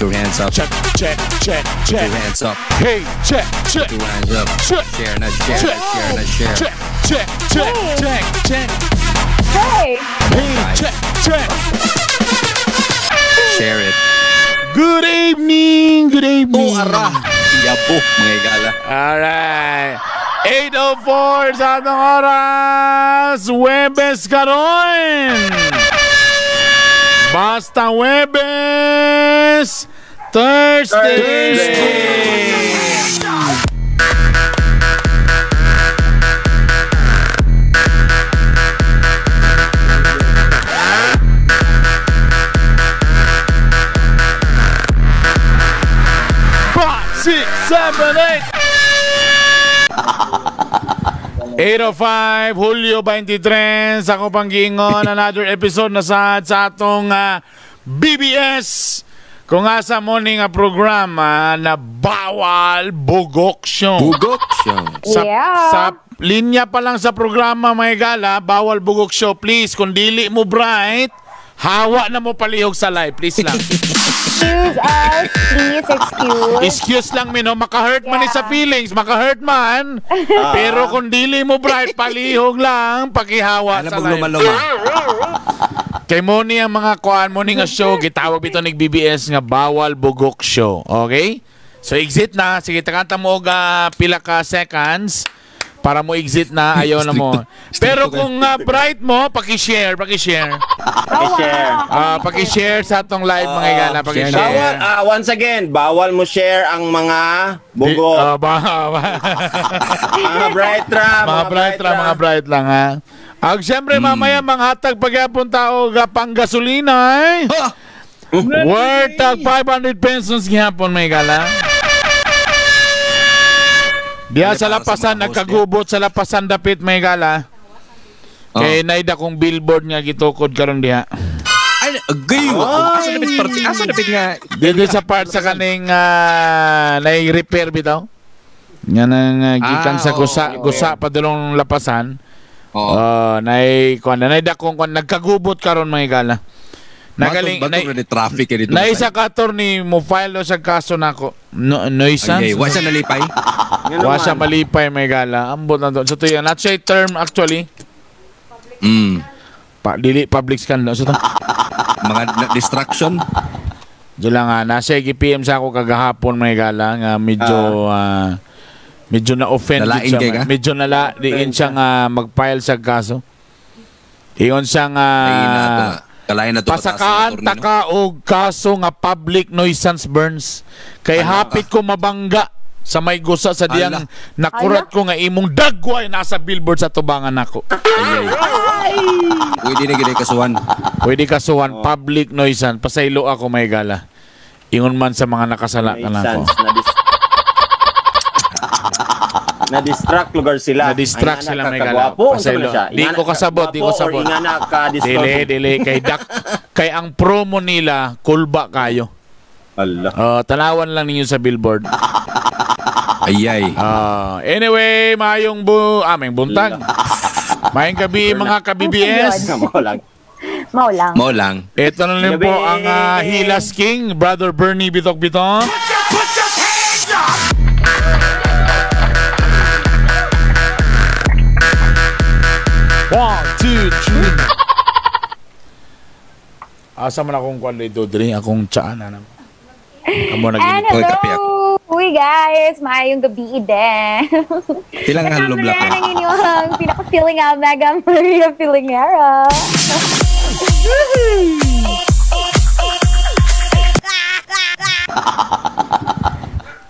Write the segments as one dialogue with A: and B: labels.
A: your hands up.
B: Check, check, check,
A: Put your
B: check.
A: hands up.
B: Hey, check, check,
A: Put your hands up.
B: Check.
A: Sharing that, sharing that, sharing that, sharing.
B: check, check, check, check, check.
C: Hey!
B: Hey, check, check.
A: Share it.
B: Good evening, good
D: Oh,
B: evening.
A: Yabo, mga igala.
B: Alright. 8.04 sa ating oras, Webes karon. Basta Webes, Thursday. Five, six, seven, eight. 805 Julio 23 Ako pang giingon Another episode na sa, sa atong ah, BBS Kung asa mo ni nga programa ah, Na bawal bugok siya
A: Bugok siya.
B: sa,
C: Yeah.
B: sa linya pa lang sa programa may gala Bawal bugok siya Please kung dili mo bright Hawa na mo palihog sa live Please lang
C: Excuse us, please excuse.
B: Excuse lang mino, maka-hurt man ni
C: Yeah.
B: sa feelings, maka-hurt man. Pero kung dili mo bright, palihog lang, pakihawa
A: Alam
B: sa
A: mo,
B: live.
A: lumaloma.
B: Kay mo ni ang mga kuan mo ni nga show gitawag bito nig BBS nga bawal bugok show. Okay? So exit na sige takanta mo og ah, pila ka seconds para mo exit na ayaw na mo. Pero kung ah, bright mo, paki-share, paki-share. Ah, paki-share sa atong live mga igala,
E: Bawal,
B: paki-share.
E: ah, once again, bawal mo share ang mga
B: Ah,
E: bugo.
B: ba-
E: mga bright ra,
B: ah. mga bright lang, mga bright lang ha. Ang siyempre mamaya manghatag pagyapon tao ga panggasolina eh. Worth of 500 pesos gihapon may gala. Diya sa lapasan, nagkagubot sa lapasan dapit may gala. Kay naida kong billboard nga gitukod karon diha.
F: Ay, agay! Asa na bit parte? Asa na bit nga?
B: Dito sa part sa kaning uh, nai-repair bitaw. Nga nang ah, gikan
F: Ah,
B: sa
F: oo,
B: gusa,
F: oo.
B: gusa padulong lapasan.
F: Oo.
B: Oh, nay kuan nay dakong kuan nagkagubot karon mga igala.
F: Batong-
B: Nagaling
F: batong
B: nay
F: na ni traffic eh dito.
B: nay sa kator ni mo file sa kaso nako. No noisa.
F: Agay, wa siya nalipay?
B: Wa siya malipay mga igala. Ambot na to. So to yan, not siya term actually.
F: Mm.
B: Pa, dili public scandal. So to.
F: Mga na- distraction?
B: Diyan lang nga, nasa GPM sa ako kagahapon may gala nga medyo ah, medyo na-offend
F: Nalain
B: siya.
F: kay ka?
B: Medyo nala, diin siya nga mag-file sa kaso. Iyon siya nga
F: Ay, na to. Kalain na to.
B: pasakaan
F: patas ng tornado.
B: taka og kaso nga public nuisance burns kay
F: Ano
B: hapit ko mabangga sa may gusa sa diyang
F: Ala.
B: nakurat ko nga imong dagway nasa billboard sa tubangan nako.
F: Pwede na ginay kasuhan.
B: Pwede kasuhan public nuisance. Pasaylo ako may gala. Ingon man sa mga nakasala ka na ako.
E: na distract lugar sila.
B: Na-distract
E: Ingana
B: sila,
E: ka
B: may galaw.
E: kagwapo, unsa man
B: Pasaylo.
E: siya?
B: Di
E: Ingana
B: ko
E: ka
B: kasabot, di ko
E: kagwapo or
B: sabot.
E: ingana ka distorted?
B: Dili, dili. Kay, dak, kay ang promo nila, kulba kayo.
E: Allah.
B: Uh, tanawan lang ninyo sa billboard.
F: Ayay.
B: Ah, anyway, mayong bu... Ah, mayong buntag. Mayong gabi, mga
E: Yes.
B: ka-BBS.
E: lang.
C: Mau lang.
F: Mo lang.
B: Ito na rin po ang ah, Hilas King, Brother Bernie Bitok Bitok. One, two, three. Asa man akong kwan dito, Dre? Akong tsaan, ano? Amo na
C: And
B: gini.
F: Oy, kape ako.
C: hello! Uy guys, maayong gabi din.
F: Tilang nga
C: Kasama
F: lublak
C: na
F: na.
C: ang inyong um, pinaka-feeling nga, Mega Maria Filingera.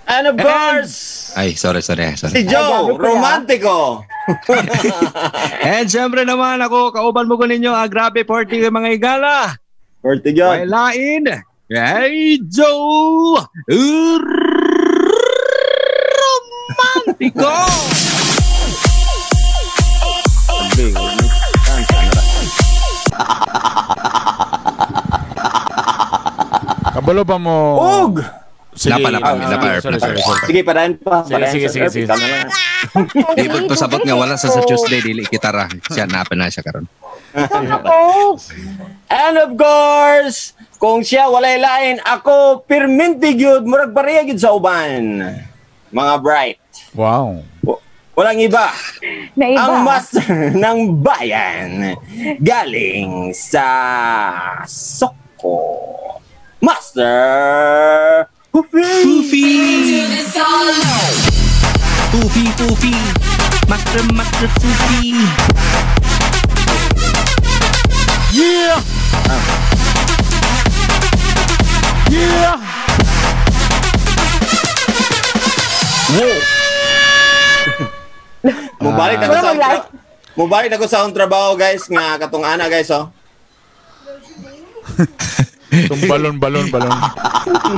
E: And of course,
F: Ay, sorry, sorry, sorry.
E: si Joe, romantiko.
D: And syempre naman ako, kauban mo ko ninyo, ah, grabe party kay mga igala.
E: Birthday John.
D: May lain. Hey, Joe! Romantico!
B: Kabalo pa mo.
E: Og!
B: Sige.
F: Lapa, lapa,
B: Ah,
F: lapa,
B: sorry,
F: lapa.
B: sorry, sorry.
E: Sige, parahan pa.
B: Sige, sige, sige, sige.
E: Tama lang.
F: Ibig ko sabot nga wala sa sa Tuesday dili kitara. Siya na pa na siya karon.
E: And of course, kung siya walay lain, ako pirminti gyud murag bariya gyud sa uban. Mga bright.
B: Wow.
E: W- Walang iba.
C: Na iba.
E: Ang master ng bayan galing sa Soko. Master Hufi!
D: Tufi! Tufi, tufi! Makre, makre, tufi!
B: Yeah! Yeah!
E: Mubalik na ko
C: Wala
E: sa
C: mag-like.
E: Mubalik na ko sa akong trabaho guys nga katong ana guys oh.
B: Itong balon, balon, balon.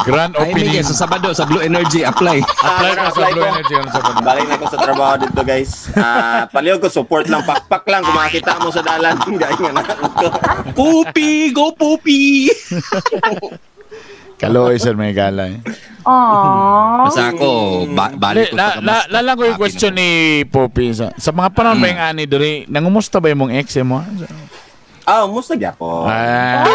B: Grand
F: Ay,
B: opening.
F: Miguel, sa Sabado, sa Blue Energy, apply.
B: Apply ka
E: Ah,
B: sa
E: apply
B: Blue
E: ko. Ah,
B: Energy. ano sa balon.
E: Balik na ko sa trabaho dito, guys. Ah, paliw ko, support lang, pakpak lang. Kung makakita mo sa dalan, dahil nga na ko.
D: Pupi! Go, pupi!
B: Kaloy, sir, may gala. Eh.
C: Aww.
F: Sa ako, ba- balik ko sa
B: La, la,
F: mas.
B: lalang ko yung question ni Poppy. Sa, sa mga panahon ba yung ani, Dori, nangumusta ba yung mong ex eh, mo?
E: Ah, oh, musta gyud ako.
B: Ah,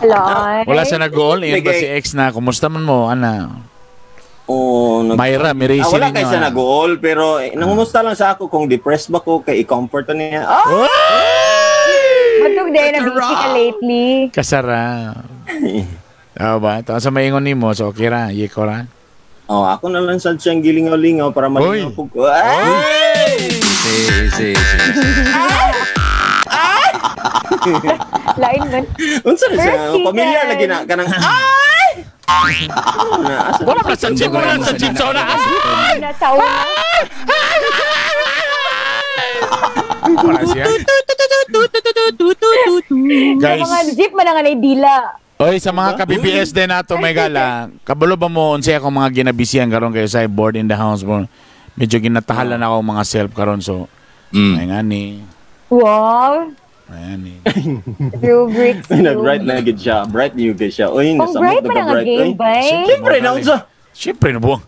C: Hello.
B: wala siya nag-all in ba
E: Sige.
B: si ex na? Kumusta man mo, ana?
E: Oo, nag-
B: Myra, may
E: Ah,
B: racing
E: wala kay siya nag-all, pero eh, nangumusta lang sa ako kung depressed ba ko, kay i-comfort na niya. Ah,
C: Matug din na busy ka lately.
B: Kasara. Oo ba? Ito sa maingon ni mo, so okay ra, yeko ra.
E: oh, ako na lang sad siyang gilingaw-lingaw para malingaw po ko. Ah!
F: Si, si, si.
C: Lain nun.
E: Unsa na siya?
C: Mercy,
E: Pamilyar
C: Ken.
E: lagi na ka ng, ay! Ano na, asa-
B: Wala pa sa chip, wala sa chip, so na.
C: Nasawa na.
B: Wala siya. Guys.
C: Guys. Mga jeep man ang anay dila.
B: Oy, sa mga ka-BBS din nato, may gala. Kabalo ba mo, unsay akong mga ginabisihan karon kayo sa board in the house mo. Medyo ginatahalan ako mga self karon so.
F: Mm.
E: Hmm.
B: Ay nga ni.
C: Wow.
B: Ayan ni.
C: Rubrics.
E: Ay, nag-bright na gid siya. Bright new gid siya. Uy,
C: Kung
E: nasamot
C: bright
E: na
C: man
E: ka
C: ang
E: bright.
C: game, bay.
E: Siyempre, naunsa.
B: Siyempre, nabuwang.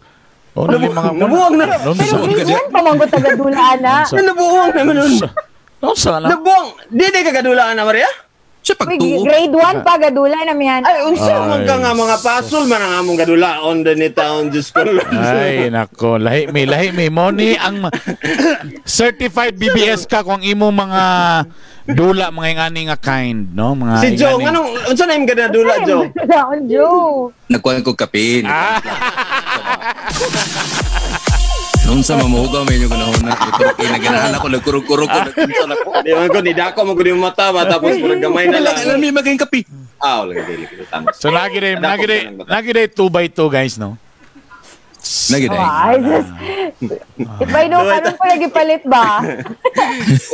B: Oh,
E: Nabu-
B: nalim mga
E: nabuwang na.
B: Nabuwang
C: Pero grade 1 pa manggo taga dula na.
E: Ay, nabuong naman nun.
B: Nabuwang na.
E: Nabuong! Di di ka gadulaan na, Maria?
F: Siya
C: Uy,
F: pagtuo.
C: grade 1 pa gadula na miyan.
E: Ay, unsa
B: Ay,
E: man ka nga mga pasol man ang among gadulaon din ni taon Diyos ko. Lord.
B: Ay, nako. Lahi may, lahi may. Money, ang ma- certified BBS ka kung imo mga dula, mga ingani nga kind, no? Mga
E: si Jong,
B: ingani-
E: anong unsa na imong gadula Jong?
C: Laon Joe.
F: Nagkuhan ko kape. Noon sa mamugaw, medyo ganahon na. Ito, kinaganahan ako, nagkurog-kurog ko. Nagkunsan ako.
E: Di man ko ni dako mo gud mata ba tapos murag gamay na lang.
F: Alam niya maging kape.
E: Ah, wala ka dili ko tama.
B: So, lagi rin,
E: Adako
B: lagi rin,
E: ka lang ba?
B: lagi rin 2 by 2 guys, no?
F: Nagiday.
C: Ay, sus.
E: ah.
C: If I know, karon pa nagipalit ba?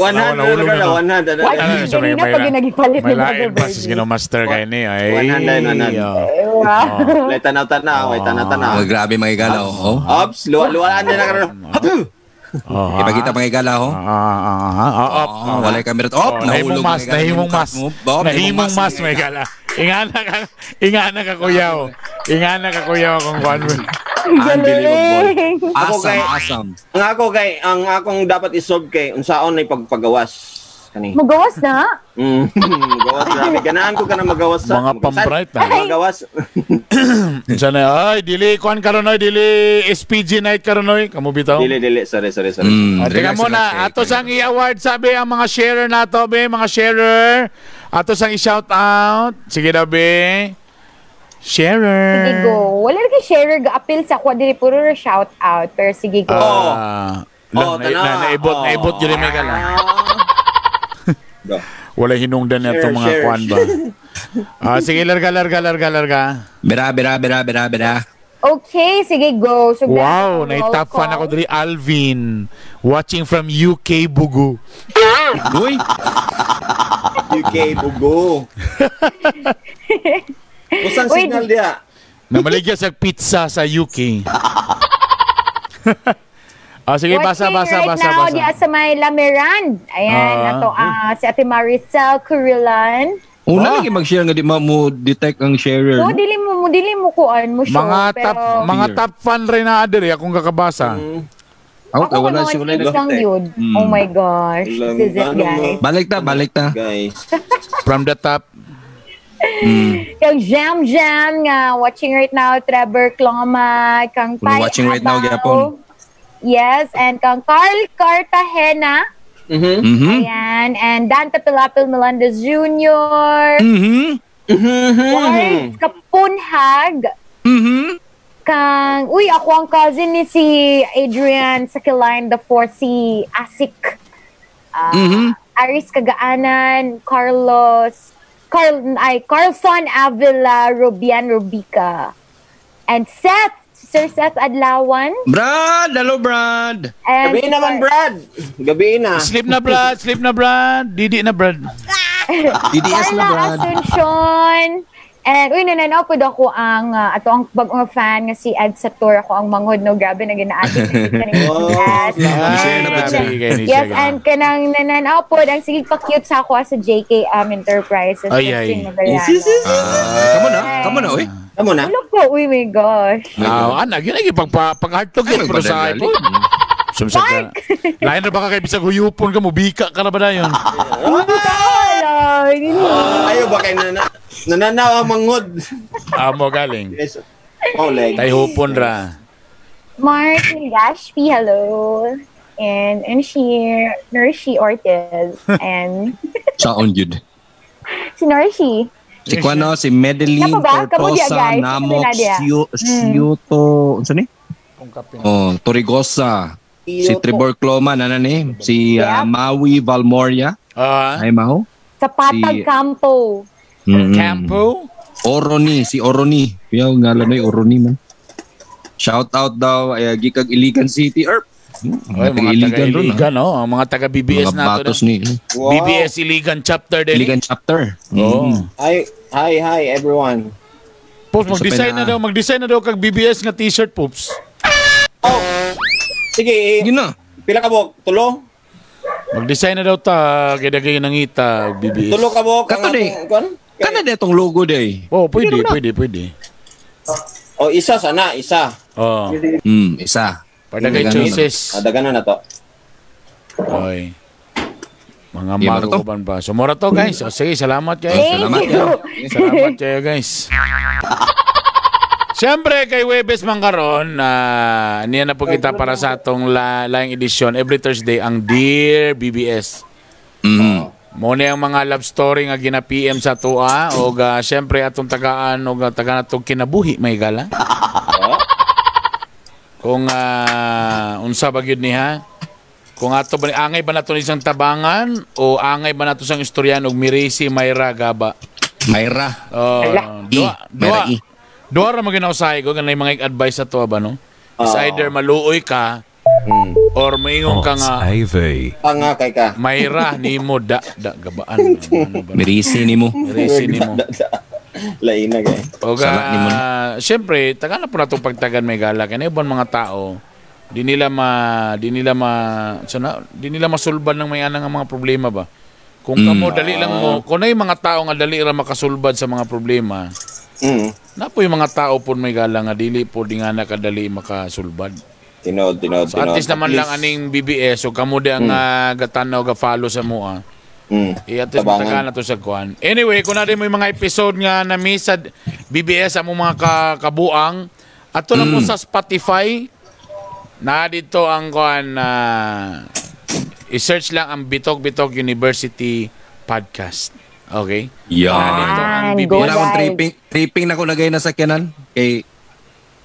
E: One hand,
B: Wala, wala,
E: ano ka
B: wala,
E: na,
B: wala.
E: one hand. ano na.
C: Wala. Ay, kanina pag yung nagipalit
B: may
C: ni
B: lain
C: Brother
B: pa sa
C: Bernie.
B: master kayo ni. Ay,
E: Wanan, wanan.
B: oh.
E: Ah,
C: Wow.
E: Wala tanaw-tanaw, wala tanaw-tanaw.
F: Oh, grabe mga igala, oh.
E: Ops, luwa- luwalaan na na karon.
B: Oh, ha?
F: Ipakita mga igala, oh.
B: Ah, ah, ah, ah, ah, ah,
F: Oh, walay camera. Oh, nahulog
B: nahimong
F: mga
B: mas,
F: igala.
B: nahimong mas.
F: Oh,
B: Nahimong mas, may gala. Ingana ka, ingana ka kuyaw. Ingana ka kuyaw kung kuan mo.
C: Galing.
F: Asam,
E: Ako kay-
F: asam.
E: Ang ako kay, ang akong dapat isolve kay unsaon ay pagpagawas kani.
C: Magawas na.
E: Mm, magawas grabe. Ganaan ko ka na magawas
B: Mga
E: sa.
B: ah.
E: magawasan.
B: pambright na.
E: Magawas.
B: Sana ay dili kuan karonoy dili SPG night karonoy kamo bitaw.
E: Dili, dili. Sorry, sorry, sorry.
F: Mm,
B: Ah, teka
F: relax, relax,
B: muna,
F: eh.
B: ato sang i-award sabi ang mga sharer nato be, mga sharer. Ato sang i-shout out. Sige daw be.
E: Mm.
B: Sharer.
C: Sige go. Wala rin kay sharer ga-appeal sa kwa dili puro ra shout out. Pero sige go.
E: Oh.
B: Ah,
E: Oh,
B: lang, na,
E: tanaw.
B: na, naibot,
E: Oh.
B: naibot ah. yun yung may kala.
E: Go.
B: Wala hinungdan na itong
E: Sharer,
B: mga
E: sharer.
B: kwan ba. Ah, sige, larga, larga, larga, larga.
F: Bira, bira, bira, bira, bira.
C: Okay, sige go. So,
B: Wow,
C: grabe,
B: naitap
C: roll
B: fan ako
C: call.
B: dali. Alvin, watching from UK, Bugu.
F: Uy,
E: UK, bugo. Usang
C: Uy,
E: signal dia?
B: Namaligya sa pizza sa UK. ah, sige, basa,
C: Watching
B: basa,
C: right
B: basa,
C: now,
B: basa.
C: diya sa may Lameran. Ayan,
B: Ah.
C: ato ah, si Ate Maricel Curilan.
B: Oh.
D: Una lagi mag-share nga di ma mo detect ang sharer.
C: So, dili mo, ah, mo dili mo kuan mo siya.
B: Mga
C: pero,
B: top, mga top fan rin na adere akong kakabasa.
D: Oh,
C: Ako
D: wala Mm.
C: mga
D: si Ulay.
C: tweets lang yun. Oh my gosh.
E: Lang-
C: This is it,
E: ano mo?
C: guys.
D: Balik ta, balik ta.
E: Guys.
B: From the top,
C: Yung Jam Jam nga, watching right now, Trevor Cloma, Kang
D: We're
C: Pai
D: watching right now,
C: Abaw.
D: Gyapon.
C: Yes, and Kang Carl Cartagena.
E: Mhm.
F: Mm-hmm.
D: Mhm.
C: Ayan, and Dante Pilapil Melendez Jr.
D: Mhm.
C: Lawrence Kapunhag.
D: Mhm.
C: Kang, uy, ako ang cousin ni si Adrian Sakilain the fourth, si Asik. Ah,
D: Mhm.
C: Aris Kagaanan, Carlos, Carl, ay, Carlson Avila, Rubian Rubica. And Seth, Sir Seth Adlawan.
D: Brad, hello Brad.
C: And
E: Gabi naman, Brad. Gabi na.
B: sleep na Brad, sleep na Brad, didi na Brad.
D: DDS na
C: Carla
D: Brad.
C: Asuncion. And uy, nananaw po daw ko ang ah, ato ang bagong fan nga si Ed Sator ako ang manghod no grabe na ginaagi
E: Oh,
B: Share na po siya.
C: Yes, and kanang nananaw po ang sige pa cute sa ako sa JK um, Enterprises.
B: Ay,
C: Yes,
B: ay.
C: yun, Magallanes.
D: Kamu na, kamu na, ah, oy.
E: Tama na.
C: Ano po? Uy, my gosh.
B: Ah, anak, yun ay pag-heartog
F: Ay,
B: yun, pero sa
F: magpadali.
B: iPhone. Sumsag na. Lain na baka kayo bisag huyupon ka, mubika ka na ba na yun?
C: Hello.
E: Ah! Ayaw ba kayo na nananaw ang manghod?
B: Amo galing.
E: Yes. Oh, leg.
B: Tay hupon ra.
C: Mark Gashpi, hello. And and she Nurshi Ortiz and
D: Saon yun.
C: si Nurshi.
D: Si Kwano, si Medellin,
C: Ano ba? Kamu dia,
D: Tortosa,
C: guys.
D: Namok,
C: Kamu dia. Hmm.
D: Siu- Siuto, ano ni? Oh, Torigosa, si Trevor Cloman, ano ni? Si ah,
C: Yep.
D: Maui Valmoria,
B: Ah,
D: ay Maho.
C: Sa
D: Si-
C: Patag Campo.
D: Mm-mm.
B: Campo?
D: Oroni, si Oroni. Kuya, ang ngalan na yung Oroni man. Shout out daw, ay, ah, Gikag Iligan City, Erp.
B: Ay, mga taga Iligan, oh. Ang mga taga BBS
D: Mga
B: na
D: batos ni
E: Wow.
B: BBS Iligan chapter din.
D: Iligan chapter.
B: Oh.
E: Hi, hi, hi, everyone.
B: Pops,
D: Sa
B: mag-design na
D: pena.
B: daw, mag-design na daw kag BBS nga t-shirt, Pops.
E: Sige,
D: Sige na.
E: pila ka bok? Tulo?
B: Mag-design na daw ta, gidagay nang ita, og BBS.
E: Tulo ka bok? ang
D: Kato di.
E: atong- kon?
D: Kana na itong logo day.
B: Oh, pwede, pwede, pwede.
E: O, Oh, isa sana, isa.
B: Oh,
F: Hmm, isa.
B: padagay
F: Ganun.
B: choices.
E: Adagan Ah, na na to.
B: Oy. Mga
F: Di ba to?
B: maruban ba? So, mura to, guys. O, sige, salamat, guys.
C: Thank you.
B: Salamat kayo, guys. Siyempre, kay Webes man karon, na niya na po kita para sa atong la, laing edisyon every Thursday ang Dear BBS.
F: Mm.
B: Muna ang mga love story nga gina-PM sa tua o ga syempre atong tagaan o ga taga natong kinabuhi may gala. Kung ah, unsa ba gyud niha? Kung ato ba ni- angay ba nato ni isang tabangan o angay ba nato sang istoryan og mirisi mayra gaba?
F: Mayra.
B: Oh,
C: Ala.
B: dua,
F: I,
B: dua.
F: mayra I.
B: Dua ra maginausahay ko ganay mga advice sa tua ba no? Is
E: Oo.
B: either maluoy ka or maingon
F: Oh,
B: ka nga
E: Panga Ah, kay ka.
B: mayra nimo da da gabaan. Ano ba?
F: Mirisi ni mo.
B: Mirisi nimo. Mm.
E: Lain na kay.
B: O
F: Salak ni mo na.
B: ga, siyempre, taga na po na itong pagtagan may gala. Kaya ibang mga tao, di nila ma, di nila ma, sana, di nila masulban ng may anang ang mga problema ba? Kung kamo, dali lang mo, kung na yung mga tao nga dali ra makasulbad sa mga problema,
E: Mm.
B: na po yung mga tao po may gala nga, dili po di nga nakadali makasulbad.
E: Tinood, tinood,
B: So at
E: tinood.
B: least naman lang aning BBS, o kamo di ang ah, gatanaw, ga-follow sa mo ah.
E: Mm.
B: Eh, at least
E: Tabangan.
B: matagal na to sa kuan. Anyway, kung natin mo yung mga episode nga na miss sa BBS ang mga ka- kabuang, ato lang po sa Spotify, na dito ang kuan na i-search lang ang Bitog Bitog University Podcast. Okay?
F: Yeah.
C: Yan,
B: BBM.
C: go
F: Wala akong
C: guys.
F: tripping. Tripping na ko lagay na sakyanan. Kay,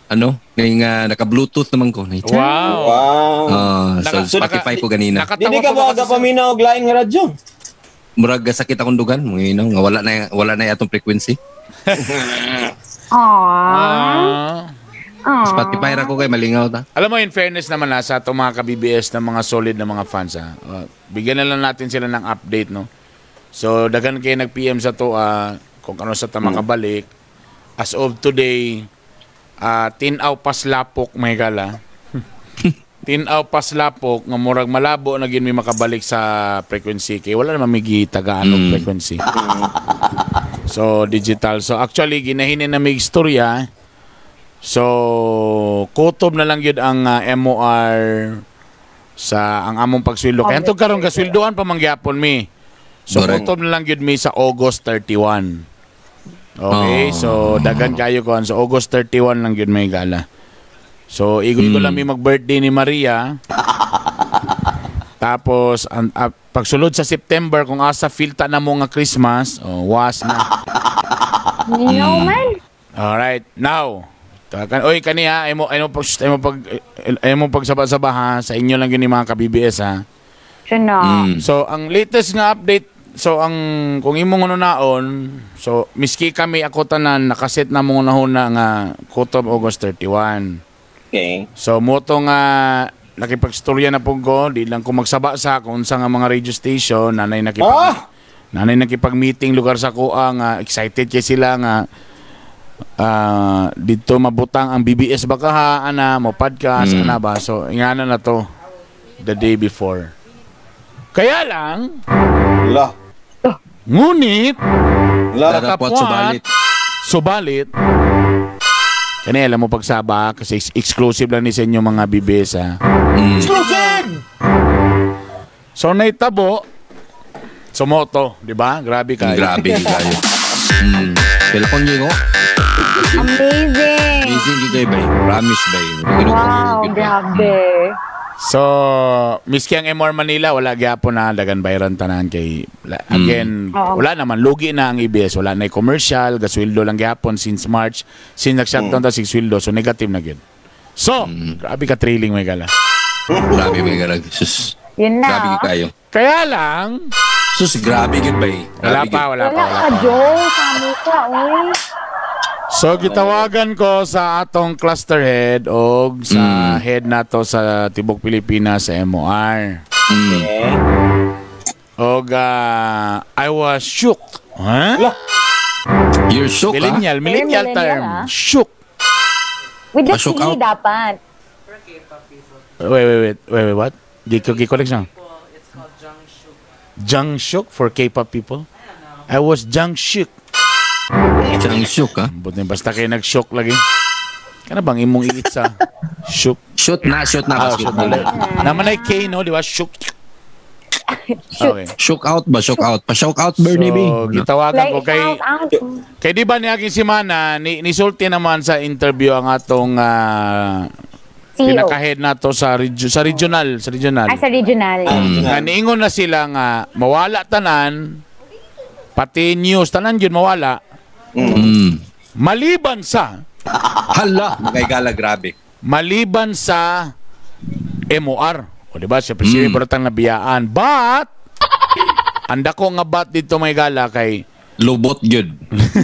F: ano? Kay nga, naka-bluetooth naman ko. Nay.
B: Wow!
E: Wow.
F: Ah,
B: Naka-
F: so, Spotify
B: naka-
F: ko ganina.
B: Nakatawa
E: Dili ka
B: po
E: ba
B: kasi
E: aga
B: sa-
E: paminaw og lain nga radyo?
F: Murag sakit akong dugan. Mga ino, nga wala na, wala na yatong frequency.
C: Aww.
B: Ah.
F: Spotify ra ko kay malingaw ta.
B: Alam mo, in fairness naman ha, sa itong mga ka-BBS na mga solid na mga fans ha, uh, bigyan na lang natin sila ng update, no? So, dagan kayo nag-PM sa to, ah, kung ano sa tama kabalik. As of today, ah, tinaw paslapok, may gala. tinaw paslapok, nga murag malabo na gin may makabalik sa frequency. Kaya wala naman may gitagaan mm. frequency. so, digital. So, actually, ginahinin na may istorya, So, kutob na lang yun ang ah, MOR sa ang among pagsweldo kay hantod karon gasweldoan pa mangyapon mi. So
F: Correct.
B: utom na lang gyud mi sa August 31. Okay,
F: Oh.
B: so dagan kayo kon sa August 31 lang gyud may gala. So igol ko
F: Hmm.
B: lang mi mag-birthday ni Maria. Tapos ang ah, pagsulod sa September kung asa filta na mo nga Christmas, oh, was na.
C: No man.
B: Alright, now. Takan, oy kani ha, ay mo ay mo pag ay mo pag ay mo pagsaba-saba ha sa inyo lang yun yung mga ka-BBS ha.
C: Siya na.
B: Mm. So ang latest nga update, so ang kung imong ano naon, so miski kami ako tanan nakaset na mo nahon na nga kutob August 31.
E: Okay.
B: So moto nga nakipagstorya na po ko, di lang ko magsaba sa kung sa nga mga radio station, nanay nakipag
E: Ah!
B: nanay nakipag-meeting lugar sa kuha nga excited kay sila nga ah, dito mabutang ang BBS baka ha ana mo podcast ana ba so ingana na to the day before. Kaya lang,
E: La.
B: ngunit
E: La.
D: Darapot subalit.
B: Subalit, kani alam mo pagsaba kasi ex- exclusive lang ni sa inyo mga BBS ha. Exclusive! So naitabo, sumoto, di ba? Grabe ka.
F: Grabe Hmm. kayo.
D: Kailan kong yego?
C: Amazing.
D: Amazing gigay ba? Promise ba?
C: Wow, grabe.
B: So, miski ang MR Manila, wala gyapon na dagan bayran tanan kay la- again,
C: Oo.
B: wala naman lugi na ang ABS, wala na yung commercial, gasweldo lang gyapon since March, since nag-shutdown ta si sweldo, so negative na gyud. So, grabe ka trailing may gala.
F: Grabe may garag. Sus.
C: Yun
F: Grabe
C: na.
F: gid kayo.
B: Kaya lang,
F: Sus, grabe gid ba?
B: wala pa, wala pa, wala
C: Wala ka,
B: pa.
C: Joe. Kami ka, uy.
B: So gitawagan ko sa atong cluster head o sa head nato sa Tibok Pilipinas sa MOR.
D: Mm.
E: Okay.
B: O ah, I was shook. Huh?
F: You're
D: ah.
F: shook ha?
B: Millennial, millennial
C: millennial,
B: term.
C: ah.
B: Shook.
C: With the
F: Pasok
C: C
F: out.
C: dapat.
B: Wait, wait, wait, wait, wait, what? Di ko gikolek siya. Jang shook for K-pop people? I was jang shook.
D: ah.
F: Siyang shook ha?
B: Buti basta kayo nag-shook lagi. Kana bang imong iit sa shook?
D: Shoot na, shoot na.
B: Ah,
D: shoot
B: shook
D: na.
B: na. Naman ay K, no? Di ba? Shook. Okay.
D: Shook out ba? Shook out. Pa-shook out, Bernie B.
B: So, gitawagan
C: Play
B: ko kay
C: out, out.
B: kay di ba ni Aging Simana ni nisulti naman sa interview ang atong uh,
C: CEO.
B: pinakahead nato sa regio- sa regional, sa regional.
C: Ay, Ah, sa regional.
E: Mm.
B: Nga niingon na sila nga mawala tanan pati news tanan gyud mawala
D: Mm.
B: maliban sa
D: Hala!
F: Kay gala grabe.
B: maliban sa MOR. O di ba? Siyempre, mm. na biyaan. But, anda ko nga bat dito may gala kay...
D: Lubot yun.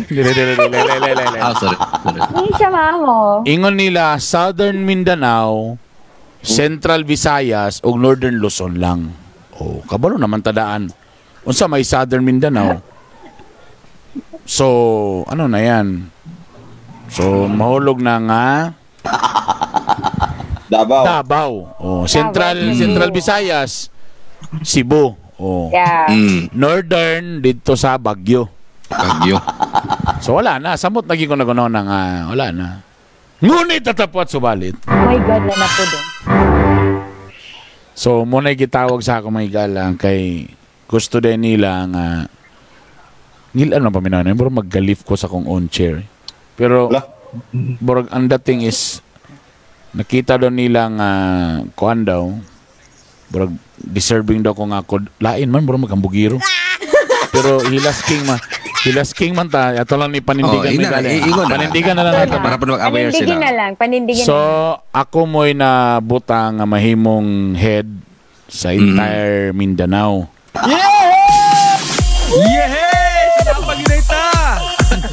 B: Lele, lele, lele, lele, lele.
D: Ah, sorry. sorry.
C: Hindi siya oh. mamo.
B: Ingon nila Southern Mindanao, Central Visayas ug Northern Luzon lang. Oh, kabalo naman tadaan. Unsa may Southern Mindanao? So, ano na 'yan? So, mahulog na nga
E: Davao.
B: Davao. Oh, Central Central Visayas, Cebu. Oh.
C: Yeah.
F: Mm.
B: Northern dito sa Baguio.
D: Kagyo.
B: So wala na, samot naging ko na kuno nang wala na. Ngunit tatapot subalit.
C: Oh my God, na na po doon.
B: So, muna gitawag sa ako mga galang kay gusto din nila nga ngil ano pa minano, bro maggalif ko sa kong own chair. Pero
E: Wala.
B: borg ang dating is nakita daw nila nga kuan daw borg deserving daw ko nga ako lain man borg magambugiro. Pero hilas king man. Hilas king man ta. Ato lang ni panindigan
D: Oh, ina,
B: mga galang.
D: iingon na.
B: Panindigan na lang
C: Ito
B: nato.
C: na.
D: Para pa mag-aware Ah, sila.
C: Panindigin na lang. Panindigin
B: So,
C: na lang.
B: ako mo'y nabuta nga mahimong head sa
D: Mm-hmm.
B: entire Mindanao.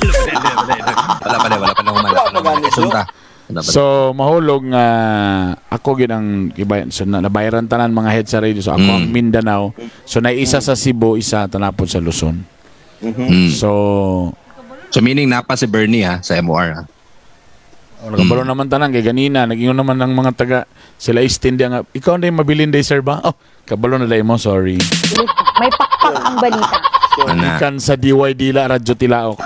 D: Wala pa na, wala pa na humala. Wala pa na humala. Sunta. Wala pa na.
B: So, mahulog nga ako yun ang ibayan. So, na- nabayaran tanan mga head sa radio. So, ako ang Mindanao. So, naiisa sa Cebu, isa tanapon sa Luzon.
D: Mm.
B: So,
D: So meaning napa si Bernie ha, sa MOR ha.
B: nakabalo naman tanan kay ganina. Nagingon naman ng mga taga. Sila istindihan nga, ikaw na yung mabilin day, sir ba? Oh, kabalo na day mo, sorry.
C: May pakpak ang balita.
D: Ana.
B: Ikan sa DYD la, Radyo Tilaok.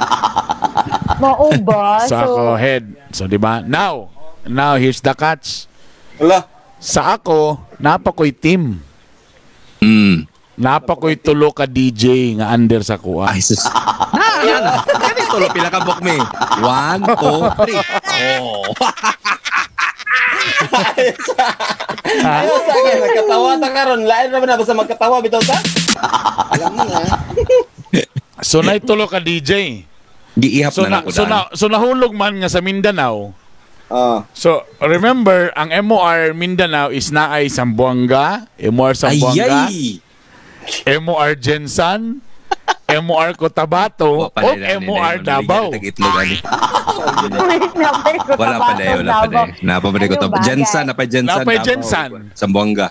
C: Oo oh, ba?
B: sa ako
C: Ah, So,
B: head. So, di ba? Now, now here's the catch.
E: La.
B: Sa ako, napakoy team.
F: Mm.
B: Napakoy tulo ka DJ nga under sa kuha.
D: Ay, sus. Na, yan. Ganito, lo, pila ka book me. eh. One, two, three. Oh.
B: Ah.
E: Ayaw sa akin, nagkatawa ta karon. Lain naman na basta magkatawa bitaw ta.
B: So na tulo ka DJ.
D: Giihap
B: So
D: na
B: na,
D: ako
B: so na so nahulog man nga sa Mindanao.
E: Oh.
B: So remember, ang MOR Mindanao is naay Sambuanga, MOR Sambuanga,
D: Ayay.
B: MOR Jensan, MOR
D: Oh,
B: Cotabato, Oh, o Ah, MOR Davao.
D: gitu Wala pa dayo, wala pa dayo. Napa pa dayo.
C: Ano ba,
D: Jensan,
C: guys?
D: napa Jensan.
B: Napay
D: Davao.
B: Jensan.
D: Sambuanga.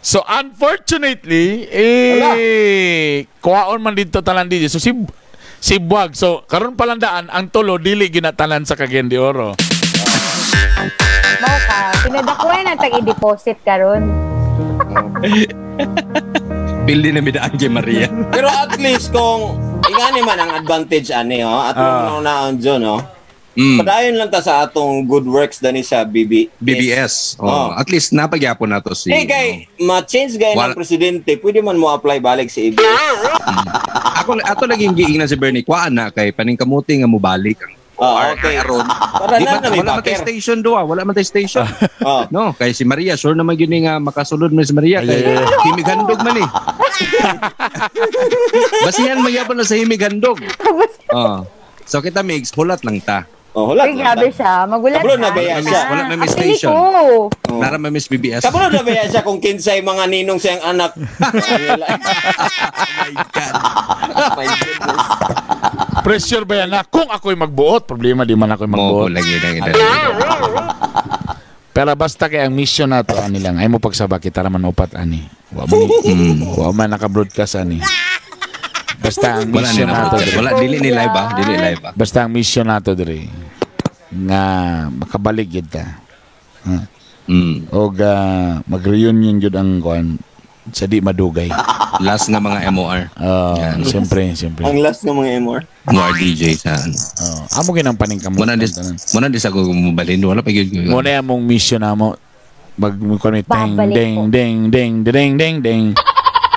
B: So unfortunately, eh kuwaon man dito talan DJ. So si si Buag. So karon palandaan ang tulo dili ginatalan sa Cagayan de Oro.
C: Mao ka, pinadakuha na tag i-deposit karon.
D: Pildi na midaan kay Maria.
E: Pero at least kung ingani man ang advantage ani ho, at
B: Ah.
E: uh, naon dyan ho.
D: Mm.
E: Padayon lang ta sa atong good works dani sa BB.
D: BBS. Oh,
E: Oh.
D: At least napagyapon na to si...
E: Hey kay, ma-change gay
D: Wala-
E: ng presidente, pwede man mo apply balik sa E EB.
D: Ako, ato laging giing na si Bernie. Kuhaan na kay paningkamuti nga mubalik. ang-
E: Oh,
D: Or kay
E: okay.
D: Aron.
E: Para
D: Di
E: na
D: ba,
E: na may
D: wala man tayo
E: backer.
D: station do ah. Wala man tayo station.
E: Oh.
D: No, kay si Maria, sure naman yun yung, nga makasulod mo si Maria. Kay
B: Ay, ay,
D: himighandog man eh. Basihan magyapon na sa himighandog.
C: Tapos,
D: Oh. So kita mix, hulat lang ta.
E: Oh, wala.
C: uy, grabe siya. Magulat
E: Kablo na ba yan siya?
D: Wala may
C: Actually,
D: station.
C: ko.
E: Oh.
D: Nara may Miss BBS.
E: Kabalo na ba yan siya kung kinsay mga ninong siyang anak?
B: Pressure ba yan na kung ako'y magbuot, problema di man ako'y
D: Mo
B: magbuot.
D: lagi na
B: Ano?
D: ina.
B: Pero basta kay ang mission nato ani lang ay mo pagsaba kita raman upat ani. Wa man mm, wa man naka-broadcast ani. Basta ang
D: Wala
B: mission
D: nila.
B: nato dire.
D: Wala dili ni live ah, dili live ah.
B: Basta ang mission nato dire nga makabalig gid ka.
D: Mm.
B: O uh, mag-reunion yun ang kuan sa di madugay.
D: Last nga mga MOR.
B: Oo,
D: Yan.
B: siyempre, siyempre.
E: Ang last ng mga MR.
D: More DJ sa ano.
B: Oo. amo ginang paningkamot.
D: Muna dis muna dis ako mubalin wala pa gyud.
B: Muna yung mong mission na mo. Mag kuno ding
C: Babalik
B: ding
C: ko.
B: ding ding ding ding ding.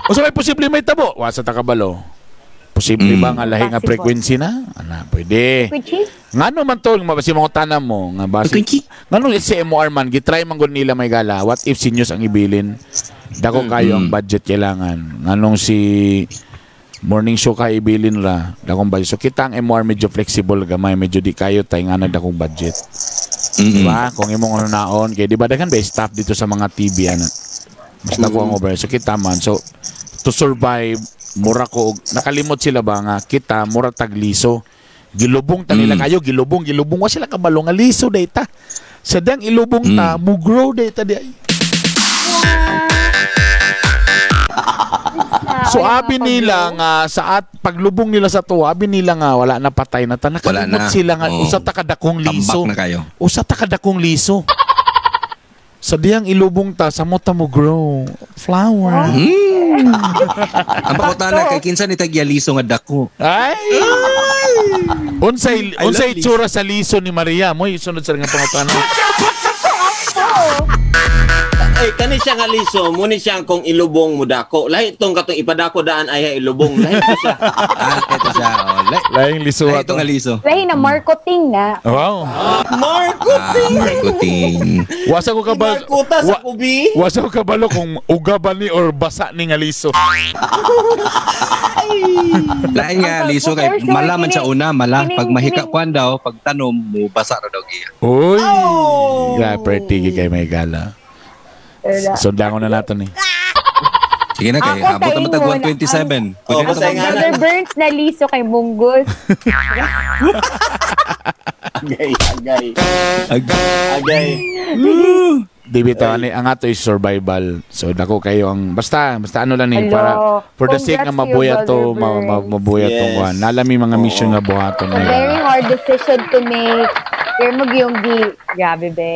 B: O sa may posible may tabo. Wa sa takabalo. Posible
D: Mm.
B: ba nga lahi nga
C: Possible.
B: frequency na? Ana, pwede.
C: Kuchi?
B: Ngano man to, mabasi mga tanam mo, nga basi.
D: Frequency?
B: Ngano si MOR man, gitry man gud nila may gala. What if si News ang ibilin? Dako kayo
D: Mm.
B: ang budget kailangan. Nganong si morning show ka ibilin ra dakong budget. So kita ang MOR medyo flexible gamay, medyo di kayo tay nga na dakong budget.
D: Mm.
B: Diba? Kung imong ano naon, kay di ba daghan ba staff dito sa mga ano? TV ana. Mas nako ang over. So kita man. So to survive mura ko og- nakalimot sila ba nga kita mura tagliso. Gilubong ta nila
D: Mm.
B: kayo, gilubong, gilubong wa sila kabalo nga liso data. Sa dang ilubong
D: Mm.
B: ta, mo grow data di. ay. So abi nila nga sa at paglubong nila sa tuwa, abi nila nga wala na patay na ta. Nakalimot
D: na.
B: sila nga
D: Oo.
B: usa ta kadakong liso.
D: Tambak na kayo.
B: Usa ta kadakong liso. Sa diyang ilubong ta, sa mo ta mo grow. Flower.
D: Mm. Ang pakutana kay kinsa ni tagyaliso nga dako.
B: Ay! Unsay
D: I love
B: unsay
D: liso.
B: tsura sa liso ni Maria mo isunod sa nga pangutana.
E: Ay, kani siya nga liso, muni siya kung ilubong mo dako. Lahi itong katong ipadako daan ay ha, ilubong. Lahi ito siya.
D: Ah, ito siya. Oh, lay.
B: Laing liso
D: Lay
B: ato.
D: ito nga liso.
C: Lahi na marketing na.
B: Wow.
E: Marco!
D: Ah, marketing.
B: Wasa ko
D: Ah.
B: kabal.
E: Markuta sa
B: Wa-
E: kubi.
B: Wasa ko kabalo kung uga ba ni or basa ni nga liso.
D: Lain nga,
C: Ang
D: liso kay
C: pagbukas, sure,
D: malaman sa
C: kining-
D: una, mala.
C: kining-
D: Pag mahika
C: kining-
D: kwan daw, pag tanom, mubasa na daw giya.
B: Uy.
D: Oh.
B: Grabe, pretty kay may gala. Sundan ko na nato ni.
F: Sige na kay,
C: Ako,
F: abot naman tag 127.
C: kaingon.
E: Oh,
F: Pwede na
E: basta
F: tag-
E: nga
C: Brother Burns na liso kay Munggos.
E: Agay, agay. Agay.
B: Dibito ni ang ato is survival. So dako kayo ang basta basta ano lang ni
C: Hello.
B: para for the sake nga
C: Congrats
B: mabuya to
C: to you,
B: ma,
C: Brother
B: ma,
C: Burns.
B: mabuya to
E: Yes.
B: kuan. Nalami mga mission nga buhaton
C: A
B: na.
C: very hard decision to make. Pero mag yung di. Grabe, be.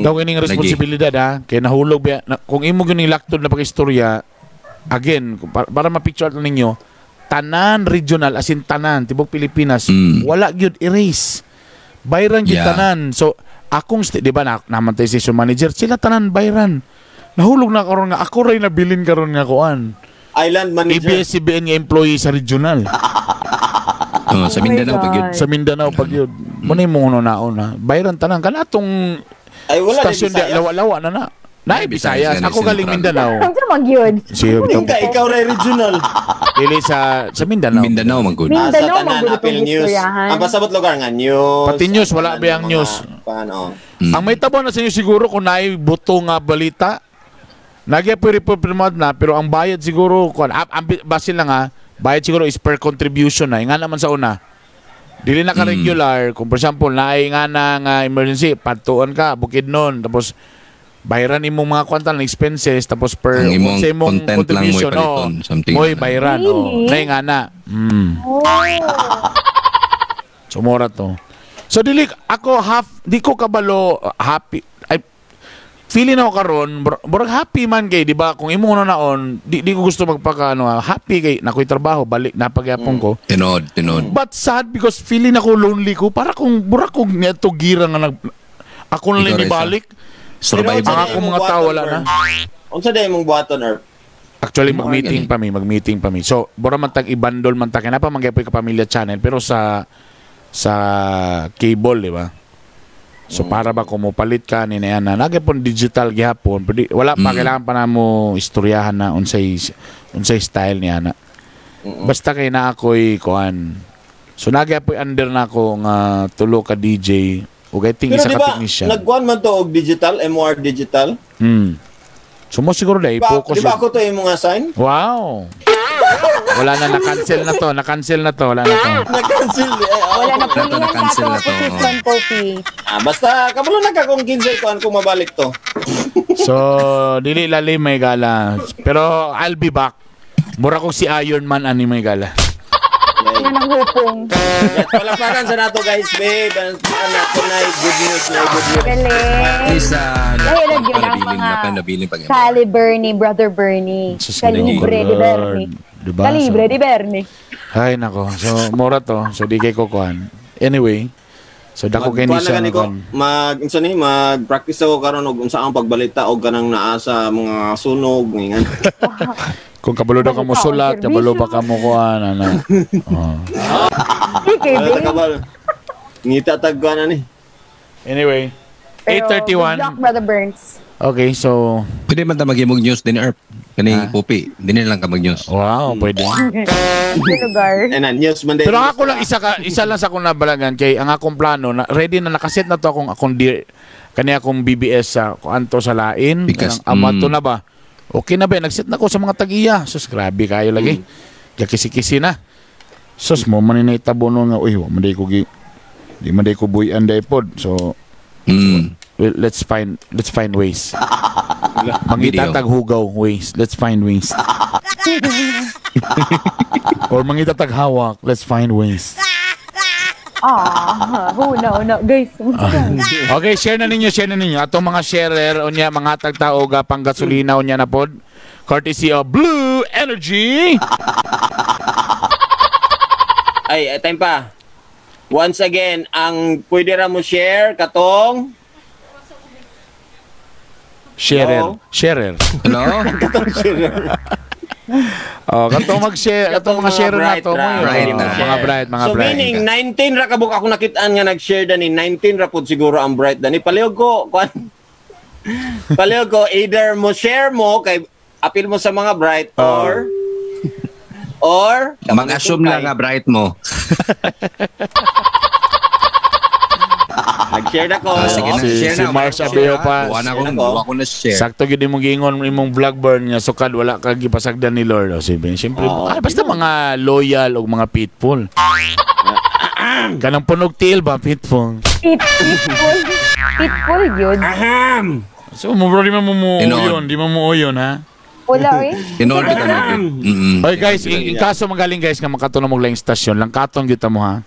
B: Daw kini nga responsibilidad ha. Kay nahulog ba na, kung imo gyud ning laktod na pakistorya again kung para, para ma-picture out ninyo tanan regional as in tanan tibok Pilipinas
F: Mm.
B: wala gyud erase. Bayran gyud
F: Yeah.
B: tanan. So akong sti- di ba na, namatay si station manager sila tanan bayran nahulog na karon nga ako ray nabilin karon nga kuan
E: Island manager.
B: ABS-CBN nga employee sa regional
F: Oh, sa Mindanao,
C: my
F: pag yun.
E: Ah,
C: God.
B: sa Mindanao pag yun mo na mo na na bayran tanan kana tong
E: Ay, wala na
B: station di
E: Bisaya.
B: lawa-lawa na na na
F: Ay, Bisayas
B: Bisayas
F: na,
B: ako
F: Central.
B: galing Mindanao
C: Ang mag yun.
B: Sige,
E: Hindi ka,
B: ikaw-
E: ikaw rin regional.
C: Ah,
B: dili sa sa Mindanao
F: Mindanao, man good.
C: Mindanao,
E: Ah, sa tanan,
C: magulo
E: Apple
C: tong
E: News.
C: istoryahan.
E: Ang pasabot lugar nga, news.
B: Pati news, wala
E: Ang
B: ba yung
E: mga-
B: news?
E: Paano?
F: Mm.
B: Ang may tabo na sa inyo siguro kung naay buto nga balita, nagya po reprimand na, pero ang bayad siguro, kung, ah, ang, ang, base lang ha, bayad siguro is per contribution na. Nga naman sa una, dili na ka
F: Mm.
B: regular, kung for example, naay nga na nga emergency, patuan ka, bukid nun, tapos bayaran imong mga kwanta ng expenses tapos per
F: Ang imong
B: sa imong
F: content lang
B: contribution,
F: mo'y paliton,
B: oo.
F: something
B: mo'y
F: na.
B: bayaran oh
C: Really?
B: nay nga na mm. Sumura to. So dili ako half di ko kabalo uh, happy. Ay feeling ako karon bur- burag happy man kay di ba kung imo na naon di, di ko gusto magpaka ano ah, happy kay nakoy trabaho balik napagyapon ko.
F: Tinod, tinod.
B: But sad because feeling ako lonely ko para kung burag ko neto gira nga nag ako
F: Ikaw,
B: na lang
F: Raisa?
B: ibalik ang
F: Survival.
E: Pero-
B: akong mga tao wala na.
E: Unsa day mong buhaton, Erp?
B: Actually,
F: Mga
B: mag-meeting
F: ganun.
B: pa mi, mag-meeting pa mi. So, bora man tag ibandol man tag na pa mangyapay ka pamilya channel pero sa sa cable, di ba?
E: Mm.
B: So para ba kumupalit ka ni na na nagyapon digital gihapon, pero di- wala pa
F: Mm.
B: kailangan pa na mo istoryahan na unsay unsay style ni ana. Basta kay na ako'y kuan. So nagyapoy under na ako nga tulo ka DJ ug I think
E: Pero
B: isa
E: di
B: ka
E: ba,
B: technician.
E: nagkuhan man to og digital, MR digital?
B: Mm. So mo siguro dai
E: Di ba,
B: focus
E: di ba
B: yun.
E: ako to yung mga sign?
B: Wow. Wala na, na-cancel na to, na-cancel na to, wala na to.
E: Nag-cancel. Eh, oh.
C: Wala na
F: Ito,
C: pulihan na
F: na-cancel
C: ito.
F: na to, oo.
C: Position, Popi.
E: Ah, basta, kabalo na ka kung 15 kuhan kung mabalik to.
B: So, dili lali may gala. Pero I'll be back. Mura ko si Iron Man ani may gala.
C: Ano nang hupong?
E: Palapakan sa nato guys, babe. Ang nato na good news na good news.
C: Galing.
F: Please, ah,
C: Dahil yun ang
F: panabilin
C: mga
F: na, panabilin pag
C: Caliber ni Brother Bernie.
B: Jesus
C: Calibre
B: Lord.
C: ni Bernie.
B: Diba?
C: Calibre
B: So,
C: ni Bernie.
B: Ay, nako. So, mura to. So, di kay kukuhan. Anyway, so dako kay ni
E: Kuhaan na
B: siya
E: gani ko, mag unsa ni mag practice ako karon og unsa ang pagbalita og kanang naa sa mga sunog ngingan.
B: Kung kabalo daw ka mo sulat,
C: Magkakaon
B: kabalo pa
C: servisyo.
B: ka mo kuhan, ano. Oh.
C: Ikaw,
E: Wala ta
C: babe.
E: kabal. Ngita tag kuhaan na ni.
B: Anyway,
C: Pero good luck,
B: 8.31.
C: Brother Burns.
B: Okay, so,
D: Pwede man ta magimog news din Erp. Kani Popi, hindi na lang ka mag news.
B: wow, pwede.
C: Sa lugar.
E: Enan Eh, news man day.
B: Pero ako lang isa ka, isa lang sa akong nabalagan kay ang akong plano na ready na nakaset na to akong akong di, kani akong BBS sa kuanto sa lain.
D: Because,
B: Kanang ama
D: mm.
B: to na ba? Okay na ba? Nagset na ko sa mga tag-iya. Sus, grabe kayo lagi.
D: Mm.
B: Kakisi-kisi na. Sus, mo man na itabo no nga, uy, wa man day ko gi. Di man day ko buyan day pod. So,
D: Mm.
B: well, let's find let's find ways.
D: Video.
B: mangitatag hugaw ways. Let's find ways. Or mangitatag hawak. Let's find ways.
C: Ah, huna, huna. Guys,
F: Ah.
B: Okay, share na ninyo, share na ninyo. Atong mga sharer, unya, mga tagtaoga, panggasolina, unya na pod. Courtesy of Blue Energy.
E: Ay, eh, time pa. Once again, ang pwede ra mo share katong
B: Sharer.
E: Oo.
B: Sharer.
D: Hello?
B: Oh, katong mag-share, katong mga sharer na to.
E: ra,
B: mo
D: bright
B: yun.
D: na.
B: Oh, Mga bright, mga
E: so
B: bright.
E: meaning 19 ra kabuk ako nakitaan nga nag-share dani 19 ra pud siguro ang bright dani palihog ko kwan palihog ko either mo share mo kay apil mo sa mga bright or or
D: Oh. Mag-assume lang nga bright mo.
E: nag-share na ko
D: Ah, sige na,
B: Si-
D: share
B: si
D: na.
B: Mars
D: Share
B: Abeo
D: na.
B: pa.
D: Buwan ako,
E: Share na ko.
D: buwan ko na share.
B: Sakto gyud imong giingon imong black burn nga sukad wala ka gipasagdan ni Lord. O siyempre, siyempre ah, basta mga loyal o mga pitful. Kanang punog til ba pitful?
C: pit, pitful. Pitful yun.
B: So mo bro di man mo mo
F: Inon.
B: yun, di man mo yun ha.
C: Wala eh.
F: Tinod ka na. Mm-mm. Ah,
B: Oy guys, in, in kaso magaling guys nga makatunog mo lang stasyon, lang katong gyud mo ha.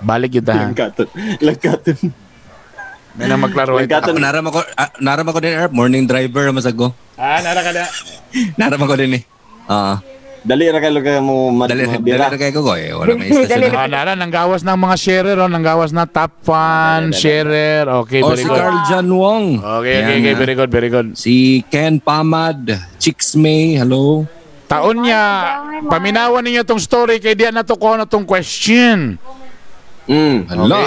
B: Balik gyud ha.
E: lagkaton lagkaton
B: May na maglaro ay.
E: lagkaton
F: Ako naram ako, ah, naram ako din, Erp. Morning driver, masag ko.
B: Ah, nara ka na.
F: Naram ako din eh. Ah.
E: Dali ra kayo kay mo mad-
F: Dali, dali
E: madira.
F: na kayo ko eh. Wala may
C: Dali-
F: istasyon.
B: Ah, nara, nanggawas ng mga sharer, oh. Nanggawas na top fan, sharer. Okay,
F: O
B: very
F: Oh, si
B: good.
F: Carl John Wong.
B: Okay,
F: Yan,
B: okay, okay.
F: ah.
B: Very good, very good.
F: Si Ken Pamad. Chicks May. Hello.
B: Taon niya,
C: my God.
B: paminawan ninyo itong story kay diyan natukuha na itong question.
E: Mm.
F: Hello.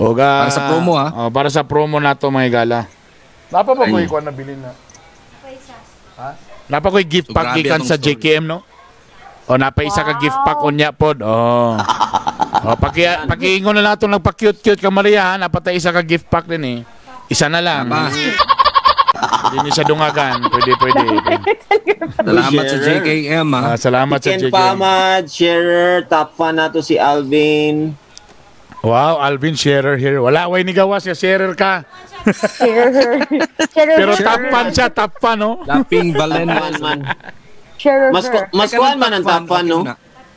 B: O ga-
F: Para sa promo, ah.
B: Oh, para sa promo na to mga gala. Napa ba ko ikuan na bilin na? Napa ko gift
F: So,
B: pack
F: grabe
B: gikan
F: atong
B: sa
F: story.
B: JKM no? O napa isa ka gift pack unya pod. Oh. o paki pakiingon na nato nagpa-cute-cute ka Maria ha, napatay isa ka gift pack din eh. Isa na lang.
F: Ba,
D: Mm.
B: Hindi niya siya dungagan. Pwede, pwede.
F: salamat sa
E: Sharer.
F: JKM
B: Ah,
F: ha.
B: salamat sa
E: Ken
B: JKM.
E: Pamad, Sharer, top fan nato si Alvin.
B: Wow, Alvin Scherer here. Wala, way ni gawas ya Scherer ka.
C: Sharer. Sharer.
B: Pero top fan siya, top fan, oh. no?
D: Laping Valen.
E: Man, man.
C: Sharer.
E: Mas ko- mas kuan man ang top fan no.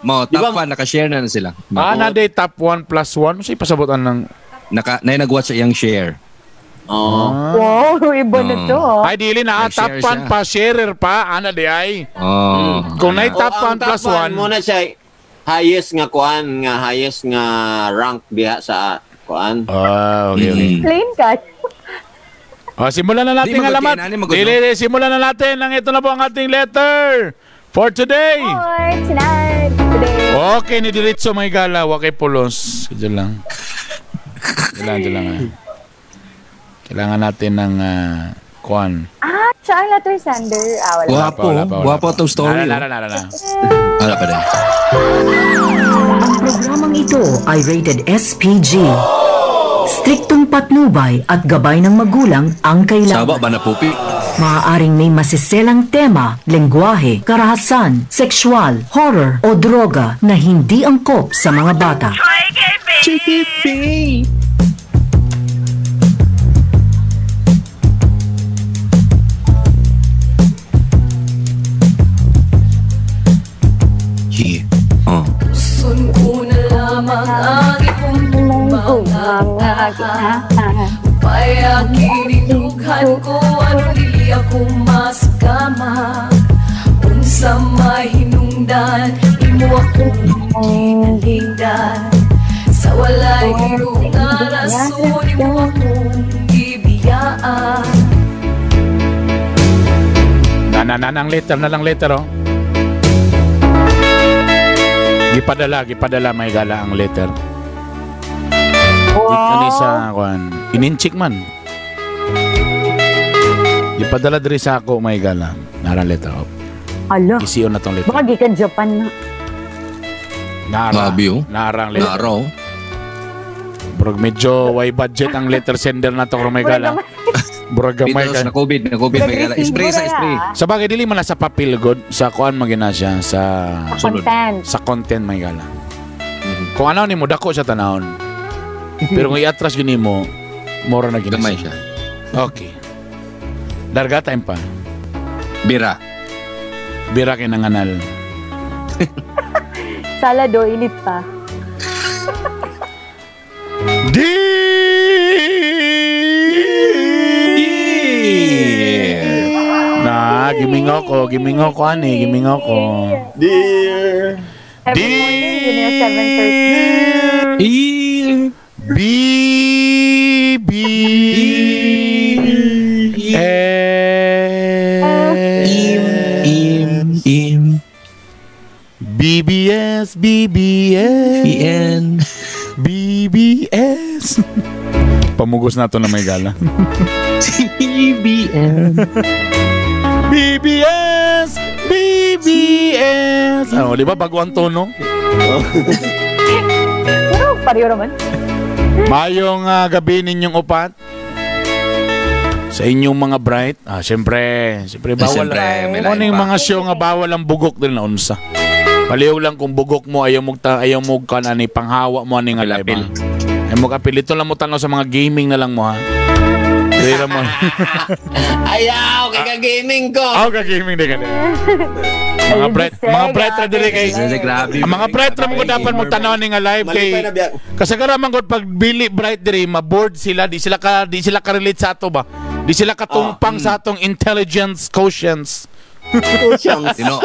F: Mo,
E: Di ba-
F: top fan, nakashare na na sila.
B: Ah, na day top 1 plus 1. Kasi pasabutan ng...
F: Naka, na nag-watch sa iyang share.
B: Mm-hmm.
E: Oo.
C: Wow, iba na
F: No.
C: to.
E: Oh.
C: ah.
B: Ay, dili
F: Ay,
B: na.
F: share
B: Top 1
F: siya.
B: pa, sharer pa. Ana day ay.
F: Oh.
B: Kung Ano na top
E: Oh, ang
B: 1 plus
E: top fan
B: 1.
E: Muna siya highest nga kuan nga highest nga rank diha sa kuan.
D: Mm.
B: Ah, okay,
F: Mm.
B: okay.
C: Plain cut.
B: Oh, simulan na natin
F: Di,
B: ang
F: magod
B: alamat.
F: yan, ani, magod,
B: Dili,
F: no?
B: dili, simulan na natin. Ang ito na po ang ating letter for today.
C: For tonight, today.
B: Okay, ni Diritso may gala. Wakay pulos. Diyan lang. Kailangan, diyan lang. ah. Kailangan natin ng ah, kuan.
C: Ah, siya ang letter sender. Ah, wala.
F: Guwapo.
B: wala pa, wala
F: Guwapo
B: pa.
F: itong story.
B: Nara, nara, nara, nara.
F: Wala pa din.
G: Ang programang ito ay rated SPG. Striktong patnubay at gabay ng magulang ang
F: Saba
G: kailangan.
F: ba na pupi?
G: Maaaring may masiselang tema, lengguwahe, karahasan, sexual, horror o droga na hindi angkop sa mga bata.
F: Yeah. Oh.
C: Mong bungang ginahang.
H: Kaya kinilughan ko ano dili ako maskama Unsa mahinungdan imo ako hingdan Sa walay iyong arason imo akong gibiyaan
B: Na, na, na, ang letter na lang letter, oh. Gipadala, gipadala may gala ang letter. Dito ni sa kuan. Ininchik man. Gipadala diri sa ako may gala. Nara letter, oh.
C: Alo,
B: Isiyo na tong
C: Ah. baka
B: letter.
C: gikan Japan na.
B: Nara.
F: Grabe, oh.
B: Nara ang letter.
F: Naro.
B: Bro, medyo way budget ang letter sender na to kung may gala. Bro, gamay
F: Pitos
B: ka.
F: na COVID. Na COVID. May gala. Spray sa spray.
B: Sa bagay, dili man na sa papel good. Sa kuan magina siya. Sa...
C: Content.
B: sa content may gala. Kung ano ni mo dako siya tanahon. Pero kung i-atras yun mo, moro na ginasa.
F: Gamay siya.
B: Okay. Darga time pa.
F: Bira.
B: Bira kay nanganal.
C: Salado, init pa.
B: Di! Na, Nah, gimingo ko, gimingo ko ani, gimingo ko.
E: Dear.
C: Every
B: Di-
C: morning, yun yung 7.30.
B: B B M
F: Im. Im.
B: BBS, BBS,
F: PN.
B: BBS. Pamugos na to na may gala. BBS, BBS. Ano, Ah, oh, di ba bago ang tono?
C: Pero, pareho naman.
B: Mayong ah, gabi ninyong upat. Sa inyong mga bright. Ah, siyempre, siyempre
F: Ah,
B: bawal.
F: siyempre, may
B: Kung ano
F: lain
B: yung
F: pa.
B: mga show nga bawal ang bugok din na unsa. Paliw lang kung bugok mo ayaw mo ta, ayaw mo kan ani panghawa mo ani nga
F: Apil-apil.
B: laiba. Ay mo kapil ito lang mo tanaw sa mga gaming na lang mo ha. Dira mo. Ah.
E: Ayaw, kay gaming
B: Aw
E: ah, ko.
B: ka gaming din ka din. Mga bright, mga bright ra diri kay.
F: Kasi grabe.
B: Ang mga bright ra mo ko dapat mo tanaw ni nga live kay.
E: Malipay na biya.
B: Kasagaraman ko pag bili bright diri maboard sila di sila ka di sila ka relate sa ato ba. Di
E: Ah, mm.
B: sila katumpang sa atong intelligence quotients.
E: Kusyang.
F: Tino.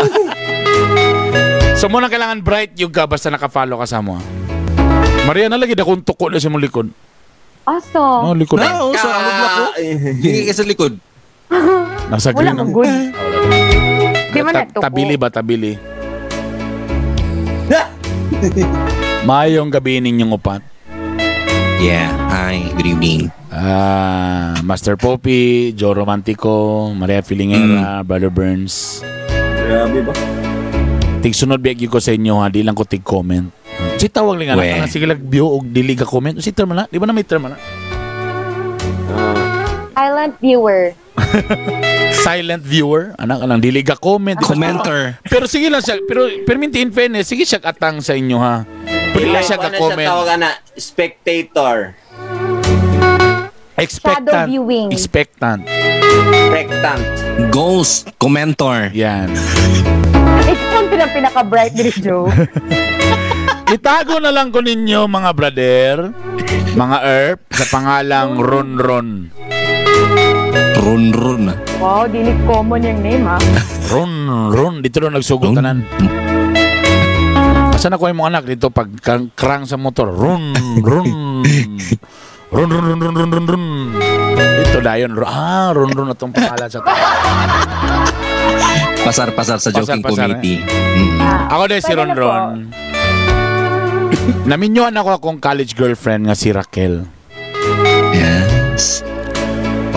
B: So muna kailangan bright yung ka basta nakafollow ka sa mo. ah. Maria, nalagi na kung tuko na sa mong likod. Oh,
C: Awesome.
B: likod.
D: No, sa ano ba
E: Ah.
D: ko? Hindi ka sa likod.
B: Nasa
C: Wala
B: green.
C: mong
B: ang-
C: good. Di mo
B: Ta-
C: natuko.
B: Tabili ba, tabili? Mayong gabi ninyong upat.
D: Yeah, hi, good evening.
B: Ah, Master Poppy, Joe Romantico, Maria Filingera, Brother Burns.
E: Mm. Grabe ba?
B: Tigsunod biyag ko sa inyo ha, di lang ko tig comment. Si tawag lang
D: We.
B: anak, nga sige lang view og dili ka comment. Si term na, di ba na may term na?
C: Silent viewer.
B: Silent viewer, anak lang dili ka comment.
D: Commenter.
B: Pero sige lang siya, pero permit in fairness, sige siya atang sa inyo ha. Pwede lang siya
E: Ano
B: ka comment.
E: tawagan na? Spectator.
B: Expectant.
C: Shadow viewing.
B: Expectant.
E: Spectant.
D: Ghost commenter.
B: Yan.
C: Ito ang pinang pinaka-bright ni Joe.
B: Itago na lang ko ninyo mga brother, mga erp, sa pangalang Ron Ron.
D: Run run. ah.
C: Wow, dili common yung name ah.
B: Ron Ron, dito na nagsugot tanan. Asan ako yung mga anak dito pag kang- krang sa motor? Ron Ron. Ron Ron Ron Ron Ron Ron Ron. Ito dayon. Ah, Ron Ron na tong pangalan sa tao.
D: Pasar pasar sa
B: Pasar,
D: joking
B: pasar, eh.
D: community. Mm.
B: Ako din si
C: Pwede
B: Ron
C: na po.
B: Ron. Naminyoan ako akong college girlfriend nga si Raquel.
D: Yes.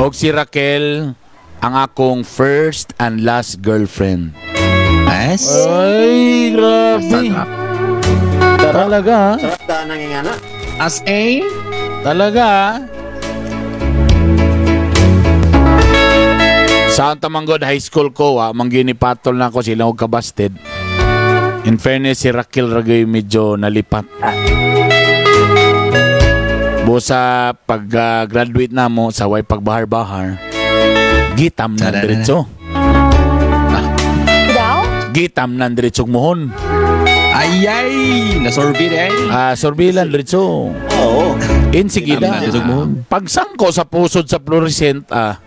B: Og si Raquel ang akong first and last girlfriend.
D: Yes.
B: Ay, grabe.
D: Sarap.
B: Talaga, ha?
E: Sarap ta nangingana.
D: As a
B: talaga. ha? Saan tamanggod high school ko, ha? Mangginipatol na ako sila og kabasted. In fairness, si Raquel Ragoy medyo nalipat. Busa, pag ah, graduate na mo, sa way pagbahar-bahar, gitam na
D: Tara na.
B: diretso.
C: Daw?
B: Gitam na diretsong muhon.
D: ay ay nasorbid eh.
B: Ah, sorbilan diretso.
E: Oo.
B: Insigida.
D: Tama, tusog mo.
B: Pagsangko sa pusod sa fluorescent, ah.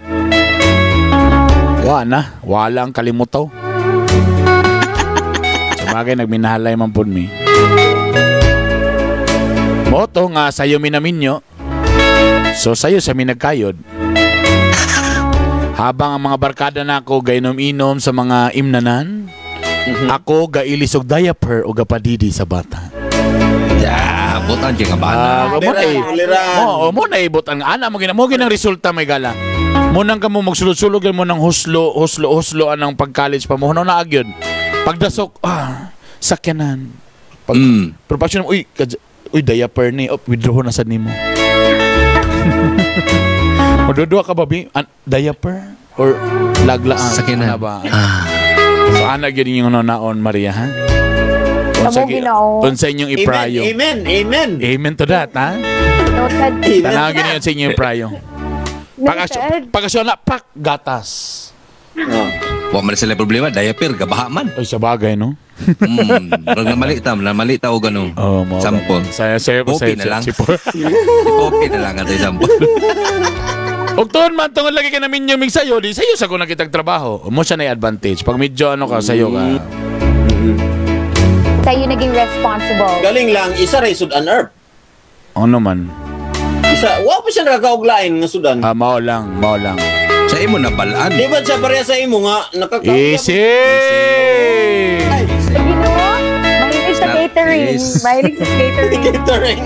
B: Wa na. Wala ang kalimutaw. sa bagay, nagminahalay man po mi. Moto nga, sayo minaminyo. So, sayo sa minagkayod. Habang ang mga barkada na ako gainom-inom sa mga imnanan,
D: Mhm.
B: ako gailis og diaper o gapadidi sa bata.
D: Yeah, butan ka ba?
B: Ah, mo na
E: Uliran, uliran.
B: Mo, mo na ibot ang ana mo gina mo ginang resulta may gala. Mo nang kamo magsulod-sulod mo nang huslo, huslo, huslo anang pag-college pa mo. Ano na agyon? Pagdasok, ah, sakyanan. Pag
D: Mm.
B: professional, uy, kadya- uy diaper ni, oh, withdraw na sad nimo. Mododua ka ba bi? An- diaper or laglaan?
D: Sakyanan.
B: Ano ba?
D: Ah.
B: So ana gyud yung naon Maria ha. Unsa
C: Tamo
B: gi-
C: ginoo.
B: unsa inyong iprayo?
E: Amen, amen, amen.
B: Amen to that, ha?
C: Noted.
B: Tanawag yun yun sa inyo yung prayo.
C: Noted.
B: Pagkasyon na, pak, gatas.
E: Oh.
D: Wa man sila problema, diaper gabaha man.
B: Ay, sa bagay, no?
D: Mm. Rag na mali tam, na mali tao ganun.
B: Oo, Oh, mga
D: Sample.
B: bagay. Saya, saya,
D: Kopi
B: saya,
D: na lang.
B: saya, saya.
D: Okay na lang ito sample.
B: Huwag tuon man, tungod lagi ka namin yung sa'yo, di sa'yo sa kung nakitag trabaho. Mo siya na yung advantage. Pag medyo ano ka, sa'yo ka.
C: Sa'yo naging responsible.
E: Galing lang, isa ray Sudan Earth.
B: Ano man.
E: Isa, wa pa siya nagkauglain nga Sudan.
B: Ah, mao lang, mao lang.
D: Sa imo na balaan.
E: Di ba siya pareha sa imo nga nakakaugla?
B: Easy!
C: Sa ginoo, mahilig sa
D: Not
C: catering.
D: this.
C: Mahilig sa catering.
E: Catering.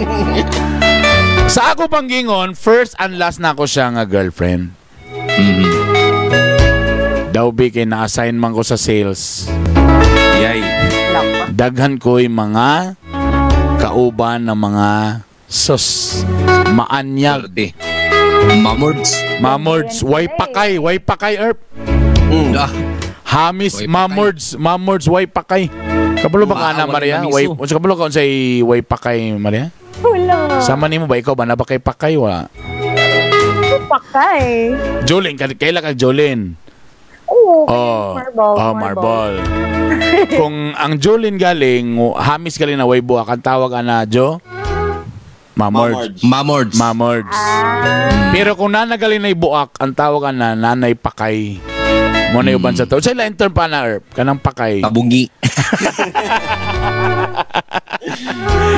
B: Sa ako pang gingon, first and last na ako siya nga girlfriend.
D: Mm.
B: Daw bi kay na-assign man ko sa sales.
D: Yay.
B: daghan ko'y mga kauban ng mga sus, maanyag,
D: Sorte. Mamords.
B: mamords, way pakay, way pakay, erp. Hmm.
D: Ah.
B: Hamis,
D: Way pakay.
B: mamords, mamords, way pakay. Kabalo ba ka na,
D: Maawa
B: Maria?
D: ng
B: Way,
D: miso.
B: unsa kabalo ka unsay way pakay, Maria?
C: Wala.
B: Sama nimo ba ikaw ba na ba kay pakay wa?
C: Pakay.
B: Jolene, ka- kaila ka Jolene.
C: Oo,
B: Oh,
C: marble.
B: oh, marble. Kung ang Jolene galing, hamis galing na way buha, kan tawag ana Jo? Mamords.
D: Mamords.
E: Mamords.
B: Mamords.
C: Ah,
B: Pero kung nanagaling na ibuak, ang tawag na nanay pakay. Mo na uban sa to. Sa ilang intern pa na Erp, kanang pakay.
D: Kabungi.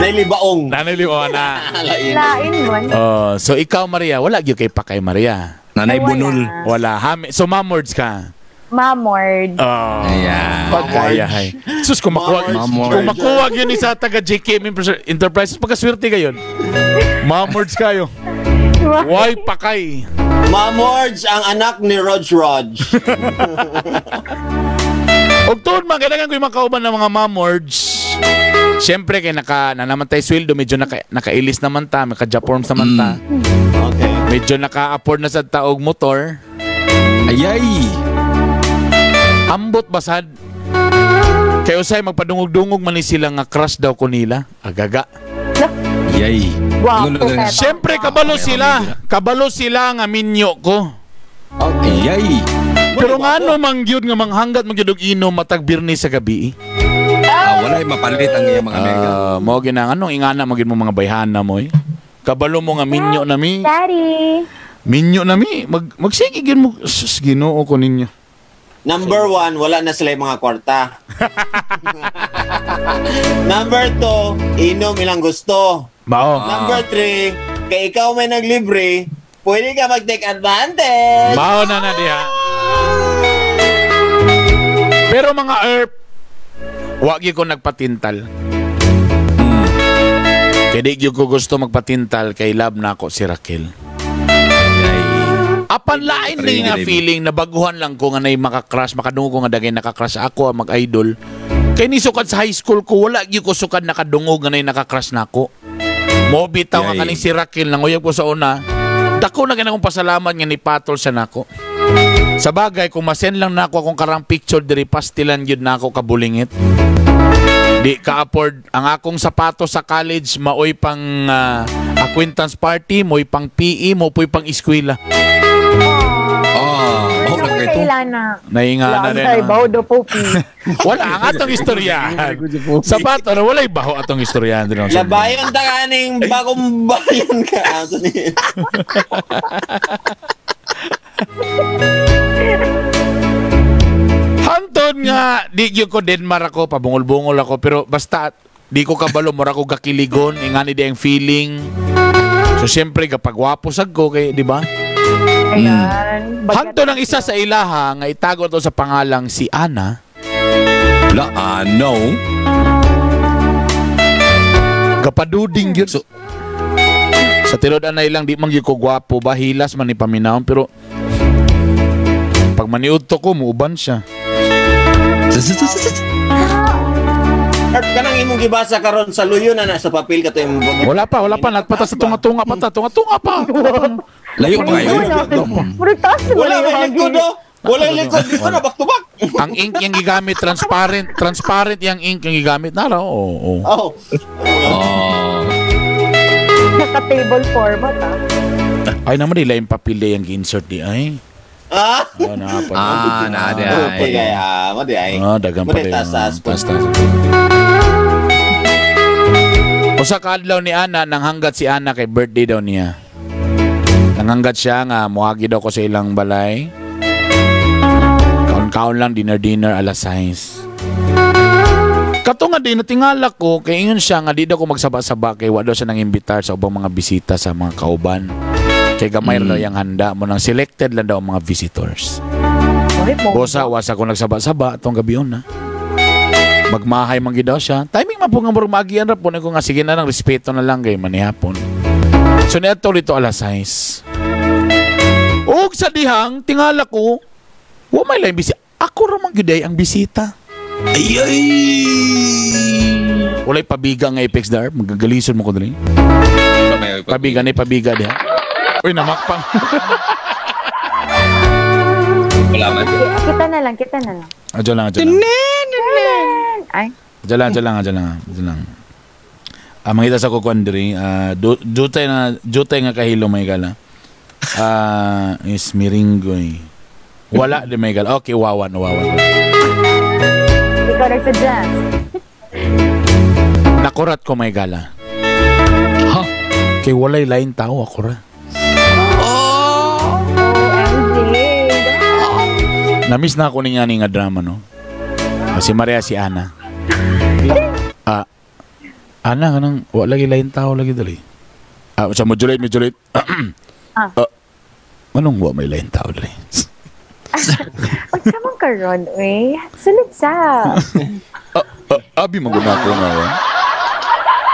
E: Nailibaong.
B: Naniliwa na.
C: Lain mo.
B: Oh, so ikaw Maria, wala gyud kay pakay Maria.
D: Nanay
C: Wala.
D: bunol.
B: Wala. Hami, so mamords ka.
C: Mamord.
B: Oh.
D: Ayan.
B: Pagkaya hay. Sus, kung makuha,
D: Mamords.
B: kung makuha yun isa taga JKM Enterprise- Enterprises, pagkaswerte kayo. Mamords kayo. Why pakay?
E: Mamords ang anak ni Rog Rog.
B: Og tuon man, kailangan ko yung makauban ng mga mamords. Siyempre, kay naka, na naman tayo sweldo, medyo naka, nakailis naman ta, may ka-japorms naman ta.
E: Okay.
B: Medyo naka-afford na sa taog motor.
D: Ayay.
B: Ambot basad. Kay usay magpadungog-dungog man ni sila nga crush daw ko nila. Agaga.
D: Ayay.
C: Wow,
D: Ano lang-
C: perfect.
B: Siyempre kabalo sila. Kabalo sila nga minyo ko.
D: Ayay.
B: Pero nga ano mang gyud nga manghanggat magyud og inom matag birnis sa gabi.
F: Ah, wala yung mapalit ang iyong mga mega.
B: Ah, mo ginang anong ingana magid mo mga bayhana mo eh. Kabalo mo nga minyo na mi.
C: Daddy.
B: Minyo na mi. Mag magsige gyud mo sus Ginoo ko ninyo.
E: Number one, wala na sila yung mga kwarta. Number two, inom ilang gusto.
B: Bao.
E: Number three, kay ikaw may naglibre, pwede ka mag-take advantage.
B: Bao na na diha. Pero mga erp wagi ko nagpatintal. Kaya di gyud ko gusto magpatintal kay love na ako si Raquel. Apan lain na nga feeling na baguhan lang ko nga na makakrush, makadungog ko nga dagay nakakrush ako, ang mag-idol. Kay ni sukad sa high school ko, wala gyud ko sukad nakadungog nga na nakakrush na ako. Mo bitaw nga
F: Yay.
B: kaning si Raquel nanguyab ko sa una. Dako na ganang pasalamat nga ni Patol sa nako. Sa bagay, kung masend lang nako akong karang picture diri pastilan gyud nako kabulingit. Di ka afford ang akong sapato sa college maoy pang ah, acquaintance party, moy pang PE, mo po'y pang eskwela.
F: Ah, oh,
C: Ano
F: na
C: ko
F: ito.
C: kailana?
B: Nainga na rin.
C: Lansay,
B: ah.
C: baudo po, P.
B: Wala ang atong istorya. Sapato na walay baho atong istorya.
E: Labayon ta kaning bagong bayan ka. Ah, so ni-
B: Hanton nga, di gyud ko Denmark ako, pabungol-bungol ako, pero basta di ko kabalo, mura ko gakiligon, ingani di ang feeling. So siyempre, kapag wapo sag ko, kay, di ba?
C: Ayan. Bagat-
B: Hanton ang isa sa ilaha, nga itago to sa pangalang si Ana,
D: La, ah, no.
B: gapaduding yun. So, sa tirod anay lang, di man gyud ko gwapo, bahilas man ni paminahon, pero pag maniudto ko, muuban siya.
E: Herb, kanang imong gibasa karon sa luyo na na sa papel ka to imong bagong-
B: Wala pa, wala pa. Natpata sa tunga-tunga pa ta. Tunga-tunga pa.
D: Layo pa kayo.
C: Ano, Puro taas na
E: Wala
C: yung
E: may
C: hagi.
E: likod oh. Wala yung likod dito na back to back.
B: ang ink yung gigamit, transparent. Transparent yung ink yung gigamit. Nara, oo. oo.
D: Oh.
E: Oh.
C: Naka-table format, ah.
B: Ay naman nila yung papilya yung insert di ay.
E: Ah.
B: Ah, na
F: Oh,
B: pa.
D: Ah,
F: nah,
D: na, di ay.
E: Okay, ah, mo di ay.
B: Ah, dagang
E: Mo
B: pa
E: di
B: rin.
E: tasas po.
B: Tas, tas. O sa kaadlaw ni Ana, nang hanggat si Ana kay birthday daw niya. Nang hanggat siya nga, muhagi daw ko sa ilang balay. Kaon-kaon lang, dinner-dinner, alas 6. Kato nga din, natingala ko, kay ingon siya nga, di daw ko magsaba-saba, kay wa daw siya nang imbitar sa ubang mga bisita sa mga kauban. Kay gamay mm. yung handa mo nang selected lang daw ang mga visitors.
C: Ay, mo.
B: Bosa, wasa ko nagsaba-saba tong gabi yun, ha? Magmahay man gid daw siya. Timing man po nga murag magian ra po na ko nga sige na lang respeto na lang kay manihapon. So niadto rito alas 6. Og sa dihang tingala ko, wa may lain bisita. Ako ra man gyud ay ang bisita.
D: Ayay.
B: Walay pabiga nga apex dar, magagalisod mo ko dali. Pabiga ni pabiga diha. Uy, namakpang.
F: Wala man.
C: Sige, Kita na lang, kita na lang.
B: Adyo lang, adyo lang.
C: Ay.
B: Diyan lang, diyan lang, diyan lang, diyan lang. Ah, mangita sa kukuan diri, ah, du- dutay na dutay nga kahilo may gala. Ah, is miringgoy. Wala di may gala. Okay, wawan, wawan.
C: Ikaw nagsuggest.
B: Nakurat ko may gala.
D: Ha?
B: Kay walay lain tao ako ra.
C: OMG.
B: Namiss na ako ni nga ni nga drama, no? O, Si Maria, si Ana. Ah, Ana, kanang, wala lagi lain tao lagi dali. Ah, sa modulate, modulate.
C: Ah.
B: Ah, anong wa may lain tao dali?
C: Pagsamang ka ron, uy. Sunod sa.
B: Ah, abi mo guna ko nga. eh.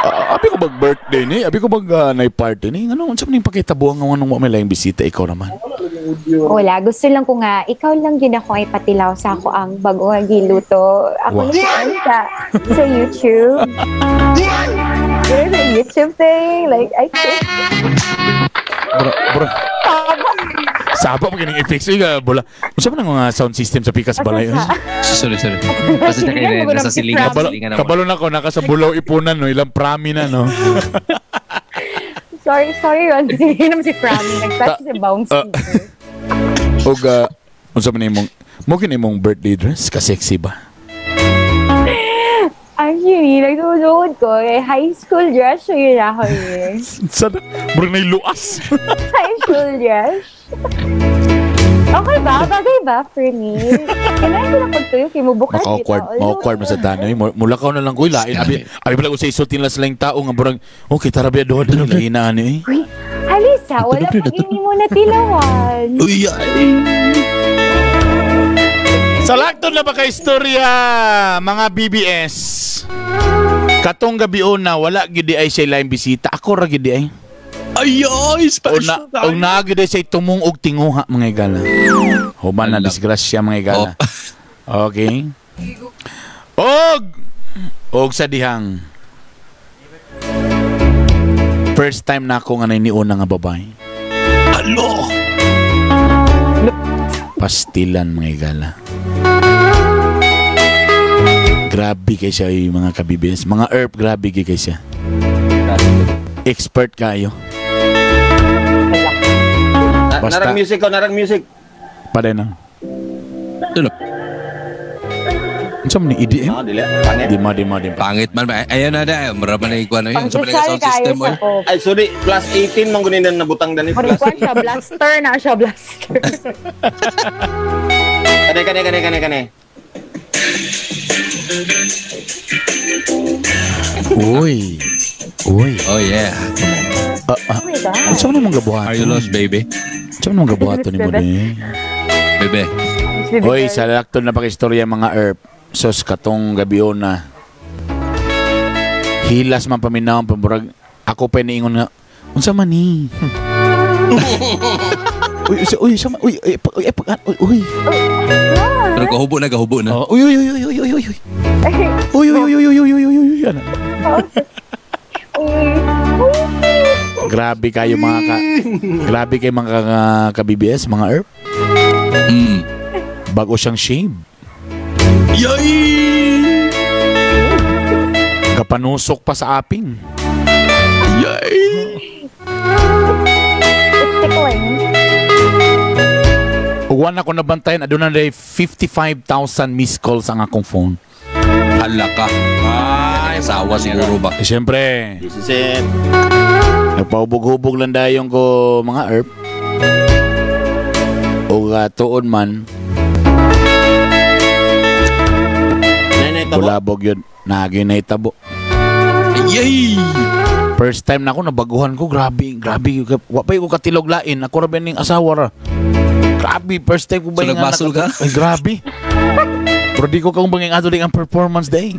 B: Ah, abi ko bag birthday ni, abi ko bag ah, nay party ni. Ano, unsa man yung pakitabuhan nga anong wa may lain bisita ikaw naman?
C: Wala, gusto lang ko nga, ikaw lang yun ako ay patilaw sa ako ang bago nga giluto.
B: Wow.
C: Ako lang sa, sa YouTube. There's a YouTube thing, like, I think,
B: Bro, bro. Saba mo kining effects uy, ka bola. Unsa man ang mga sound system sa Pikas Balay? uy?
F: Sorry, sorry. Pasensya kayo na nasa silingan.
B: Kabalo,
F: silingan ako.
B: kabalo na ko naka sa Bulaw Ipunan no, ilang prami na no.
C: sorry, sorry yun. Sige naman si Franny, nag-touch si Bounce.
B: ah. Og ah, unsa man imong mo kini imong birthday dress ka sexy ba?
C: Actually, nagsusunod ko, eh, high school dress, so yun ako yun.
B: Sana bro nay luas.
C: High school dress. Okay ba? Bagay ba for me? Kailangan ko na pagtuyo kay mo bukas
B: Maka awkward, maka awkward man sa tanan. Uy, Mula ka na lang ko ilain. Abi, abi pala ko sa isutin lang silang tao nga burang, okay, tara biya doon doon lang hinaan eh.
C: Uy, Halisa, wala pa ini mo na tilawan.
F: Uy, ay.
B: Salakton na ba ka istorya, mga BBS? Katong gabi una, wala gidi ay siya lain bisita. Ako ra gidi ay.
F: Ayoy,
B: Una,
F: special
B: og naa gidi siya tumong og tinguha mga igala. Human na
F: Alam.
B: disgrasya mga igala.
F: Oh.
B: Okay. Og og sa dihang First time na ako nga ni una nga babae.
F: Alo!
B: Pastilan mga igala. Grabe kay siya yung mga kabibis. Mga herb, grabe kay kay siya. Expert kayo.
E: Na-
B: Basta.
E: Narang music ko, narang music.
B: Paday na.
F: Tulo.
B: Ano sa ni EDM?
E: No, dili. Pangit.
B: Di ma, di ma, di ma.
F: Pangit man Eh, ya, nah, ba? Ayan na dahil. Marama na ikuha na yun. Sa
C: Pag-desal
F: sound
C: kayo
F: system mo.
C: sa ko.
E: Ay, sorry. Plus 18 mong guninan na butang dani. Plus.
C: Marikwan siya, blaster na siya, blaster.
E: Kane, kane, kane, kane, kane.
B: Uy. Uy.
F: Oh yeah.
C: Oh my God.
B: Ano sa mga gabuhato?
F: Are you lost, baby?
B: Ano sa mga gabuhato ni mo ni?
F: Bebe.
B: Hoy, sa lakton na pakistorya mga herb. Sos katong gabion na. Hilas man paminaw pamurag. Ako pa niingon nga. Unsa man ni? uy, uy, uy, sama, uy, uy, uy, uy, pag- uy, uy,
F: Pero kahubo na, kahubo na.
B: Oh, uy, uy, uy, uy, uy, uy, uy.
C: Eh,
B: Uy, uy, uy, uy, uy, uy, uy, uy, uy, ano? Grabe kayo mga ka... Grabe kayo mga ka- ka-BBS, mga herb.
F: Mm.
B: Bago siyang shave.
F: Yay!
B: Kapanusok pa sa aping.
F: Yay!
C: It's tickling.
B: Uwan ako nabantayan, aduna na 55,000 missed calls ang akong phone.
F: Hala ka. Ay, sawa siguro ba?
B: Eh, Siyempre,
E: This is it.
B: nagpahubog-hubog lang dayon ko mga herb. O uh, tuon man,
E: Nanay, tabo.
B: bulabog yun. Nagin na itabo.
F: Yay!
B: First time na ako, nabaguhan ko. Grabe, grabe. Wapay ko katilog lain. Ako rabi ning asawa ra. Grabe, first time ko
F: So,
B: ba yung
F: nagbasol ka?
B: Ay, grabe. Pero di ko kung banging ato ding ang performance day.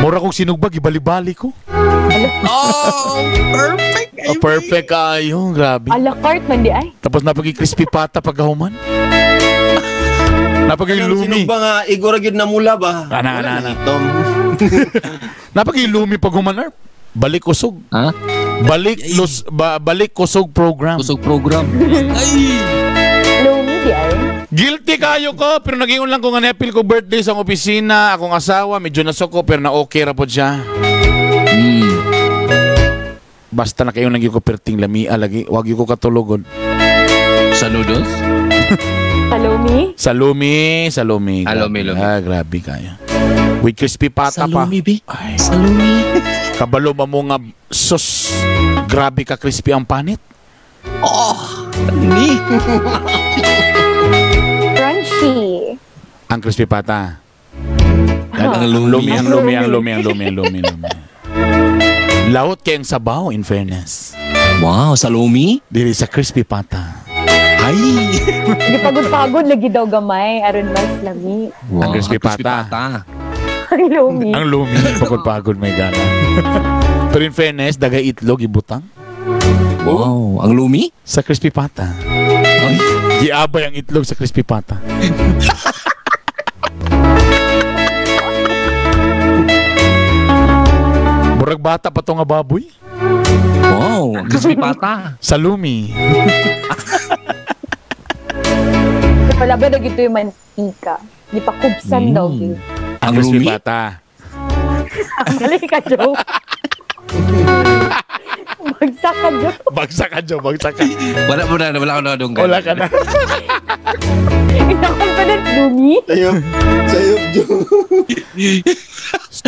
B: Mura kong sinugbag, ibali-bali ko.
F: Oh, perfect!
B: Ah, perfect kayo, grabe.
C: A la carte man di ay.
B: Tapos napagi crispy pata pagkahuman. Napagi
E: Anong
B: lumi.
E: Sinog ba nga, igora gyud na mula ba?
B: Ana, ana, ana.
E: Tom.
B: Napagi lumi paghuman. Balik kusog.
F: Ha?
B: Balik lus, ba, balik kusog program.
F: Kusog program. Ay!
C: Lumi di ay.
B: Guilty kayo ko, pero naging lang ko nga napil ko birthday sa opisina, akong asawa, medyo nasoko, pero na okay ra po siya. Hmm.
F: Mm.
B: Basta na kayo naging ko perting lamia lagi, wag yung ko katulogon.
F: Saludos.
C: Salumi?
B: Sa lumi, sa lumi.
F: Ah, lumi, lumi.
B: Ah, grabe kayo. With crispy pata pa.
F: be.
B: Ay,
F: Salumi.
B: kabalo ba mo nga, sus, grabe ka crispy ang panit.
F: Oh! Ni!
C: Crunchy.
B: Ang crispy pata.
F: Ang lumi.
B: Lumi, ang lumi, ang lumi, ang lumi, ang lumi, ang lumi. Lahot kayong sabaw, in fairness.
D: Wow, salumi?
B: Dili sa crispy pata.
D: Ay!
C: Hindi pagod-pagod, lagi daw gamay. Aron mas lami.
D: Wow,
B: crispy pata.
C: Ang lumi.
B: Ang lumi, pagod-pagod may gana. Pero in fairness, daga itlog, ibutang.
D: Wow, ang lumi?
B: Sa crispy pata. Giabay ang itlog sa crispy pata. Murag bata pa to nga baboy.
D: Wow, ang crispy pata.
B: Sa lumi.
C: Ito pala ba, dagi ito yung mantika. Hindi pa kubsan daw. eh.
B: Ang
D: Ang
B: crispy
D: lumi?
B: pata.
C: Ang galing ka, Joe. Bagsak ka, Joe.
B: Bagsak ka, Joe. Bagsak ka.
D: Wala mo na, wala ko na doon.
B: Wala ka na.
C: Ina-confident, lumi.
E: Sayop. Sayop, Jung.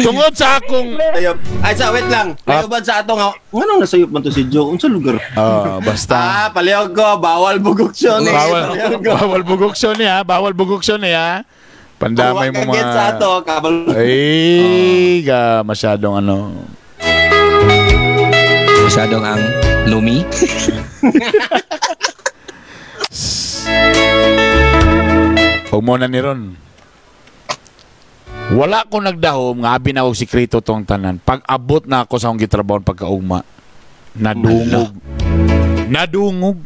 B: Tungod sa akong...
E: Sayop. Ay, sa, wait lang.
B: Ah.
E: Mayuban sa ato nga. Ano nasayop man to si Joe? Unsa lugar?
B: Ah, basta.
E: Ah, palihog ko. Bawal bugok siya. eh. ni.
B: bawal,
E: Palihog ko.
B: bawal bugok siya niya. Bawal bugok siya niya. Pandamay mo
E: Huwag ka get sa
B: mga... Eh.
E: ato. Kabal.
B: Ay, ga, masyadong ano.
D: Masyadong ang lumi.
B: Huwag mo na ni Ron. Wala ko nagdahom nga abi na og sikreto tong tanan. Pag abot na ako sa akong gitrabahon pagkaugma, nadungog. Nadungog.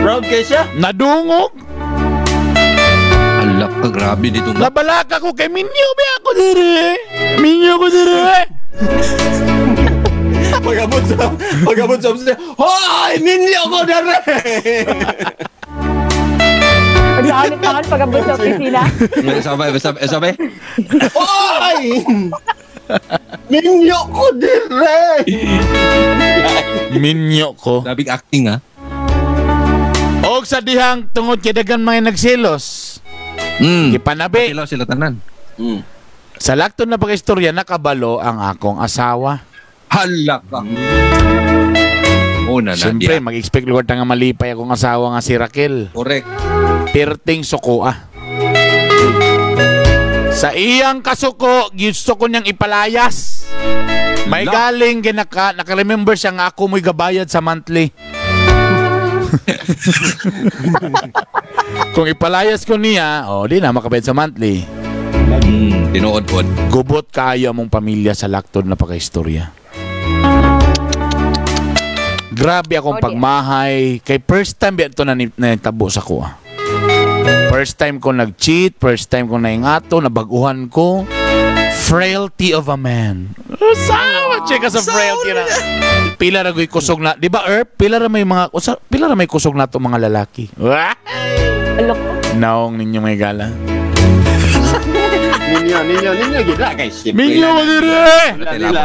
E: Proud kayo siya?
B: Nadungog.
D: Alak ka, grabe dito.
B: Nabalaka ko kay Minyo ba ako dire. Minyo ko dire.
E: Pag-abot sa... Pag-abot sa... Hoy! Minyo ko na
C: Pagkaalit-pangit pag-abot sa opisina.
D: Sabay, sabay, sabay.
E: Hoy! Minyo ko dire!
B: Minyo ko.
D: Grabing acting, ah. ha?
B: Og sa dihang tungod kay daghan mga nagselos.
D: Mm.
B: Gipanabi.
D: Kilaw sila tanan.
B: Sa lakton na pag-istorya nakabalo ang akong asawa.
D: Halak ka. Una na,
B: Siyempre,
D: diya.
B: mag-expect Lord na nga malipay akong asawa nga si Raquel.
D: Correct.
B: Pirting suko ah. Sa iyang kasuko, gusto ko niyang ipalayas. May
D: Ala.
B: galing ginaka, nakaremember siya nga ako mo'y gabayad sa monthly. Kung ipalayas ko niya, o oh, di na makabayad sa monthly.
D: Mm. Tinood-od.
B: Gubot kayo among pamilya sa laktod na pagkaistorya. Grabe akong
C: Oh, di-
B: pagmahay. Kay first time biya ito na nitabo sa ko. ah. First time ko nag-cheat, first time ko naingato, nabaguhan ko. Frailty of a man. Sawa, chika sa frailty na. Pila ra ko'y kusog na. Di ba, Erp? Pila ra may mga, usa- pila ra may kusog na to mga lalaki. Wah!
C: Alok ko.
B: Naong ninyo may gala.
E: Minyo, minyo, minyo. Gila kay siyempre.
B: Minyo, madire!
E: Nila, nila.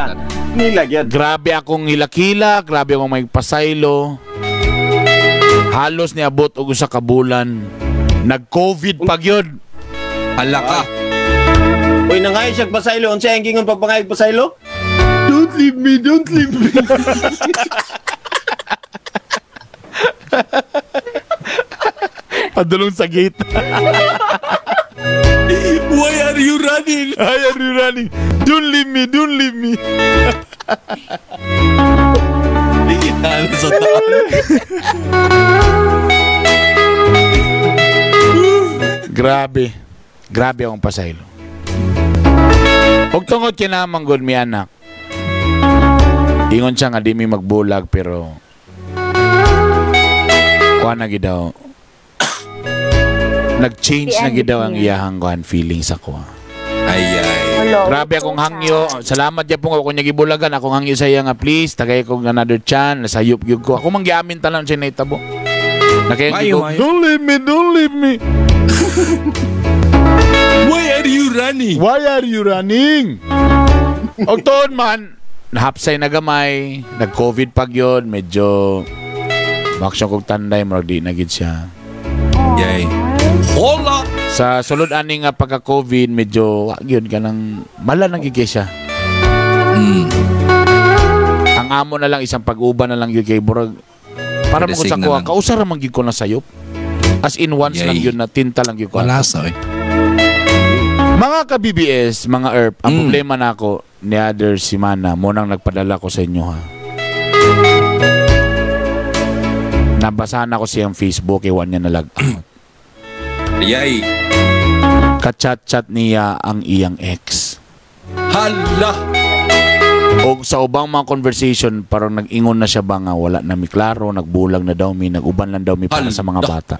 E: Nila, gyan.
B: Grabe akong hilakila, grabe akong may pasaylo. Halos niabot og usa ka bulan. Nag-COVID pag yun.
D: Halak ah. ka.
E: Uy, nangayon siya pasaylo. Unsa yung gingon pagpangayag pasaylo? Don't leave me, don't leave me.
B: Padulong sa gate. Why are you running? Why are you running? Don't leave me, don't leave me.
F: Ano sa taas?
B: Grabe. Grabe akong pasaylo. Huwag tungod kinamang good mi anak. Ingon siya nga di mi magbulag pero kuha na gid daw. Nag-change
C: Si
B: na gid daw ang
C: Andy.
B: iyahang kuhan feelings ako.
F: Ay, ay.
C: Alok.
B: Grabe akong hangyo. Salamat ya po nga kung niya gibulagan. Akong hangyo sa iya nga please. Tagay ko another chan. Nasayup yun ko. Ako mangyamin talan siya na itabo. Nakayang
F: Mayo,
B: ko,
F: mayo.
B: don't leave me, don't leave me.
F: Why are you running?
B: Why are you running? Og toon man, nahapsay na gamay, nag-COVID pag yun, medyo maksyon kong tanday, murag di na gid siya.
F: Yay. Hola!
B: Sa sulod ani nga pagka-COVID, medyo wa gyud kanang mala nang gigay siya. Hmm. Ang amo na lang isang pag-uban na lang gyud kay burag. Para mo
F: Kadesig
B: sa
F: na
B: kuha,
F: lang.
B: kausa ra man gyud ko na sayop. As in once
F: Yay.
B: lang yun na tinta lang yung kwarto.
F: Malasa eh.
B: Mga ka-BBS, mga ERP, ang
F: Mm.
B: problema na ako ni Other si Mana, munang nagpadala ko sa inyo ha. Nabasa na ko siyang Facebook, iwan niya nalag.
F: Yay.
B: Kachat-chat niya ang iyang ex.
F: Hala.
B: O sa ubang mga conversation, parang nag-ingon na siya ba nga, wala na mi klaro, nagbulag na daw mi, naguban lang daw mi para sa mga
F: Hala.
B: bata.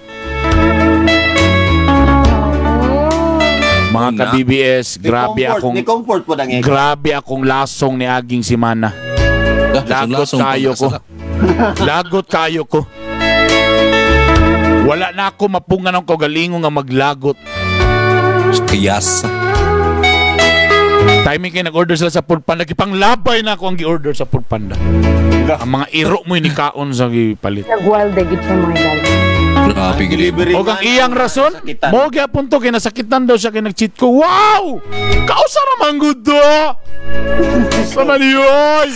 B: Mga
F: Una.
B: ka-BBS,
E: Ni
B: grabe
E: comfort,
B: akong...
E: Ni comfort po ng ex.
B: Grabe akong lasong ni Aging si Mana. Lagot
F: Lasong-lasong
B: kayo ko.
F: pag-asala.
B: Lagot kayo ko. Wala na ako mapungan ng kagalingon nga maglagot.
F: Kiyasa.
B: Timing kayo nag-order sila sa food panda. Kipang labay na ako ang gi-order sa food panda. Ang mga iro mo ni kaon sa gipalit.
C: Nag-wild agad siya mga gal.
F: Grabe gilib.
E: Delivery
B: O ang
E: man,
B: iyang rason,
E: sakitan.
B: mo gyapon to kinasakitan daw siya kay nag-cheat ko. Wow! Kausa ra man gud do. Sama niyoy.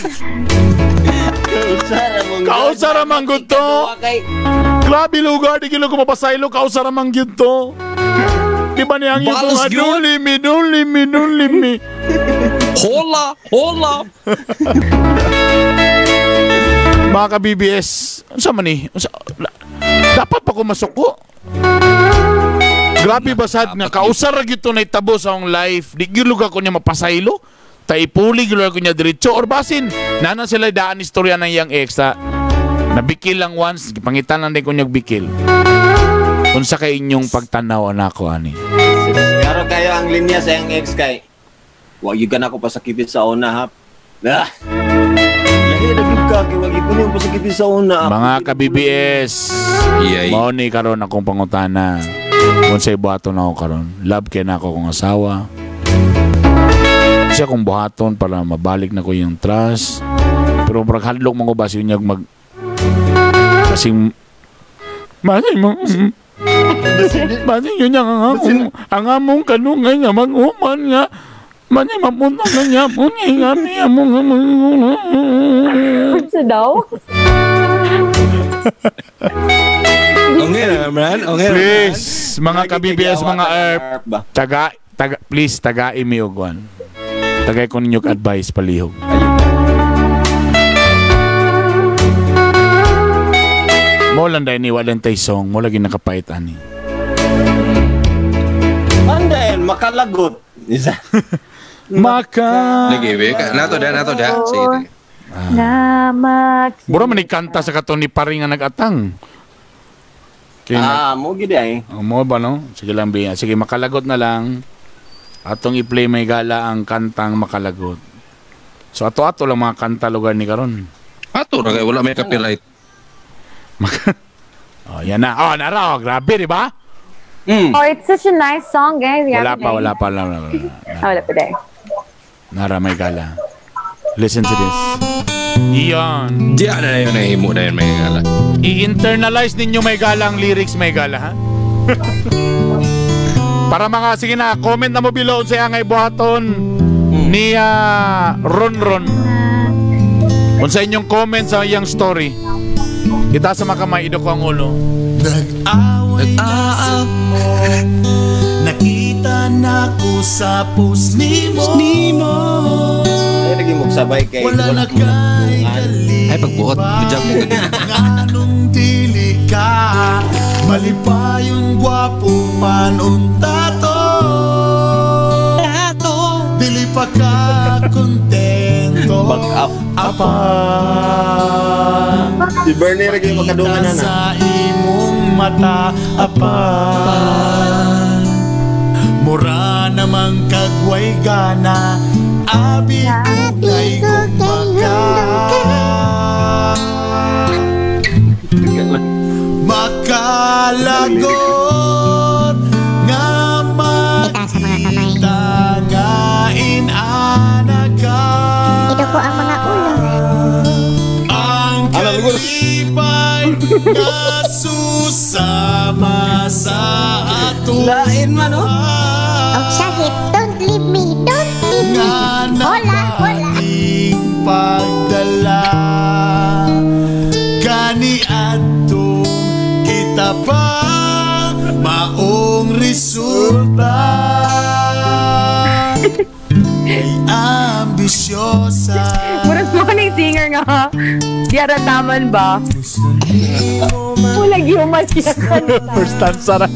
E: Kausa ramang-
B: Kausa ramang guto.
E: Kay-
B: Grabe lugar, di kilo ko mapasaylo, kausara mang yun to. Di ba niyang yun
F: Balos
B: mga
F: yun.
B: nuli mi, nuli mi, nuli mi.
F: Hola, hola.
B: Mga ka-BBS, unsa man ni? Unsa, la- dapat pa ko masuko. Grabe basad nga, kausara gito na itabo sa akong life. Di gilo ko niya mapasaylo. Taipuli, gilo ko niya diretso. Or basin, nanan sila daan istorya ng yang ex na nabikil lang once, pangitan lang din ko niya bikil. Unsa kay inyong pagtanaw anako ani?
E: Pero kayo ang linya sa yung ex kay. Huwag yun ka na ako pasakitin sa una ha. Ah! Lahi na yun ka kay huwag yun ko na yung pasakitin sa una.
B: Mga ka-BBS,
F: Yay.
B: mao ni karon akong pangutana. Kung sa buhaton ako karon, love kay na ako kong asawa. Siya kong buhaton para mabalik na ko yung trust. Pero murag hadlok man ko ba siya mag kasing Masay mo Masay yun niya ang among Ang among kanungay nga Mag-uman nga Masay mapunta na niya Punay nga niya Among among
C: Ano daw?
F: Okay na, man. Okay na.
B: Please, mga ka-BBS, mga ERP,
E: ba?
B: taga, taga, please, taga imiuguan. Tagay ko ninyo advice palihog. Mo lang dahil ni Walentay song, mo lagi nakapait ani.
E: Andayan, makalagot. Isa.
B: Maka.
F: Nag-iwi ka. Nato da, nato da. Sige. sige.
B: Ah.
C: Namak.
B: Bura man kanta sa kato ni pari nga nagatang. Kaya,
E: Ah, mo gid ay.
B: mo ba no? Sige lang, Bea. Sige, makalagot na lang. Atong i-play may gala ang kantang makalagot. So ato-ato lang mga kanta lugar ni Karon.
F: Ato ra kay wala may copyright.
B: Oh, yan na. Oh, nara. Oh, grabe, di ba?
E: Mm.
C: Oh, it's such a nice song, guys. You
B: Wala
C: haven't
B: pa,
C: heard
B: wala
C: it.
B: pa. Wala, wala, wala.
C: Ah, wala pa tayo.
B: Nara, may gala. Listen to this. Iyon.
F: Di ana na yun nahimo na yun may gala.
B: I-internalize ninyo may gala ang lyrics may gala, ha? Para mga, sige na, comment na mo below sa angay buhaton ni ah, Ron Ron. Kung sa inyong comment sa iyang story, kita sa makamay, ido ko ang ulo.
I: Nakita na ko sa post ni mo
E: Ay lagi mo sabay kay.
I: Wala na kay galing
F: Ay pagbuot, bujak mo gid.
I: Anong dili ka Mali pa yung gwapo panon tato Dili pa ka kontento
E: Back up.
I: Apa
E: Si Bernie lagi makadungan na na.
I: Sa imong mata apa Mura namang kagway gana Abi ko kay maka Makalagot Nga makita nga inana ka Ito po ang mga ulo ang kalipay na susama sa atong
E: Lain man oh.
I: Ang
J: Shahid, don't leave me, don't leave me. Hola, hola.
I: pagdala Kani atong kita pa resulta ay ambisyosa.
C: Murag mo ka ng singer nga. ha? Yara taman ba? Wala giumat siya
B: First time, Sarah.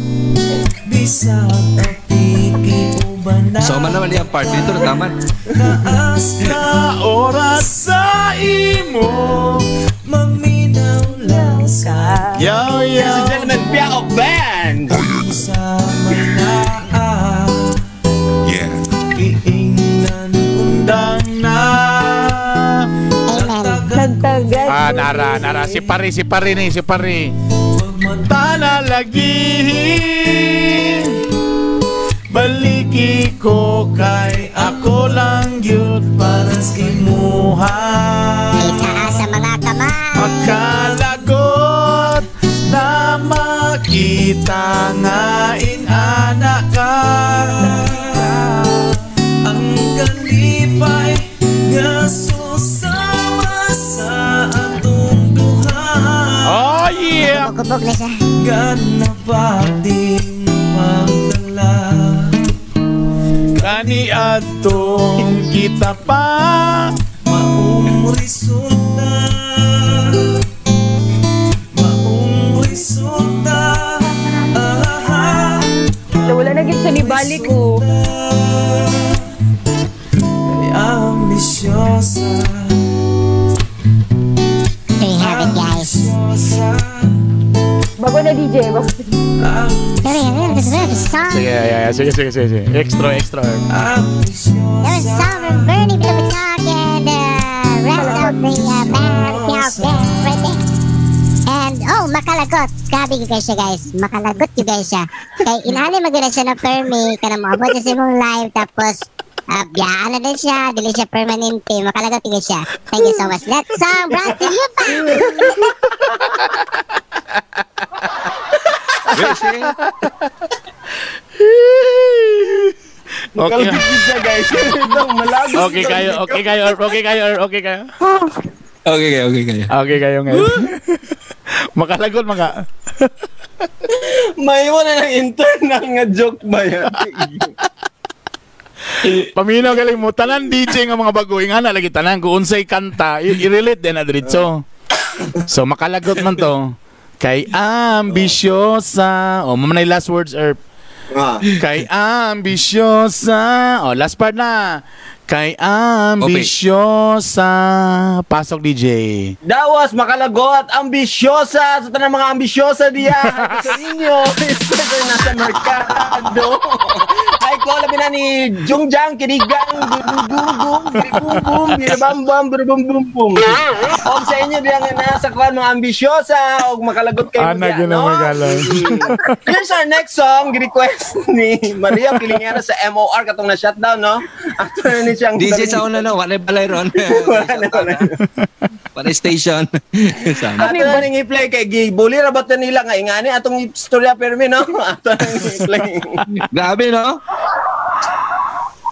D: So, man naman yung part dito, tama.
I: Taas na oras sa imo Maminaw ka Yo, yo
E: Ladies and gentlemen, Piao Band!
I: Sama na ah,
A: Yeah.
I: Undang na
J: Nagtagal.
B: Ah, Nara, Nara. Si Pari, si Pari ni, si Pari.
I: Tanalagihin Baliki ko kay ako lang yun para sa imuha
J: Itaas ang mga kamay.
I: Akalagot na makita nga inana ka Ang kalipay nga susama sa atong duha
B: Oh, yeah!
J: Bukubog na siya.
I: Ganap ating magdala Kani atong kita pa Maong resulta Maong resulta Ah,
C: So, wala na gid siya ni balik ko.
I: ay ambisyosa
J: There you have it, guys.
I: Ambisyosa
C: Bago na DJ, bago na
J: There you have it. This is the song.
B: Sige, yeah, yeah. sige, sige, sige, sige. Extra, extra.
J: There was a
I: Ambisyosa
J: song from Bernie Bilbatog and uh, rest of the uh, band, Piao band right there. And, oh, makalagot. Grabe yung guys siya, guys. Makalagot yung guys siya. Kay inali magana siya ng permi, kana moabot na siya mong live, tapos uh, biyaan na din siya, dili siya permanente. Makalagot yung guys siya. Thank you so much. That song brought to you by...
B: Okay.
E: Kalabit yun siya, guys. Itong malagos.
B: Okay kayo, okay kayo, or okay kayo, or okay kayo.
F: Okay kayo, okay kayo.
B: Okay kayo ngayon. Makalagot mga.
E: May wala ng internal nga joke ba yan?
B: Paminaw galing mo tanan DJ nga mga bagoy nga na lagi tanan kung unsay kanta i- i-relate din na diretso. So makalagot man to kay ambisyosa. O oh, mamanay last words er
E: ah.
B: kay ambisyosa. O oh, last part na. Kay ambisyosa. Pasok DJ.
E: Dawas, makalagot, ambisyosa, sa tanang mga ambisyosa diya. Hi sa inyo, Mr. Nasa Mercado. Hi ko, labi na ni Jungjang, Kinigang, Gugugugum, Biribubum, Biribambam, Biribumbum. O sa inyo diya nga nasa kwan, mga ambisyosa, o makalagot kayo
B: Ana,
E: diya,
B: ginamay ka lang.
E: Here's our next song, request ni Maria Pilingera sa MOR, katong na-shutdown, no? After na ni siyang...
D: DJ sa una, no? Wala balay ron.
E: Wala na, wala na.
D: Wala station. Sama.
E: Ato na nang i-play kay Gibuli, rabot na nila nga ingani atong istorya permi no. Ato na nang i-play.
D: Grabe, no?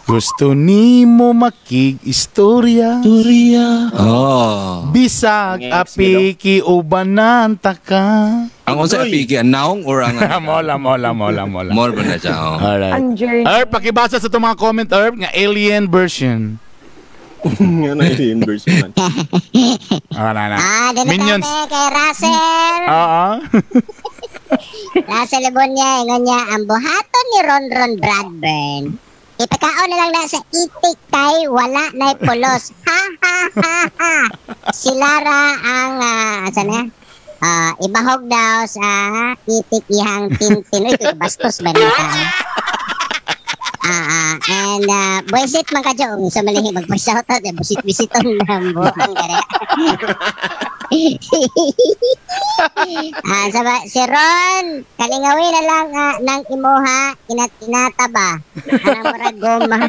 B: Gusto ni mo makig-istorya.
D: Turiya. Oh.
B: Bisag
E: Ang ex
B: apiki uban nanta ka.
D: Ang unsa pigi ang naong or ang
B: mola, mola, mola, mola.
D: more ba na siya? Oh.
B: Alright.
C: ang journey.
B: Erp, pakibasa sa itong mga comment, Erp, nga alien version.
E: Ano yung version man?
B: Ah, na, Ah, na.
J: Ah, ganito
B: Minions.
J: kami kay Russell.
B: Oo.
J: Nasa libon niya, ingon niya, ang buhaton ni Ron Ron Bradburn. Ipakaon na lang na sa itik kay wala na pulos. Ha ha ha ha. Si Lara ang, ah, asa na? Ah, ibahog daw sa itik ihang tintin. Uy, kuya, bastos ba na tao? Ah, ah, and uh, buwisit man ka dyan. Sa malihi, magpa-shoutout. Eh, busit-busiton ng buhang gare. ah, sa ba, si Ron, kalingawin na lang ah, ng imuha, inat inataba. Anang murag goma.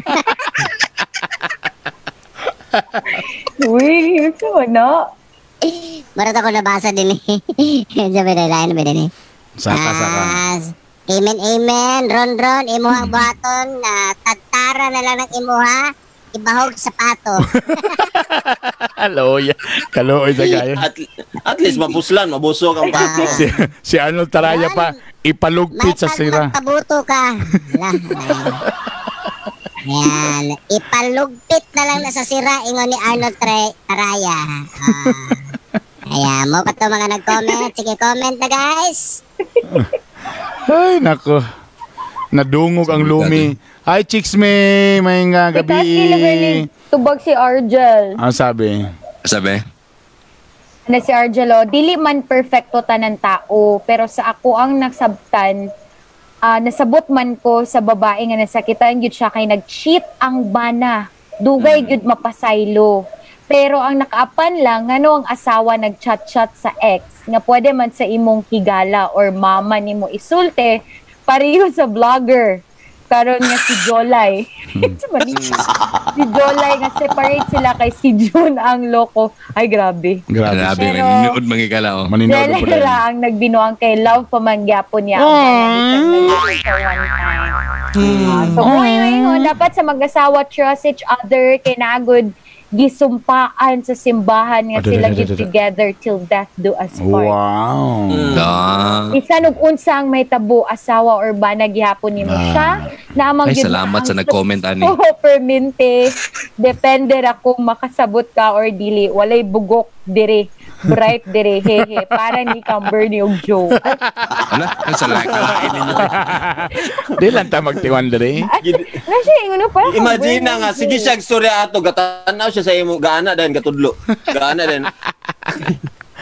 C: Uy, yun sa wala.
J: Murag ako nabasa din eh. Diyan ba nila, ano ba din eh?
B: Saka, saka.
J: Ah, amen, amen, Ron, Ron, imuha ang buhaton, na tagtara na lang ng imuha, ibahog sa pato.
B: Kaloy. Kaloy sa kayo.
E: At, at least mapuslan, mabusog ang pako.
B: Si, si Arnold Taraya pa, Ipalugpit sa sira.
J: Magpabuto ka. Ala, ala. Yan. Ipalugpit na lang na sa sira ingon ni Arnold Tre Taraya. Ah. ayan mo pa to mga nag-comment. Sige, comment na guys.
B: Ay, nako. Nadungog ang lumi. Hi, Chicks May. May nga
C: Itaas ni Laverne,
B: gabi.
C: tubag si Argel.
B: Ang sabi?
F: Sabi?
C: Ano si Argel, oh, dili man perfecto tanan tao, pero sa ako ang nagsabtan, ah, nasabot man ko sa babae nga nasakitan, yun siya kay nag-cheat ang bana. Dugay, yun mapasaylo. Pero ang nakaapan lang, ano ang asawa nag-chat-chat sa ex, nga pwede man sa imong higala or mama ni mo isulte, pariyo sa vlogger. Karon nga si Jolay. Diba si Jolay nga separate sila kay si June ang loko. Ay, grabe.
B: Grabe.
F: Grabe,
C: Pero-
F: maninood mangigala oh.
B: Maninood
C: Jolay
B: po rin.
C: ra ang nagbinuang kay Love pamanggyapo niya. Ang ganahan niya sa one time. Ah, So, kung anyway, no, dapat sa mag-asawa, trust each other, kinagod, gisumpaan sa simbahan nga
B: Adada,
C: sila
B: adada,
C: get
B: adada.
C: together till death do us part.
B: Wow.
D: Hmm.
F: Da.
C: Isa nung unsa ang may tabo, asawa or banag gihapon ni mo
E: Ah.
C: siya. Na amang
F: Ay,
C: yun
F: salamat
C: na
F: sa
C: ang
F: nag-comment, Ani.
C: Oo, perminte. Depende ra kung makasabot ka or dili. Walay bugok, dire. Bright, dire. Hehe. Para ni Camberley yung joke.
F: Ala, ang salakain ninyo.
B: Di lang eh. ta magtiwan diri.
C: Na siya, yung ano pa?
E: Imagine na nga, sige siya storya ato, gatanaw siya sa imo, gaana din, katudlo. Gaana din.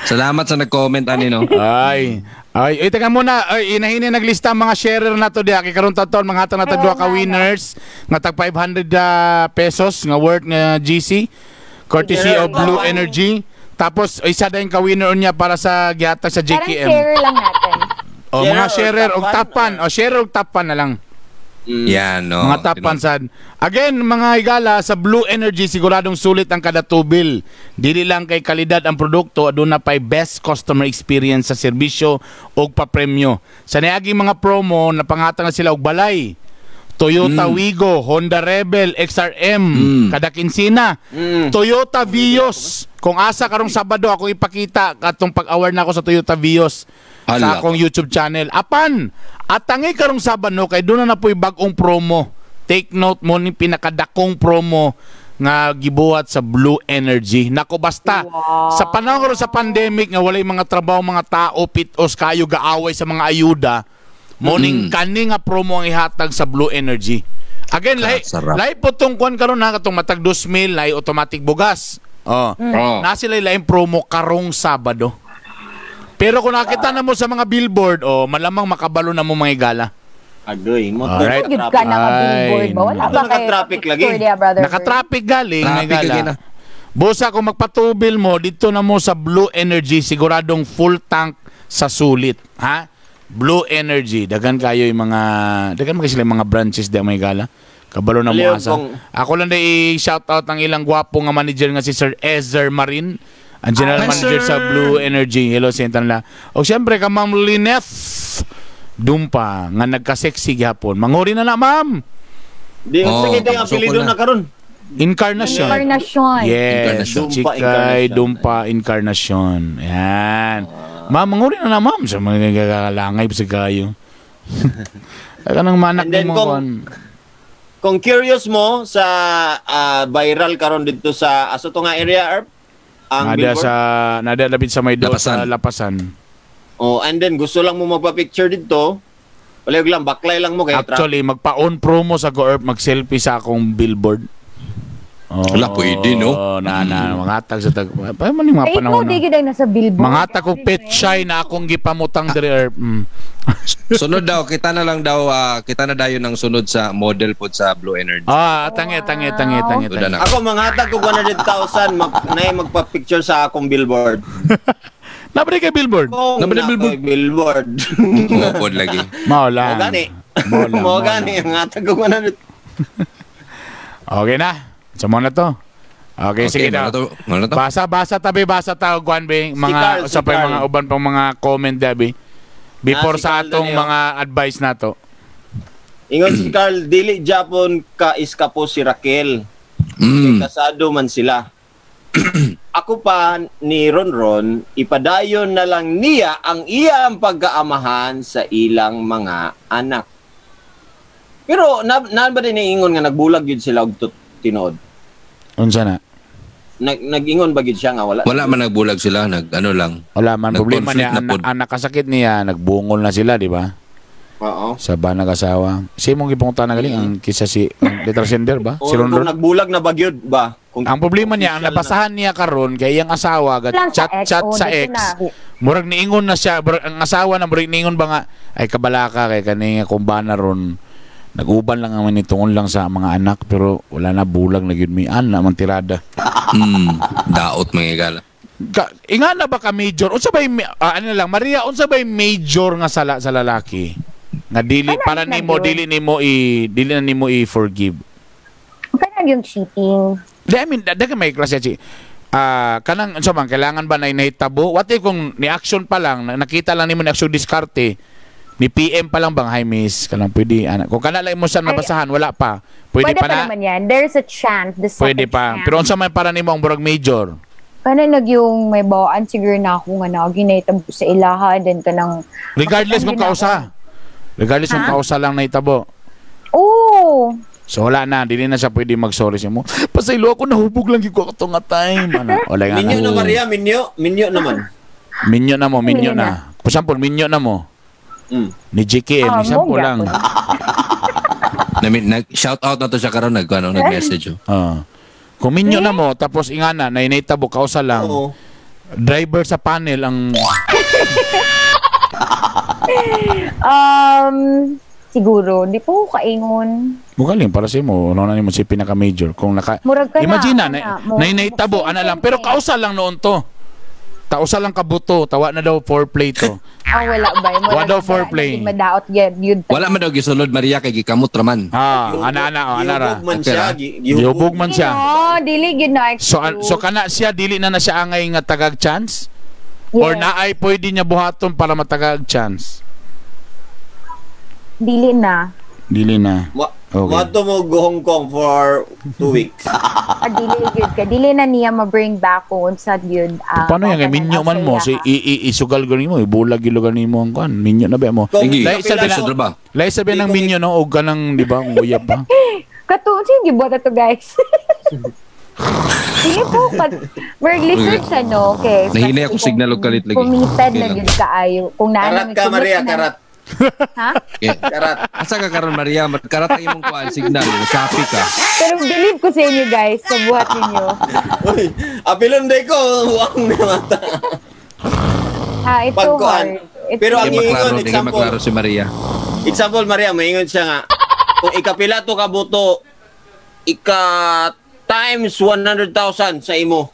D: Salamat sa nag-comment, ani, no?
B: Ay. Ay, ay taga muna, ay inahini naglista ang mga sharer na to diha kay karon taton mga hatag na
C: Ay,
B: tadwa
C: oo
B: ka
C: nga, no.
B: winners nga tag 500 ah, pesos nga worth nga GC courtesy
E: Meron
B: of Blue
E: pa.
B: Energy. Tapos isa din ka winner niya para sa gihatag sa
C: Parang
B: JKM.
C: share lang natin.
B: O mga
E: Sharer
B: sharer
E: or ah.
B: og
E: tapan,
B: tapan, o sharer og tapan na lang.
F: Yan, no.
B: Mm.
D: Ano,
B: mga tapan sad. Again, mga higala sa Blue Energy siguradong sulit ang kada tubil. Dili lang kay kalidad ang produkto, aduna pay best customer experience sa serbisyo ug papremyo. Sa niagi mga promo napangatan na sila og balay. Toyota Wigo, Honda Rebel, XRM, kada kinsina. Toyota Vios. Kung asa karong Sabado ako ipakita atong pag-award na ako sa Toyota Vios sa
F: Hala.
B: akong YouTube channel. Apan, at tangi karong Sabado kay doon na na po'y bagong promo. Take note mo ni pinakadakong promo nga gibuhat sa Blue Energy. Nako basta sa panahon karon sa pandemic nga walay mga trabaho mga tao pitos kayo gaaway sa mga ayuda. Morning kani nga promo ang ihatag sa Blue Energy. Again, lahi,
D: Sarap.
B: lahi po tong kuan karon ha katong matag 2,000 lahi automatic bugas. Oh.
F: Oh.
B: Na sila lain promo karong Sabado. Pero kung nakita na mo sa mga billboard, oh, malamang makabalo na mo mga igala.
E: Agoy, mo to.
B: Alright.
C: Good ka na ka-billboard ba? Wala
E: Ay,
C: ba kayo?
E: naka-traffic lagi.
C: Victoria, brother.
B: Naka-traffic galing, mga
D: Traffic again,
B: igala.
D: ah.
B: Bosa, kung magpatubil mo, dito na mo sa Blue Energy, siguradong full tank sa sulit. Ha? Blue Energy. Dagan kayo yung mga, dagan mga sila yung mga branches di mga igala. Kabalo na mo
E: Aliyo,
B: asa.
E: kung-
B: Ako lang na i-shoutout ang ilang gwapo nga manager nga si Sir Ezer Marin. Ang general
D: Hi,
B: manager
D: sir.
B: sa Blue Energy. Hello, sentan la. O siyempre, ka Ma'am Lineth Dumpa, nga nagka-sexy gihapon. Manguri na na, ma'am.
E: Di,
D: Oh,
E: sige, di, ang
D: sukol
E: apelido
D: na.
E: na karon.
B: Incarnation.
C: Incarnation.
B: Yes,
E: Incarnation.
B: Chikay
E: Dumpa,
B: Dumpa Incarnation. Yan. Ma'am, manguri na na, ma'am. Sa mga nagagalangay sa kayo. Taka nang manak
E: And then
B: ng mga
E: kung-
B: kuwan.
E: Kung curious mo sa ah, viral karon dito sa aso to nga area, Arp, ang
B: Nada
E: billboard.
B: sa, nada labit sa may do
D: Lapasan.
B: sa lapasan.
E: Oh, and then gusto lang mo magpa-picture dito. Palayog lang, baklay lang mo kay
B: Actually,
E: Actually,
B: magpa-on promo sa GoEarth, mag-selfie sa akong billboard. Oh,
F: Wala, pwede, no?
B: Na, na, mga tag sa tag. Pa man yung mga
C: Ay, Eh, ikaw,
B: panahon.
C: di
B: no?
C: gid nasa billboard.
B: Mga tag kong pet shy na akong gipamutang diri Earth. Mm.
D: Sunod daw, kita na lang daw, ah, kita na dayo ng sunod sa model po sa Blue Energy.
B: Ah, tangi, tangi, tangi, tangi,
D: Sunod
B: tangi.
D: na.
E: Ako manghatag ko 100,000 mag na yung magpa-picture sa akong billboard.
B: Nabalik kay billboard.
E: Kung
F: Nabalay
E: nako'y
F: billboard.
E: billboard.
F: Mopod lagi.
B: Maulan.
E: eh, Mo gani.
B: Bola,
E: Mo
B: bola.
E: gani manghatag ko 100.
B: Okay na. Sa mo na to. Okay, sige
F: mana
B: na.
F: to? Mana to?
B: Basa, basa tabi, basa tao, Guan Bing.
E: Carl,
B: Mga,
E: si
B: sa pa yung
E: Carl.
B: mga uban pang mga comment, Dabi. Before
E: Ah, si
B: sa
E: Carl
B: atong
E: Daneo.
B: mga advice na to.
E: Ingon si Carl dili Japon ka iskapo si Raquel.
F: Mm.
E: Kasado man sila. ako pa ni Ronron, ipadayon na lang niya ang iyang pagkaamahan sa ilang mga anak. Pero na, na ba din iingon nga nagbulag yun sila og tut- tinood?
B: Unsa na?
E: Nag, nag-ingon ba yun siya nga wala?
F: Wala man nagbulag sila, nag ano lang.
B: Wala man problema
F: Nag-conflict
B: niya
F: na
B: anak,
F: pod.
B: anak kasakit niya nagbuongol na sila, di ba?
E: Oo.
B: Sa ba nag-asawa. Si mong gipungutan na galing ang kisa si ang letter sender ba?
E: O
B: Si
E: kung
B: Ronron.
E: nagbulag na bagyod ba? Kung
B: Ang problema niya ang nabasahan niya karon kay iyang asawa gat
C: Lang sa
B: chat
C: ex,
B: chat
C: oh,
B: sa ex.
C: dito na.
B: Murag niingon na siya, bur- ang asawa na murag niingon ba nga ay kabalaka kay kani nga kumbana ron. Naguban lang ang manitungon lang sa mga anak pero wala na bulag na gyud mi ana man tirada.
D: Mm.
F: Hmm, daot mga gala.
B: Ka, inga na ba ka major? Unsa ba yung, ah, ano lang, Maria, unsa ba yung major nga sala sa lalaki? Nga dili, para
C: na
B: nimo,
C: yun.
B: dili nimo i, dili na nimo i-forgive.
C: Kanang yung cheating.
B: Di, I mean, daga may klase si Ah, kanang unsa man kailangan ba na inahitabo? What if kung ni action pa lang, na- nakita lang nimo ni action diskarte, ni PM pa lang bang hi miss, kanang pwede anak. Kung kana lang mo sa nabasahan, wala pa. Pwede,
C: Pwede,
B: pa,
C: pa,
B: na.
C: naman yan. There's a chance. The second
B: Pwede pa.
C: chance.
B: Pero unsa man para nimo ang burag major?
C: Kanang nag yung may bawaan, siguro na ako nga na, ginaitab ko sa ilaha, then kanang,
B: Regardless kung kausa. Regardless kung
C: Ha?
B: kausa lang na itabo.
C: oh,
B: So wala na, dili na siya pwede mag-sorry siya mo. Pasaylo ako nahubog lang gyud ko ato nga time. Ano, wala nga.
E: Minyo na Maria, minyo, minyo naman.
B: Minyo na mo, minyo
C: Minyo
B: na. For example, minyo na mo.
E: Mm.
B: Ni JK,
C: Ah,
B: um, example
C: mo,
B: lang.
F: Na, nag, shout out na to siya karon nag, ano, nag-message. oh.
B: Ah. Kung minyo na mo, tapos ingana, na inaitabo, kausa lang.
E: Oo.
B: Driver sa panel ang...
C: um, siguro, di po ako kaingon.
B: Mugaling para sa mo, ano na mo si pinaka-major. Kung naka...
C: Murag ka na,
B: Imagine na,
C: ano
B: na,
C: na, mo-
B: na inaitabo, ana lang. Pero kausa lang noon to. Tausa lang kabuto, tawa na daw foreplay to.
C: Ah, wala ba? Murag
B: Wala daw
C: ba,
B: foreplay.
C: naging Madaot yan, yun.
F: Wala man daw gisulod Maria kay gikamot raman.
B: ah, ana ana, oh, ana ra.
E: Gihubog man siya. gi-
B: Yubog man siya.
C: No, dili oh, yun na.
B: So an- so kana siya dili na na siya angay nga tagag chance or naay pwede niya buhaton para matagag chance.
C: Dili na.
B: Dili na.
E: Ma-
B: Okay.
E: Mato mo go Hong Kong for two weeks.
C: Ah, dili yun ka. Dili na niya ma-bring back kung sa yun. ah,
B: Paano yan? Kay
C: kanang
B: minyo man mo,
C: nasa
B: si
C: ilaha.
B: i, i, isugal ko nimo, ibulag ilugan nimo ang kuan. Minyo na ba mo?
E: Kung-
F: Sige.
B: Lahi sabi
F: Sa
B: na,
F: ba?
B: lahi sabi ng minyo no, og kanang, di ba, ang uyab pa.
C: Katuon siya, gibuhat na to guys. Hindi po, pag we're listening siya, no? Okay.
D: Nahinay ako signal og kalit lagi.
C: Pumited na
D: Okay
C: yun kaayo. Kung
E: Karat
C: naalam
E: ka, Maria, karat.
C: Ha?
D: Okay.
E: Karat.
D: Asa ka karon Maria? Magkarat tayo mong kuan signal. Sapi ka.
C: Pero believe ko sa inyo guys, sa buhat ninyo.
E: Uy, apilon day ko. Huwag na mata.
C: Ah, it's so
E: Pagkuhan.
C: hard. It's
E: Pero
C: really
E: ang
D: Hindi maklaro,
E: iingon,
D: hindi maklaro
E: example.
D: si Maria.
E: Example, Maria, maingon siya nga. Kung ikapila to ka buto, ika times 100,000 sa imo.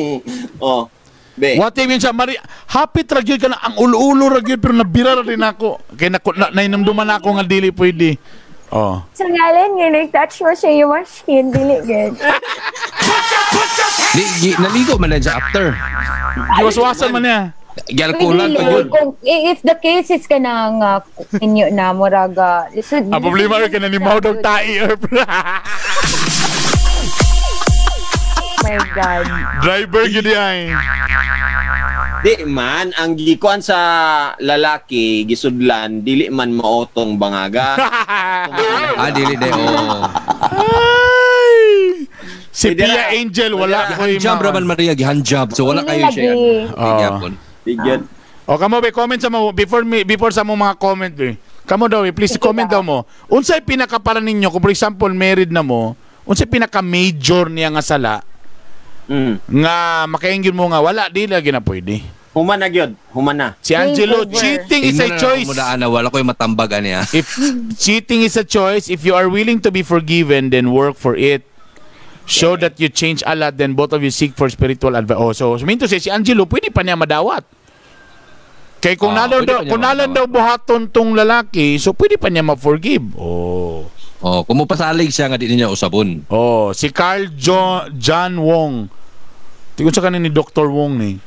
E: oh. Be.
B: What if yun siya, Mari, happy ra gyud ka na, ang ulo-ulo ra gyud, pero nabira ra rin ako. Kay na, na, nainamduman na ako nga dili pwede. Oh.
C: Sa ngalan nga, nag-touch mo siya yung machine, dili good.
D: Di, gi, naligo man na siya after.
B: Iwaswasan man niya.
D: Gyalkulan pa yun.
C: Kung, i- if the case is ka nang uh, inyo na, muraga.
B: Ang problema ra kay nanimaw
C: Oh
B: daw tai.
C: my God.
B: Driver gyud eh. yan.
E: Di man, ang gikuan sa lalaki, gisudlan, dili man maotong bangaga.
D: Ah, dili de. Oh.
B: Ay! Si
E: Pwede
B: Pia
E: na.
B: Angel,
E: Pwede
B: wala
E: na.
B: ko yung
D: Handjob raman Maria, gihandjob. So wala
C: Hindi
D: kayo siya.
C: lagi.
B: Oo.
D: Giyapon.
E: Bigyan.
B: O kamo be comment sa mo before me before sa mo mga comment be. Kamo daw be, please
C: Sige
B: comment daw
C: daw.
B: mo. Unsay pinaka para ninyo kung for example married na mo, unsay pinaka major niya nga sala
E: Mm.
B: nga makaingon mo nga wala di lagi na pwede.
E: Human na gyud, human na.
B: Si Angelo,
C: over.
B: cheating is
D: Tingnan
B: a
D: na
B: choice.
D: Mudaan na wala ko yung matambag ani ah.
B: If cheating is a choice, if you are willing to be forgiven, then work for it. Show that you change a lot, then both of you seek for spiritual advice. Oh, so, so mean to say, si Angelo, pwede pa niya madawat. Kay kung
D: Ah,
B: nalaw
D: pwede
B: daw,
D: pa niya
B: kung nalaw
D: madawat.
B: daw buhaton tong lalaki, so pwede pa niya ma-forgive. Oh.
D: Oh, kumupasalig siya nga di niya usabon.
B: Oh, si Carl jo- John Wong. Tingod sa kanin ni Dr. Wong ni.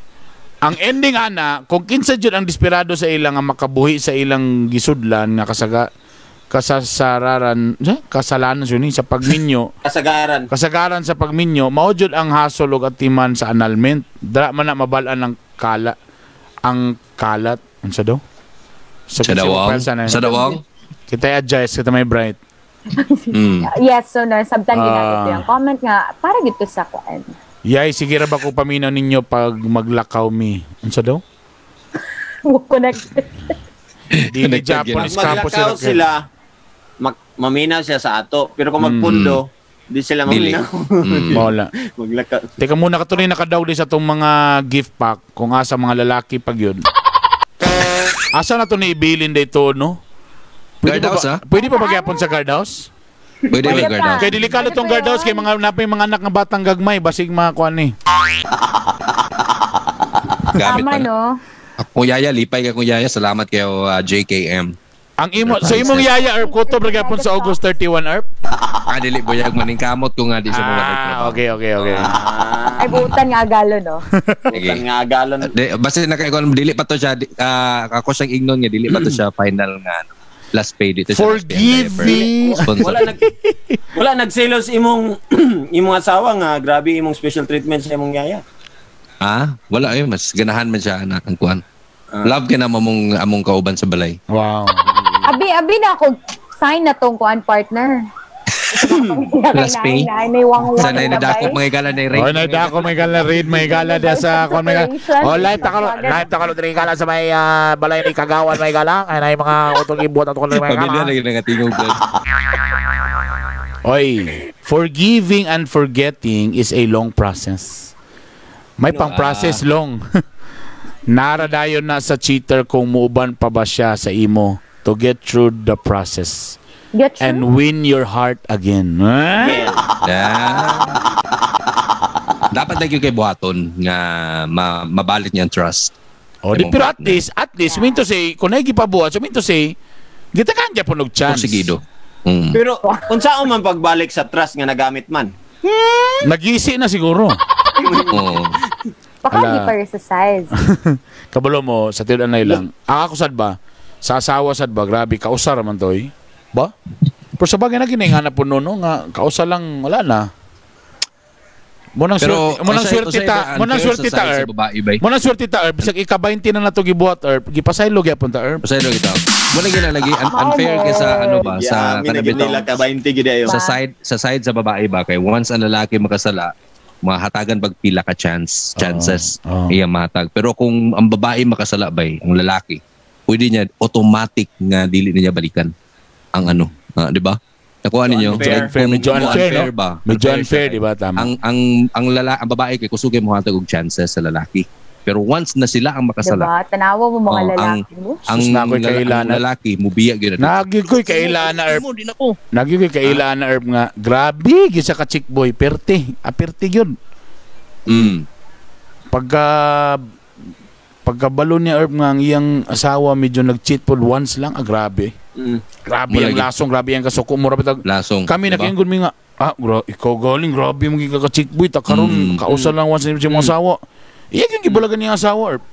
B: Ang ending ana, kung kinsa jud ang desperado sa ilang nga makabuhi sa ilang gisudlan nga kasaga kasasararan, sa- kasalanan yun eh, sa pagminyo.
E: Kasagaran.
B: Kasagaran sa pagminyo, maudyod ang hasolog at timan sa annulment. Dra man na mabalaan ang kala. Ang kalat. Ano sa daw?
D: Sa dawang? Sa dawang?
B: Kita adjust, kita may bright.
D: Hmm.
C: Yes, so no, sabtang
B: Ah.
C: ginamit ko yung comment nga, para gito sa kuan.
B: Yay, sige ra ba ko paminaw ninyo pag maglakaw mi? Ano sa daw?
C: Huwag connected.
B: Di di
E: Pag
B: Japanese
E: maglakaw
B: campus si Raquel.
E: sila, mag, maminaw siya sa ato. Pero kung
D: Mm.
E: magpundo, di sila
B: Dili.
E: maminaw.
B: Mm. Mawala.
E: Maglakaw.
B: Teka muna katuloy nakadaw di sa tong mga gift pack kung asa mga lalaki pag yun. asa na to ni ibilin dito no? pa
D: Guardhouse,
B: ba, Pwede pa ba gyapon sa guardhouse?
D: Pwede ba guardhouse?
B: Kay delikado tong guardhouse kay mga napay mga anak ng batang gagmay basig mga kuan ni.
D: Gamit
C: Tama,
D: pa na.
C: no?
D: Kung kan? yaya, lipay ka kung yaya. Salamat kayo, ah, JKM.
B: Ang imo sa imong yaya Erp ko to gyapon sa August 31 Erp.
D: Ah, dili, boyag maning kamot kung nga di siya
B: Ah, okay okay okay.
C: Ay, buutan nga agalo, no?
D: Sige.
E: Ah, Nga galon.
D: De, basta nakaikon, dili pa to siya. di- ah, ako siyang ignon nga, dili pa to siya final nga. ano, Last pay dito. siya.
B: Forgiving.
D: Sponsor.
E: wala nag wala nagselos imong imong asawa nga grabe imong special treatment sa imong yaya.
D: Ah, wala ay mas ganahan man siya na ang kuan. Love ka na mamong among kauban sa balay.
B: Wow.
C: Abi, abi na ako, sign na tong kuan partner.
D: Last pay. Sa
C: Sanay
D: nay nadakop mga igala na
B: Oy,
D: ring.
B: na dako Oh, may gala read, may gala dia sa kon may gala. Oh, live ta kalo, live ta kalo diri gala sa may ah, balay ni Kagawan may gala. Ay nay mga utol gibuhat ato kalo may
D: Pamilya
B: gala.
D: na yun ang ating uban.
B: Oy, forgiving and forgetting is a long process. May
D: Ano,
B: pang-process
D: ah?
B: long. Nara dayon na sa cheater kung muuban pa ba siya sa imo to get through the process
C: Get you?
B: and win your heart again. Eh?
D: Ah. Dapat lagi kay buhaton nga ma mabalit niya ang trust.
B: Oh, di, pero at least, at least, mean to say, kung naigi pa buhat, so mean to say, kita kanya po nag-chance.
D: Sigido. Mm.
E: Pero unsaon man pagbalik sa trust nga nagamit man?
B: Nagisi na siguro.
D: Oo.
C: Baka
B: Ala.
C: hindi pa resesize.
B: Kabalo mo, sa tiyan na lang. Ang ako sad ba? Sa asawa sad ba? Grabe, kausar man to eh. Ba? Pero sa bagay na ginaingana po no, no, nga, kausa lang, wala na. Munang
D: Pero
B: swerte, munang
D: usa-
B: swerte
D: usa iba,
B: ta, munang
D: unfair
B: swerte
D: sa
B: ta,
D: side sa
B: Erb.
D: babae ba eh?
B: Munang swerte ta, Erb. Bisag ika-20 na nato gibuhat, Erb. Gipasaylo gyapon ta, Erb.
D: Pasaylo kita. Wala gina lagi un- unfair kay sa ano ba sa kanabitaw.
E: nila ka 20 gid ayo.
C: Diba?
D: Sa side sa side sa babae ba kay once ang lalaki makasala mahatagan pagpila ka chance chances
B: Oo.
D: iya matag pero kung ang babae makasala ba eh, ang lalaki pwede niya automatic nga dili na niya balikan ang ano ah, di ba nakuha ninyo
E: unfair.
D: Kung-
B: Medyo
D: kung
B: unfair, no?
D: ba
B: Medyo
D: siya
B: unfair,
D: kay-
B: di ba? Tama.
D: ang ang ang lala ang babae kay kusugay mo hatag og chances sa lalaki pero once na sila ang makasala
C: Diba? Tanawa mo
B: Oh,
D: Oo,
C: mga
D: ang-
C: lalaki mo.
D: ang,
B: Sus na ako'y
D: lala- ang
B: kailanan.
D: lalaki mubiya gyud na
B: Nagyukoy kay Ilana Erb. Nagyukoy kay
D: Ah.
B: Ilana Erb nga. Grabe, gisa ka chick boy. Perte. Aperte yun.
D: mm
B: Pagka pagkabalo ni Erb nga ang iyang asawa medyo nag-cheat po once lang. Ah, grabe.
D: Hmm.
E: Mm.
B: Grabe
D: Wala
B: ang
D: gyud.
B: lasong, grabe ang kasuko. Mura bitag.
D: lasong
B: Kami
D: di ba?
B: naging mi nga. Ah, gra ikaw galing, grabe mong ka chick boy. Ta karon
D: Mm.
B: kausa lang once ni mong asawa. Iya yung gibalagan niya asawa Erb.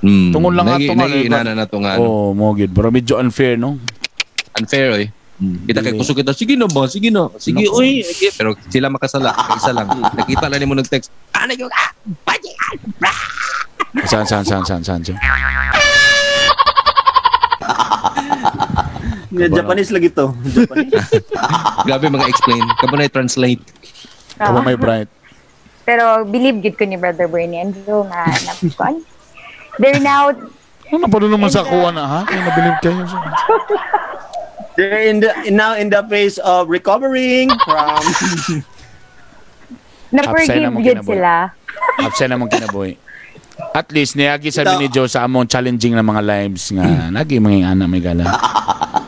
D: Mm.
B: Tungol lang nga
D: Nagi-
B: to nga,
D: nagiinana na to nga. ano.
B: Oh, mo gid. Pero medyo unfair no. Oh.
D: Unfair eh. Kita kay
B: Dili.
D: kusog kita, sige na ba, sige na, sige, uy. sige." Pero sila makasala, isa lang. Nakita lang ni mo nag-text, ano yung, ah, budget, ah,
B: Saan, saan, saan, saan, saan. saan?
E: Nga Japanese lagi to. Japanese.
D: Grabe mga explain. Kamu na translate.
B: Kamo may bright.
C: Pero believe gid ko ni Brother Bernie Andrew nga napikon. They're now
B: Ano pa rin naman sa kuha na, ha? Kaya nabilib kayo.
E: They're in the now in the phase of recovering from
B: Absent na
C: na-forgive
B: mo
C: gid
B: kinabuhi.
C: sila.
B: Absent naman kinaboy. At least, niyagi sabi ni Joe sa among challenging na mga lives nga. Nagi mga ana may gala.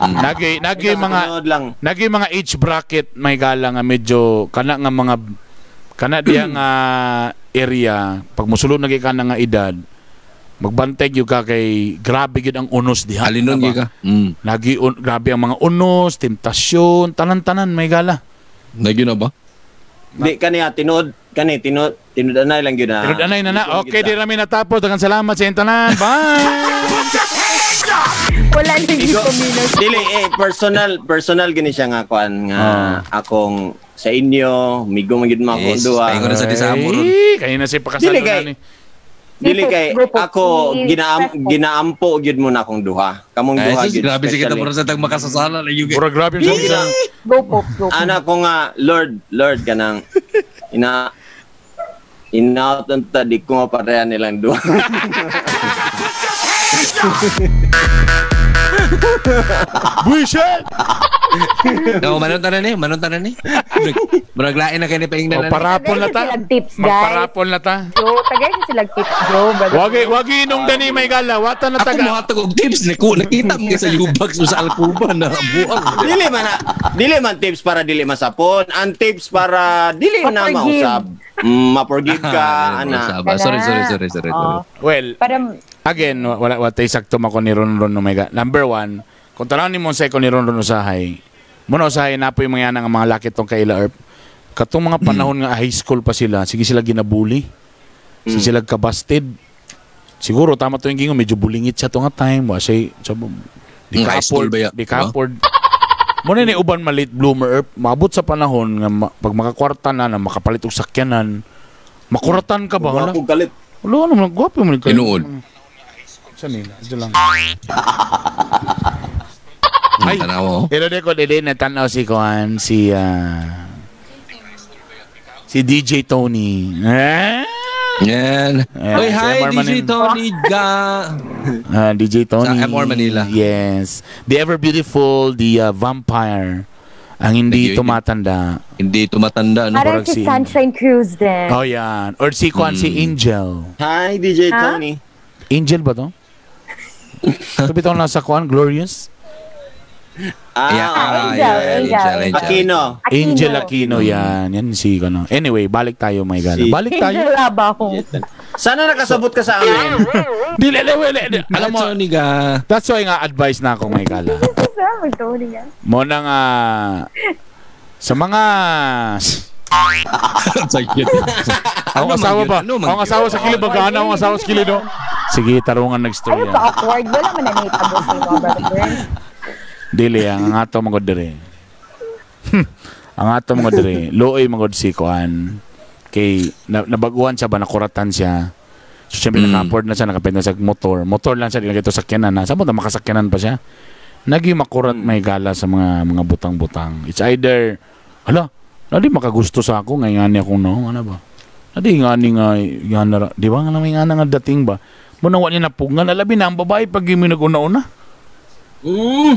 B: Nagi, nagi mga,
E: Sunod lang.
B: nagi mga age bracket may gala nga medyo, kana nga mga, kana diya nga area, pag musulod nagi ka na nga edad, magbantay yun ka kay grabe gid ang unos diha.
D: Alinon
B: Ano ba?
D: gyud ka. Mm.
B: Nagi un, grabe ang mga unos, temptasyon, tanan-tanan may gala.
D: Nagi na ba?
E: Di kani ah, tinud kani tinud tinudanay lang ah. gyud na.
B: Pero anay na na. Okay, di
E: Kita.
B: rami natapos. Dagan salamat sa intanan. Bye!
C: Wala nang gikumilos.
E: Dili eh personal personal gini siya nga kuan nga akong sa inyo migo man gid mako
D: Yes,
E: duwa.
D: tayo ko na sa disamo ron.
B: Eh, kayo na siya pakasalo
E: Dili kay-
B: na ni.
E: Dili kay
C: Group of
E: ako
C: three,
E: ginaam
C: stressful.
E: ginaampo gyud mo na akong duha. Kamong
D: Ay,
E: duha
D: Eh, sus,
E: gyud.
D: Ah, grabe si kita
E: especially.
D: mura sa tag makasasala na yung
B: Pura grabe yung sabi sa...
C: Go, Pops, go. Pops.
E: Ana ko Ano nga Lord, Lord kanang ina ina ta di ko mapareha nilang duha.
B: Buishet!
D: No, manon tanan eh, manon tanan eh. Murag lain na kayo ni
B: O,
D: paingnan. ano?
B: parapol na ta.
C: Tagay na silang tips, guys.
B: Magparapol na ta.
C: Go, tagay na sila tips, go. brother.
B: Wagi, wagi nung dani may gala. Wata na
D: Ako
B: taga.
D: mo hatag og tips ni ko nakita mo sa Yubax o sa Alpuba na buang.
E: dili man na, dili man tips para dili masapon. Ang tips para dili na
C: Maforgive.
E: mausab. Mm, ma-forgive ka
B: Ano?
E: ana.
D: Saba. Sorry, sorry, sorry, sorry. sorry.
B: Ah.
C: Oo.
B: Well,
C: Parang,
B: again, wa- wala wala tay sakto mako ni Ron Ron Omega. Number one, kung tanawin mo sa ni Ron Ron usahay, muna usahay na po yung mga yanang mga laki tong kay Ila Erp. Katong mga panahon nga high school pa sila, sige sila ginabuli. Sige sila kabasted. Siguro tama to yung gingo, medyo bulingit siya to nga time. Wa siya, sabi, di
D: Mm, high school
B: ka-afford,
D: ba ya?
B: di ka-afford. Muna ni uban malit bloomer Erp, maabot sa panahon nga ma- pag makakwarta na na makapalit og sakyanan, makuratan ka ba? Wala,
E: Ako galit.
B: wala naman, gwapo mo ni kayo.
D: Tinuod.
B: Saan nila? Diyan lang.
D: Ay. Tanaw.
B: Pero di ko dili natanaw si Kuan, si ah, si DJ Tony. Eh?
D: Yan.
B: Eh,
D: Oy,
B: si
D: hi,
B: Amor
D: DJ
B: Manin.
D: Tony Ga.
B: Ah, DJ Tony.
D: Sa Amor, Manila.
B: Yes. The Ever Beautiful, the ah, Vampire. Ang hindi
D: Thank you.
B: tumatanda.
D: Hindi tumatanda, no?
C: parang
B: parang si-
C: si Sunshine Cruz din.
B: Oh, yan. Or si Kuan, si
D: Hmm.
B: Angel.
E: Hi DJ
C: Ha?
E: Tony.
B: Angel ba to? Tabi na nasa Kuan, Glorious?
E: Ah,
D: Yeah, ah,
C: Angel,
D: yeah,
C: Angel.
D: Angel, Angel.
E: Aquino.
B: Angel Aquino, yan. Yan si, ano. Anyway, balik tayo, my God.
E: Si-
B: Balik tayo.
C: Angel Abaho.
E: Sana nakasabot ka sa amin.
B: Dili, dili, dili. Alam mo,
D: Tony Ga.
B: that's why nga advice na ako, ah. may kala.
C: Sabi ko niya.
B: Mo na nga sa mga
D: Sakit. Ano
B: ang asawa ba? Ang asawa sa kilid ba? Gaano ang asawa sa kilid? no? Sige, tarungan
C: Ayun
B: nagstorya.
C: pa, awkward. Wala man na nita mo si mga brother.
B: Dili ang ato mga dire. Hmm, ang ato mga dire. Looy mga si Kuan. Kay na, nabaguhan siya ba nakuratan siya. So syempre
D: Mm.
B: naka-afford na siya, nakapit na sa motor. Motor lang siya, ilagay ito sa sakyanan na. Sa mo na makasakyanan pa siya. Naging makurat may gala sa mga mga butang-butang. It's either, hala, nadi makagusto sa ako, ngayon nga niya akong no, ano ba? Nadi nga ni nga, nga na, ra- di ba nga naman nga na nga dating ba? Munawa niya napungan, alabi na ang babae pag yung nag-una-una
E: Mm.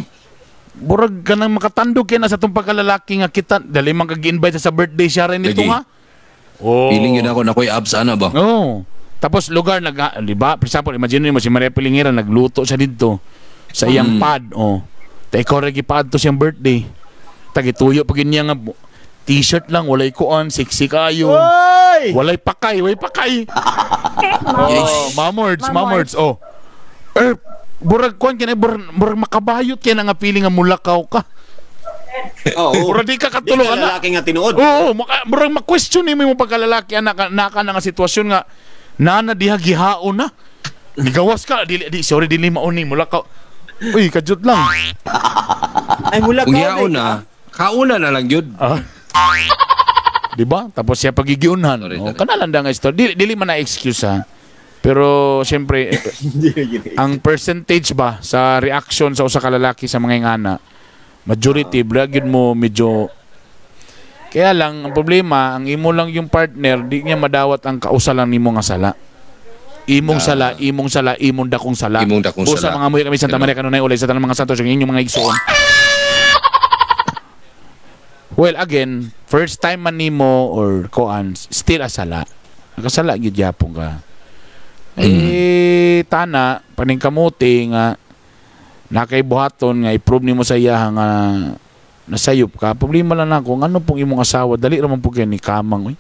B: burag ka nang makatandog kaya na sa itong pagkalalaki nga kita. Dali man kag invite sa birthday siya rin ito
D: Lagi.
B: nga. Oh.
D: Feeling yun ako na ko'y abs, ano ba?
B: Oh. Tapos lugar nag ah, di ba? For example, imagine mo si Maria Pilingira nagluto siya dito sa
D: Mm.
B: iyang pad oh. Ta ikaw ra gipad to siyang birthday. Tagituyo pag niya nga bu- t-shirt lang walay kuan siksi kayo.
E: Oy!
B: Walay pakay, walay pakay.
D: Yes.
B: Oh, mamords, mamords. Oh. Er, burag kuan kini burag, burag makabayot kaya na nga feeling nga mulakaw ka.
E: Oo.
B: Burag di ka ah.
E: Di ka
B: katulo anak.
E: lalaki nga tinuod.
B: Oo, maka, murag ma-question eh, may mga pagkalalaki anak naka na nga sitwasyon nga nana diha gihaon na. Nigawas ka dili di sorry dili mauni mula ka. Uy, kajut lang.
E: Ay mula ka.
D: Kung yaon na, kauna na lang yun.
B: Ah. Di ba? Tapos siya pagigiunhan.
D: Sorry,
B: Oh,
D: sorry.
B: kanalan da nga istorya. Dili dili man na excuse ha. Pero siyempre eh, ang percentage ba sa reaction sa usa ka lalaki sa mga ingana majority
D: Ah.
B: bra gyud mo medyo kaya lang ang problema ang imo lang yung partner di niya madawat ang kausa lang nimo nga sala imong sala imong sala imong dakong
D: Ah.
B: sala
D: Imong dakong
B: Busa
D: sala.
B: mga muhi kami Santa Maria kanunay ulay sa tanang mga santos yung inyong mga igsoon Well, again, first time man nimo or koan, still asala. Nakasala gyud yapon ka. Eh tana paning kamuti nga nakay buhaton nga i-prove nimo sa iya nga nasayop ka. Problema lang nako ngano pong imong asawa dali ra man po kay ni kamang. Uy.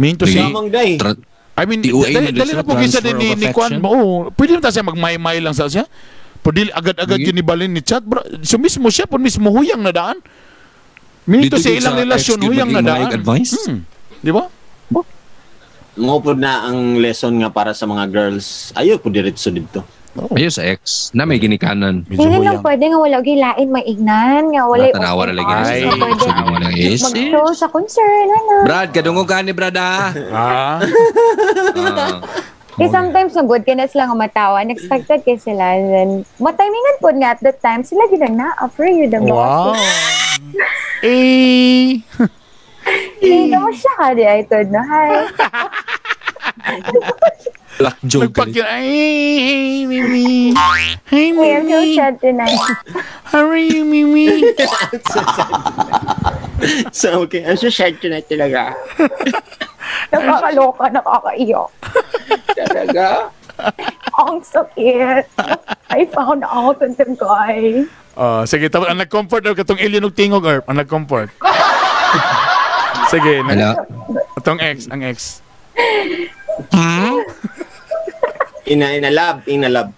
B: Minto si
D: Sige.
E: Gamang day.
D: Tra-
B: I mean,
D: TOA na
B: dali, dali
D: siya,
B: na po kisa
D: transfer
B: din ni,
D: of
B: ni Kwan.
D: affection.
B: ba? Oo, pwede naman siya magmay-may lang sa siya. Pwede agad-agad
D: Sige.
B: yun ibalin ni Chat. Bro, so mismo siya, po mismo huyang na daan. Minito
D: Dito
B: sa
D: din sa
B: ilang
D: ex,
B: relasyon,
D: di ba
B: huyang
D: di
B: na
D: mo
B: daan.
D: nag-advise?
B: Hmm. Di ba?
E: Ngopod na ang lesson nga para sa mga girls. Ayo po diretso dito.
D: Ayo sa ex na may ginikanan.
C: Dili lang pwede nga wala gilain maignan nga wala
D: Wala tanawa na lagi.
B: Ay,
D: tanawa na lagi.
C: Mag-show sa concert ano.
D: Brad, kadungog ka ni Brad ah. Ah.
B: Ah?
C: Eh, sometimes na good ka na sila nga matawa. Unexpected kay sila. And then, matimingan po nga at that time, sila ginag na-offer you the
B: Wow. Eh.
C: Hindi mo siya ka di ay tod na. Hi.
D: Black joke.
B: Nagpag yun. Ay, hey, Mimi. Hey,
C: Hey, I'm so
B: Mimi.
C: sad tonight.
B: How are you, Mimi?
E: So, okay. I'm so sad tonight talaga.
C: Nakakaloka, nakakaiyak.
E: Talaga?
C: Ang sakit. I found out on them guy.
B: Oh, sige, tapos ang nag-comfort daw katong alien og tingog or ang nag-comfort. sige, nag-
D: Hala.
B: Itong ex, ang ex.
E: Ina, ina love, ina love.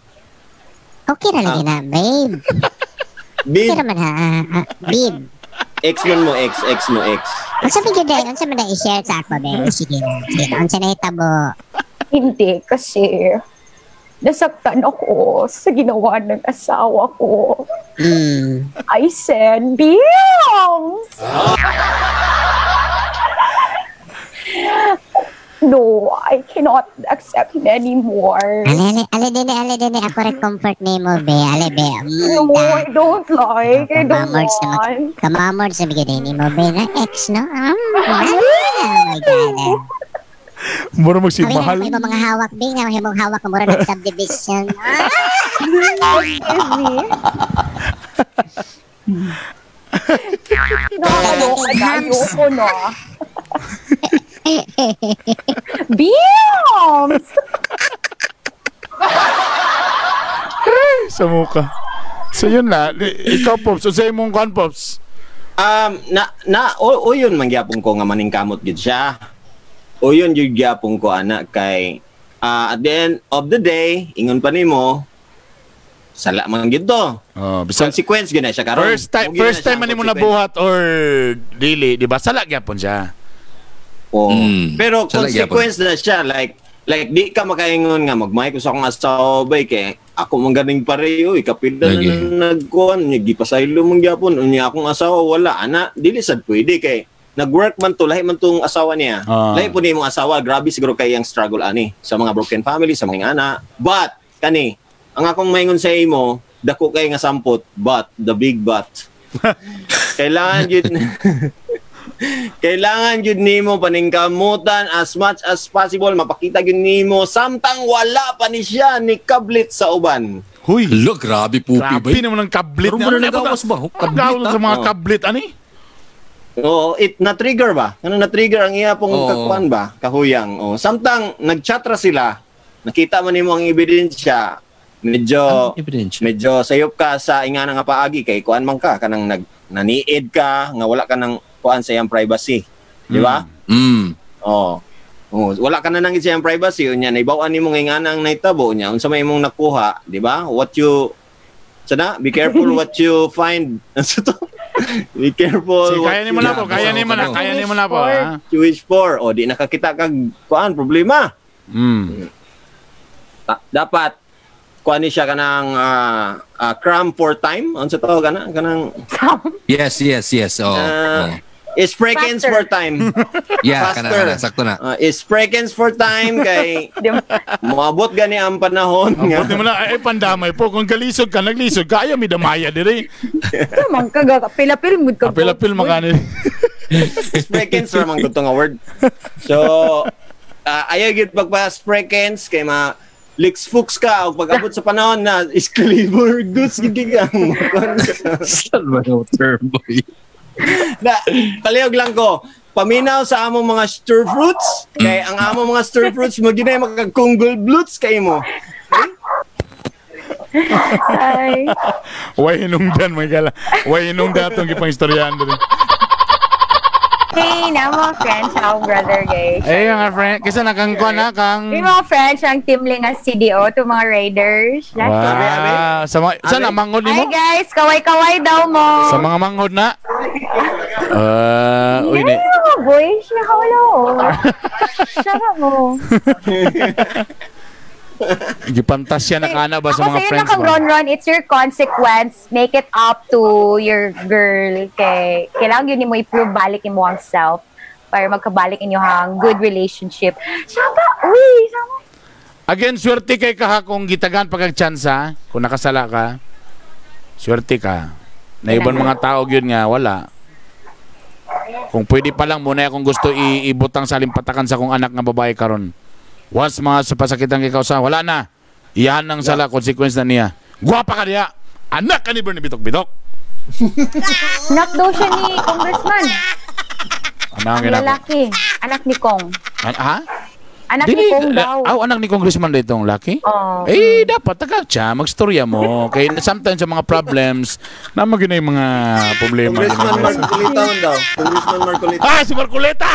J: Okay na lagi na, ah, babe. Pero
E: Babe,
J: man ha, ah, ah, babe.
E: ex man mo, ex, ex mo, ex.
J: Unsa man gyud dahil, unsa man na i-share sa ako, babe. Sige na, sige na. Unsa na itabo.
C: Hindi kasi nasaktan ako sa ginawa ng asawa ko.
J: Hmm.
C: I send bills. no, I cannot accept it anymore.
J: Ali, ali, ali dini, ali dini. eh, Ako rin comfort ni mo, be. Ali, be. Mm,
C: No, I don't like. I don't
J: Kamamords
C: want.
J: na mag... Kamamords na bigyan ni mo, be. Na ex, no? Ah, oh my God. ah.
B: Mura
J: Kami na
B: magsimahal.
J: lang mo mga hawak, be. Nga mo mga hawak. Kamura ng subdivision. Ah,
C: Excuse me. Nakakaloka na. Ayoko na. Bills!
B: Sa muka. So yun na, I- ikaw Pops, so sa'yo mong kwan Pops.
E: Um, na, na, o, o yun, mangyapong ko nga maning kamot gid siya. O yun, yung gyapong ko, anak, kay, ah, at the end of the day, ingon pa nimo, sala man gid to.
B: Oh, bisan
E: Consequence gid na siya karon.
B: first time
E: Mugin na
B: first
E: siya
B: time
E: ang
B: man mo
E: consequence.
B: nabuhat or dili, di ba? Sala gyapon siya.
E: Oo.
D: Mm.
E: Pero
D: Siya lang
E: consequence na siya like like di ka makaingon nga magmay ko sa akong asawa bay kay ako man ganing pareho ikapilda na
D: Lagi.
E: nagkuan nya gipasaylo man gyapon unya akong asawa wala ana dili sad pwede kay nag-work man to lahi man tong asawa niya
B: Ah.
E: lahi po ni imong asawa grabe siguro kay ang struggle ani sa mga broken family sa mga ana but kani ang akong maingon sa imo dako kay nga sampot but the big but kailangan yun Kailangan yun nimo paningkamutan as much as possible. Mapakita yun nimo samtang wala pa ni siya ni kablit sa uban.
B: Huy.
F: Lo, grabe pupi ba?
B: Grabe naman ng kablit.
F: Pero muna
B: niya. Ano ba
F: nagawas ba? Kablit,
B: Nagawas sa mga
E: ah.
B: kablit, ani?
E: Oo, it na-trigger ba? Ano na-trigger ang iya pong
F: Oo.
E: kakuan ba? Kahuyang. Oh, samtang nagchatra sila, nakita man nimo ang ebidensya.
D: ah.
E: Medyo
D: Ebidensya.
E: medyo sayop ka sa inga nga paagi kay kuan man ka kanang nag naniid ka nga wala ka nang kuan sa iyang privacy. Di ba?
F: Mm.
B: Hmm.
E: Oo. Oo, wala ka na nang isang privacy unya na ibawaan nimo nga nganang naitabo unya unsa may imong nakuha, di ba? What you sana be careful what you find. Ano to? be careful
B: Sige,
E: Oh, what
B: kaya
E: you,
B: nimo na po, kaya nimo na, kaya nimo na po, ha?
E: what you wish for. O di nakakita kag kuan problema. Hmm.
B: Mm.
E: Ta- dapat kuan ni siya kanang ah, ah, cram for time. Ano sa tawag kana? Kanang
F: Yes, yes, yes. Oh.
E: Ah.
F: oh.
E: is frequency
C: Faster.
E: for time.
F: Yeah, kana
E: Faster.
F: kana sakto na.
E: Ah, is frequency for time kay
C: Di-
E: maabot gani ang panahon nga.
B: Buti mo na, ay, pandamay po. Kung kalisod ka, naglisod ka, ayaw, may damaya diri.
C: Kamang kaga, pilapil mood ka.
B: Apil-apil makani.
E: Sprekens ra man gud tong award. So uh, ayaw gyud pagpa Sprekens kay ma Lix Fuchs ka og pag-abot sa panahon na Excalibur goods gigig ang kon.
D: Saan ba yung term boy?
E: na paliog lang ko. Paminaw sa among mga stir fruits kay ang among mga stir fruits mo ginay makagkunggol bloots kay mo.
C: Ay,
B: Way hinungdan, may gala. Way hinungdan itong ipang istoryahan diri.
C: hey, na mga friends, ako brother guys.
B: Ay, nga friend, kisa nakangkwa na kang...
C: Yung mga friends, ang team ling ang CDO to mga Raiders. That's-
E: Abi, abi.
B: Wow. Sa mga, sana
E: Abi.
B: manghod
C: Ay
B: mo?
C: guys, kaway-kaway daw mo.
B: Sa mga manghod na? Ah, uy,
C: Ay,
B: ne.
C: mga oh. boys, nakawala ko. Sarap mo.
B: Gipantasya na kana ba sa mga
C: Ako sa'yo na
B: friends
C: kang
B: mo?
C: Ron Ron, it's your consequence. Make it up to your girl. Kay, kailangan yun mo i-prove balik mo ang self para magkabalik inyo hang good relationship. Saba, uy, sama.
B: Again, swerte kay kaha kung gitagan pagkagtsansa. Kung nakasala ka, swerte ka. Na ibang mga tao yun nga, wala. Kung pwede pa lang muna kung gusto i- ibutang sa limpatakan sa kung anak nga babae karon. Once mga sa pasakitan kay kausa, wala na. Iyan ang sala, consequence na niya. Guwapa ka niya! Anak ka ni Bernie Bitok-Bitok!
C: Anak daw siya ni Congressman.
B: Ano ang
C: Ang
B: ginagawa?
C: lalaki. Anak ni Kong.
B: An- ha?
C: Anak
B: Dili,
C: ni Oh. Kong
B: la-
C: daw.
B: aw, anak ni Congressman dito ang laki?
C: Oo.
B: Eh, dapat taga siya, magstorya mo. Okay, sometimes sa mga problems, naman yun na yung mga problema. ng
E: Congressman
B: mga-
E: Marcolitaon daw. Congressman Marcolitaon.
B: Ah, si Marculeta!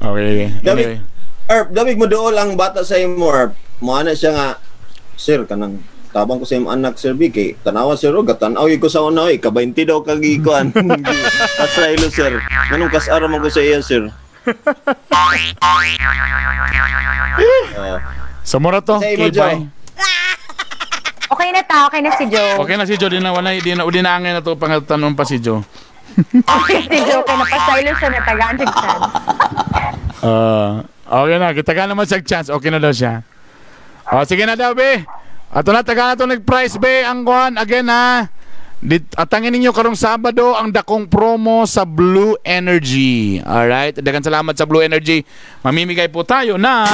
B: Okay. Anyway.
E: Dami, Erp, dami mo dool ang bata sa imo, Erp. Muana siya nga, Sir, kanang tabang ko sa imong anak, Sir Vicky. Tanawa, Sir, o gatanaw ko sa una, eh. Kabainti daw kagikuan. Kasrailo, Sir. Anong kasara mo ko sa iya, Sir? Ah,
B: Sa mura to,
E: Sa imo,
B: kipay.
C: Okay na ta, okay na si Joe.
B: Okay na si Joe, di na, wala, di na, di na angin na to, pangatanong pa si Joe.
C: Okay, si Joe, okay na pa silent siya na tagaan siya chance.
B: Ah, okay na, kitaga naman siya chance, okay na daw siya. O, sige na daw, be. Ato na, taga na to nag-price, be. Ang kuhan, again, ha. Dit, atangin ninyo karong Sabado ang dakong promo sa Blue Energy. Alright? Dagan salamat sa Blue Energy. Mamimigay po tayo ng...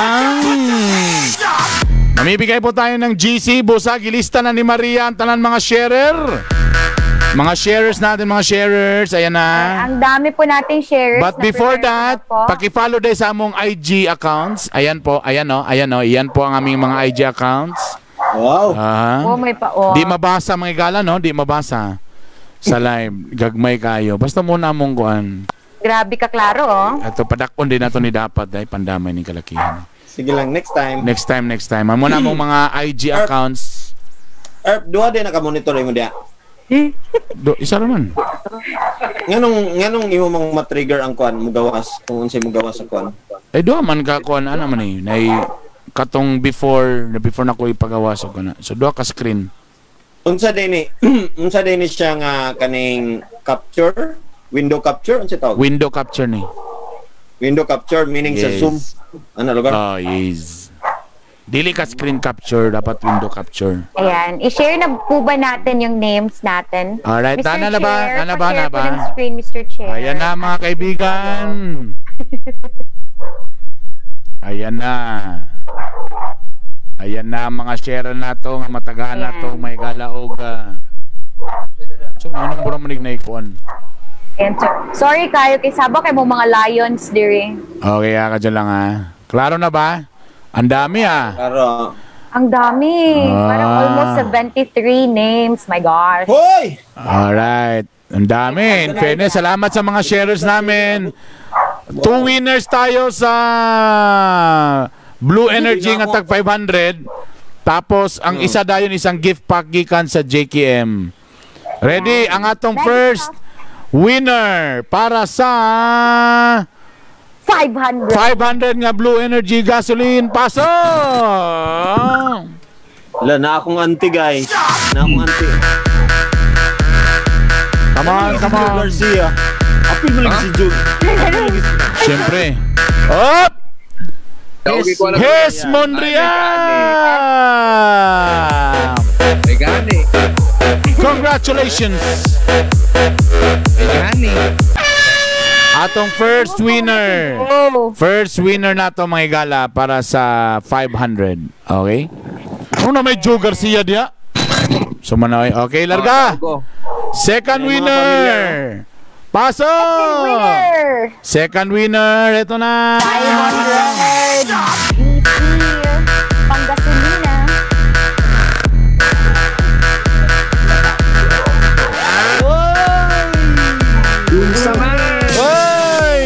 B: Mamibigay po tayo ng GC. Busag, ilista na ni Maria ang tanan mga sharer. Mga sharers natin, mga sharers. Ayan na.
C: Ang dami po nating shares.
B: But
C: na
B: before that,
C: prepare na po.
B: paki-follow din sa among IG accounts. Ayan po, ayan o, ayan o, ayan po ang aming mga IG accounts.
E: wow.
B: Aha.
C: Oh, may pa. Oh.
B: Di mabasa mga gala, no? Di mabasa sa live. Gagmay kayo. Basta muna among kuan.
C: Grabe ka, klaro, oh.
B: Ato padakon din nato ni dapat dahil pandamay ni kalakihan.
E: Sige lang, next time.
B: Next time, next time. Amo na
C: Hmm.
B: among mga IG accounts.
E: Erp, duha din nakamonitor mo diya.
B: Do, isa naman.
E: Nganong, nganong imo mang matrigger ang kuan, mugawas, kung unsay mugawas sa kuan.
B: Eh do man ka kuan ana man eh. Nay katong before na before na ko ipagawa so kana. So do ka screen.
E: Unsa din ni, unsa din ni siya nga kaning capture, window capture, unsa tawag?
B: Window capture ni.
E: Window capture meaning sa
B: Yes.
E: Zoom. Ano lugar?
B: Oh, yes. Dili ka screen capture, dapat window capture.
C: Ayan. I-share na po ba natin yung names natin?
B: Alright,
C: Mr.
B: Ah, na, na ba?
C: Chair,
B: Na, na ba?
C: pa-share
B: Na
C: po
B: ba?
C: ng screen, Mr. Chair.
B: Ayan na mga kaibigan. Ayan na. Ayan na mga share na to, nga matagaan na to, may galaog. ah. So, anong mura manig na ikuan?
C: Ayan, so, sorry kayo, kay Sabo kayo mo mga lions, eh. diri.
B: Okay, ah, kadyo lang ha. Klaro na ba? Ang dami ah.
E: Pero
C: Ang dami.
B: Ah.
C: Parang almost 73 names. My gosh.
E: Hoy!
B: Alright. Ang dami. In fairness, salamat sa mga sharers namin. Two winners tayo sa Blue Energy nga tag 500. Tapos, ang isa dayon isang gift pack gikan sa JKM. Ready? Ang atong first winner para sa
C: 500.
B: 500 nga Blue Energy Gasoline. Paso!
E: Wala, na akong anti guys. Na akong anti.
B: Come on, come
E: Joe
B: on.
E: Garcia. Apil mo lang si Jude.
B: Siyempre. Up!
F: Tawag ko alam.
B: Hes Monreal!
F: May gani.
B: Congratulations!
F: May gani.
B: Atong first winner.
C: Oh.
B: First winner na to mga gala para sa 500. Okay? Ano na may Joe Garcia diya? Sumanoy. Okay, larga.
D: Oh,
F: Go.
B: Second winner. Paso!
C: Winner!
B: Second winner. Ito na.
C: 500. Pangasolina.
B: Oy!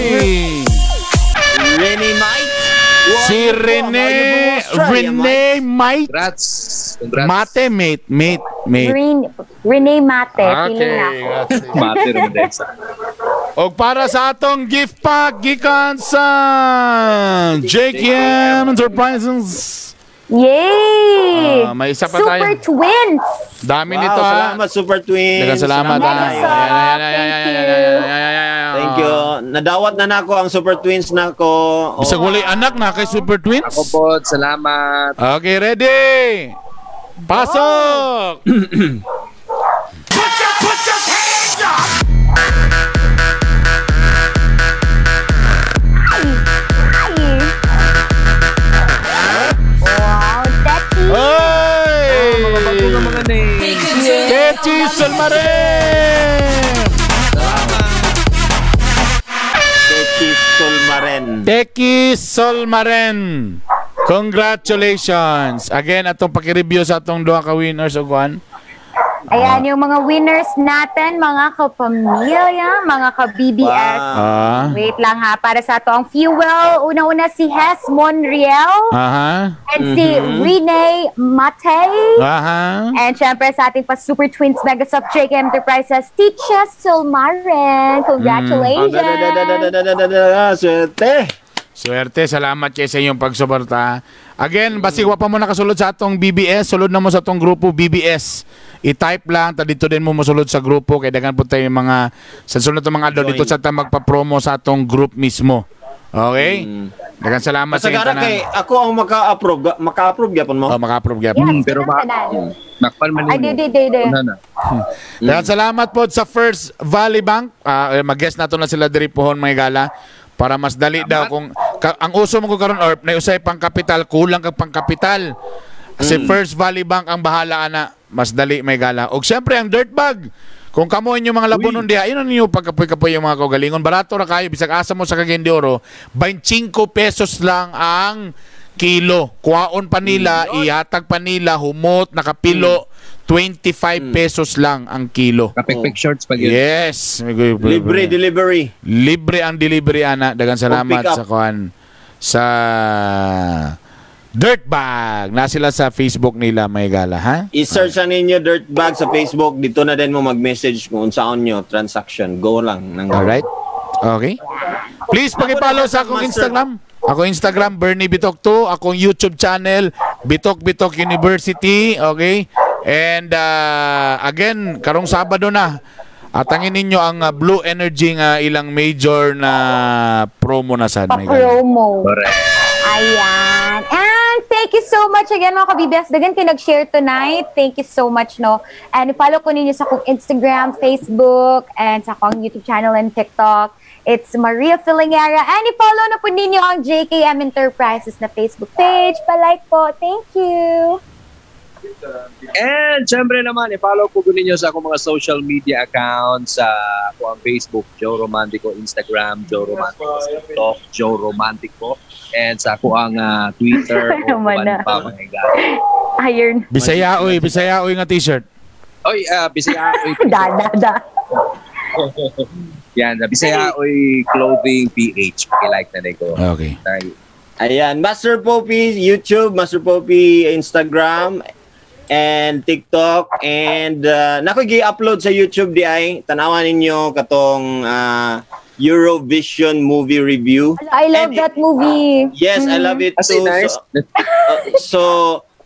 E: Renny Mike.
B: Si Rene, Rene Mike.
F: Congrats. Congrats.
B: Mate, mate, mate, mate.
C: Green, Renee Mate. Feeling na ako.
F: Mate naman dahil sa-
B: O para sa atong gift pack gikan sa JKM Enterprises.
C: Yay!
B: Ah, may isa pa
C: Super
B: tayo.
C: twins!
B: Dami
E: Wow,
B: nito ah.
E: salamat Super Twins.
B: Daghang salamat. ah.
C: Thank you, sir.
B: Ayan, ayan, ayan, ayan, ayan, ayan, ayan, ayan, ayan.
E: Thank you. Nadawat na nako ang Super Twins nako. Oh,
B: Bisag walay anak na kay Super Twins.
F: Ako po, salamat.
B: Okay, ready? Pasok!
C: Wow, Daddy!
B: Hey! Kechi Salmaren!
E: Kechi Solmaren.
B: Teki Solmaren. Congratulations. Again, atong pakireview sa atong duha ka winners og one. Ah.
C: Ayan yung mga winners natin, mga kapamilya, mga ka-BBS.
B: Ah.
C: Wait lang ha, para sa ato ang fuel. Una-una si Hes Monreal
B: Aha.
C: and si
B: Mm-hmm.
C: Rene Matei.
B: Aha.
C: And syempre sa ating pa Super Twins Megasoft JK Enterprises, Teacher Silmaren. Congratulations!
E: Ah, Swerte.
B: Swerte, salamat kay sa inyong pagsuporta. Again, basigwa pa mo nakasulod sa atong BBS, sulod na mo sa atong grupo BBS. I-type lang, ta dito din mo mosulod sa grupo kay daghan po tayo yung mga sa sunod ng mga adlaw dito sa ta magpa-promo sa atong group mismo. Okay? Daghang salamat sa inyong
E: Masagara
B: tanan.
E: kay ako ang maka-approve. Ga- Maka-approve gyapon mo.
B: Oh, maka-approve gyapon.
C: Yes,
D: pero
C: pero
D: ma- Ano,
C: ma...
D: Nakpan man
C: Ay, di, di, di, di.
F: Ano
D: Una na.
B: Kaya salamat po sa First Valley Bank. Ah, eh, mag-guess na to na sila diri pohon may gala para mas dali daw kung ka- ang uso mo ko karon orp na usay pang kapital kulang kag pang kapital. Si First Valley Bank ang bahala ana mas dali may gala. Og syempre ang dirt bag. Kung kamo inyo mga labunon diha, ino ninyo pagkapoy-kapoy yung mga kaugalingon. Barato ra kayo bisag asa mo sa Cagayan de Oro, 25 pesos lang ang kilo. Kuwaon pa nila, ihatag pa nila, humot, nakapilo, 25 pesos lang ang kilo.
D: Kapekpek shorts pag yun.
B: Yes.
E: Libre delivery.
B: Libre ang delivery, ana. Dagan salamat
E: Pick up.
B: sa kuan sa Dirt Bag. Na sila sa Facebook nila, may gala, ha?
E: I-search na ninyo Dirtbag sa Facebook. Dito na din mo mag-message kung saan nyo transaction. Go lang. Nang
B: Alright? Okay? Please pakipollow sa akong Instagram. Ako Instagram, Bernie Bitok 2. Akong YouTube channel, Bitok Bitok University. Okay? And uh, again, karong Sabado na. Atangin ninyo ang uh, Blue Energy nga ilang major na promo na sana.
C: Pa-promo. Ayan. And thank you so much again mga kabibes. Dagan kayo nag-share tonight. Thank you so much, no? And follow ko ninyo sa akong Instagram, Facebook, and sa akong YouTube channel and TikTok. It's Maria Filingera. And i-follow na po ninyo ang JKM Enterprises na Facebook page. Palike po. Thank you.
F: And syempre naman, i-follow po ko ninyo sa akong mga social media accounts sa ako ang Facebook, Joe Romantico, Instagram, Joe Romantico, sa TikTok, Joe Romantico, and sa ako ang ah, Twitter, o kung
C: Naman
F: ano
C: na.
F: pa mga gala.
C: Iron.
B: Bisaya oy, Bisaya oy nga t-shirt.
F: Oy, ah, Bisaya Oy.
C: Da, da, da.
F: Yan, ah, Bisaya Oy Clothing PH. I-like na nito.
B: Okay.
F: Tay-
E: Ayan, Master Poppy YouTube, Master Poppy Instagram, and TikTok, and uh, upload sa YouTube di ay tanawan ninyo katong ah, Eurovision movie review.
C: I love
E: And-
C: that movie.
E: Yes, I love it
F: Kasi
E: too.
F: nice.
E: So, uh, so,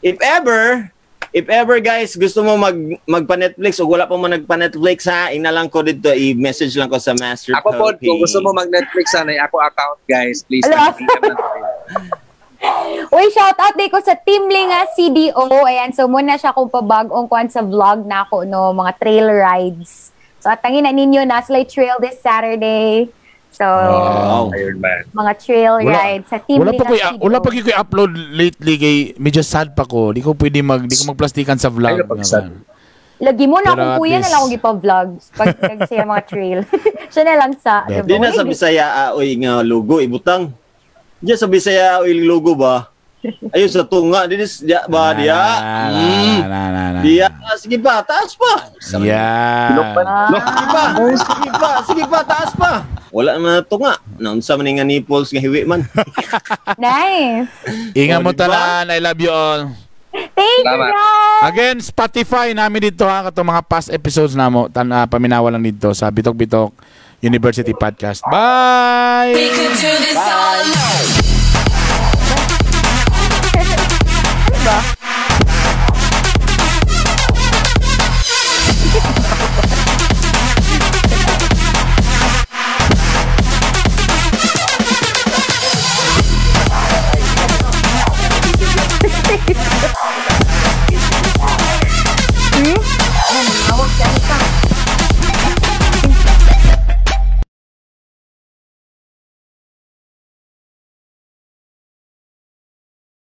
E: if ever, if ever guys, gusto mo mag magpa-Netflix o wala pa mo nagpa-Netflix ha, inalang ko dito, i-message lang ko sa Master
F: Ako po,
E: Poppy.
F: kung gusto mo mag-Netflix sana, ako account, guys. Please,
C: Ala.
F: nag-DM na tayo.
B: uh,
C: Uy, shout out day ko sa Team Linga CDO. Ayan, so muna siya kung pabagong kuan sa vlog na ako, no, mga trail rides. So, atangin na ninyo, Naslay Trail this Saturday. So,
B: Wow.
F: Iron Man.
C: mga trail rides sa Team
B: Ah. wala pa
C: Linga
B: ko
C: CDO.
B: wala pa ko upload lately kay medyo sad pa ko. Di ko pwede mag di ko magplastikan sa vlog.
F: Ay, napag-sad.
C: Lagi mo
B: Pero
C: na akong
B: at
C: kuya na
B: least-
C: lang akong ipa-vlog pag nagsaya mga trail. siya na lang sa, ano
E: Di
C: ba?
E: na sa Bisaya aoy nga logo ibutang. Diya sa Bisaya aoy logo ba? Ayun sa tunga di dis- diya ba Ah, diya. Mm.
B: Na, na, na, na.
E: Diya sige pa taas pa.
B: Yeah.
E: Sige pa. Sige pa, sige pa taas pa. Wala na tunga. Naunsa man nga nipples nga hiwi man.
C: Nice.
B: Ingat
E: Oh,
B: mo
E: di ba?
B: talaan. I love you all.
C: Thank you,
F: Salamat.
C: guys.
B: Again, Spotify namin dito ha. Katong mga past episodes na mo. Tan, ah, paminawa lang dito sa Bitok Bitok University Podcast. Bye!
H: We could do this all alone.
K: Bye.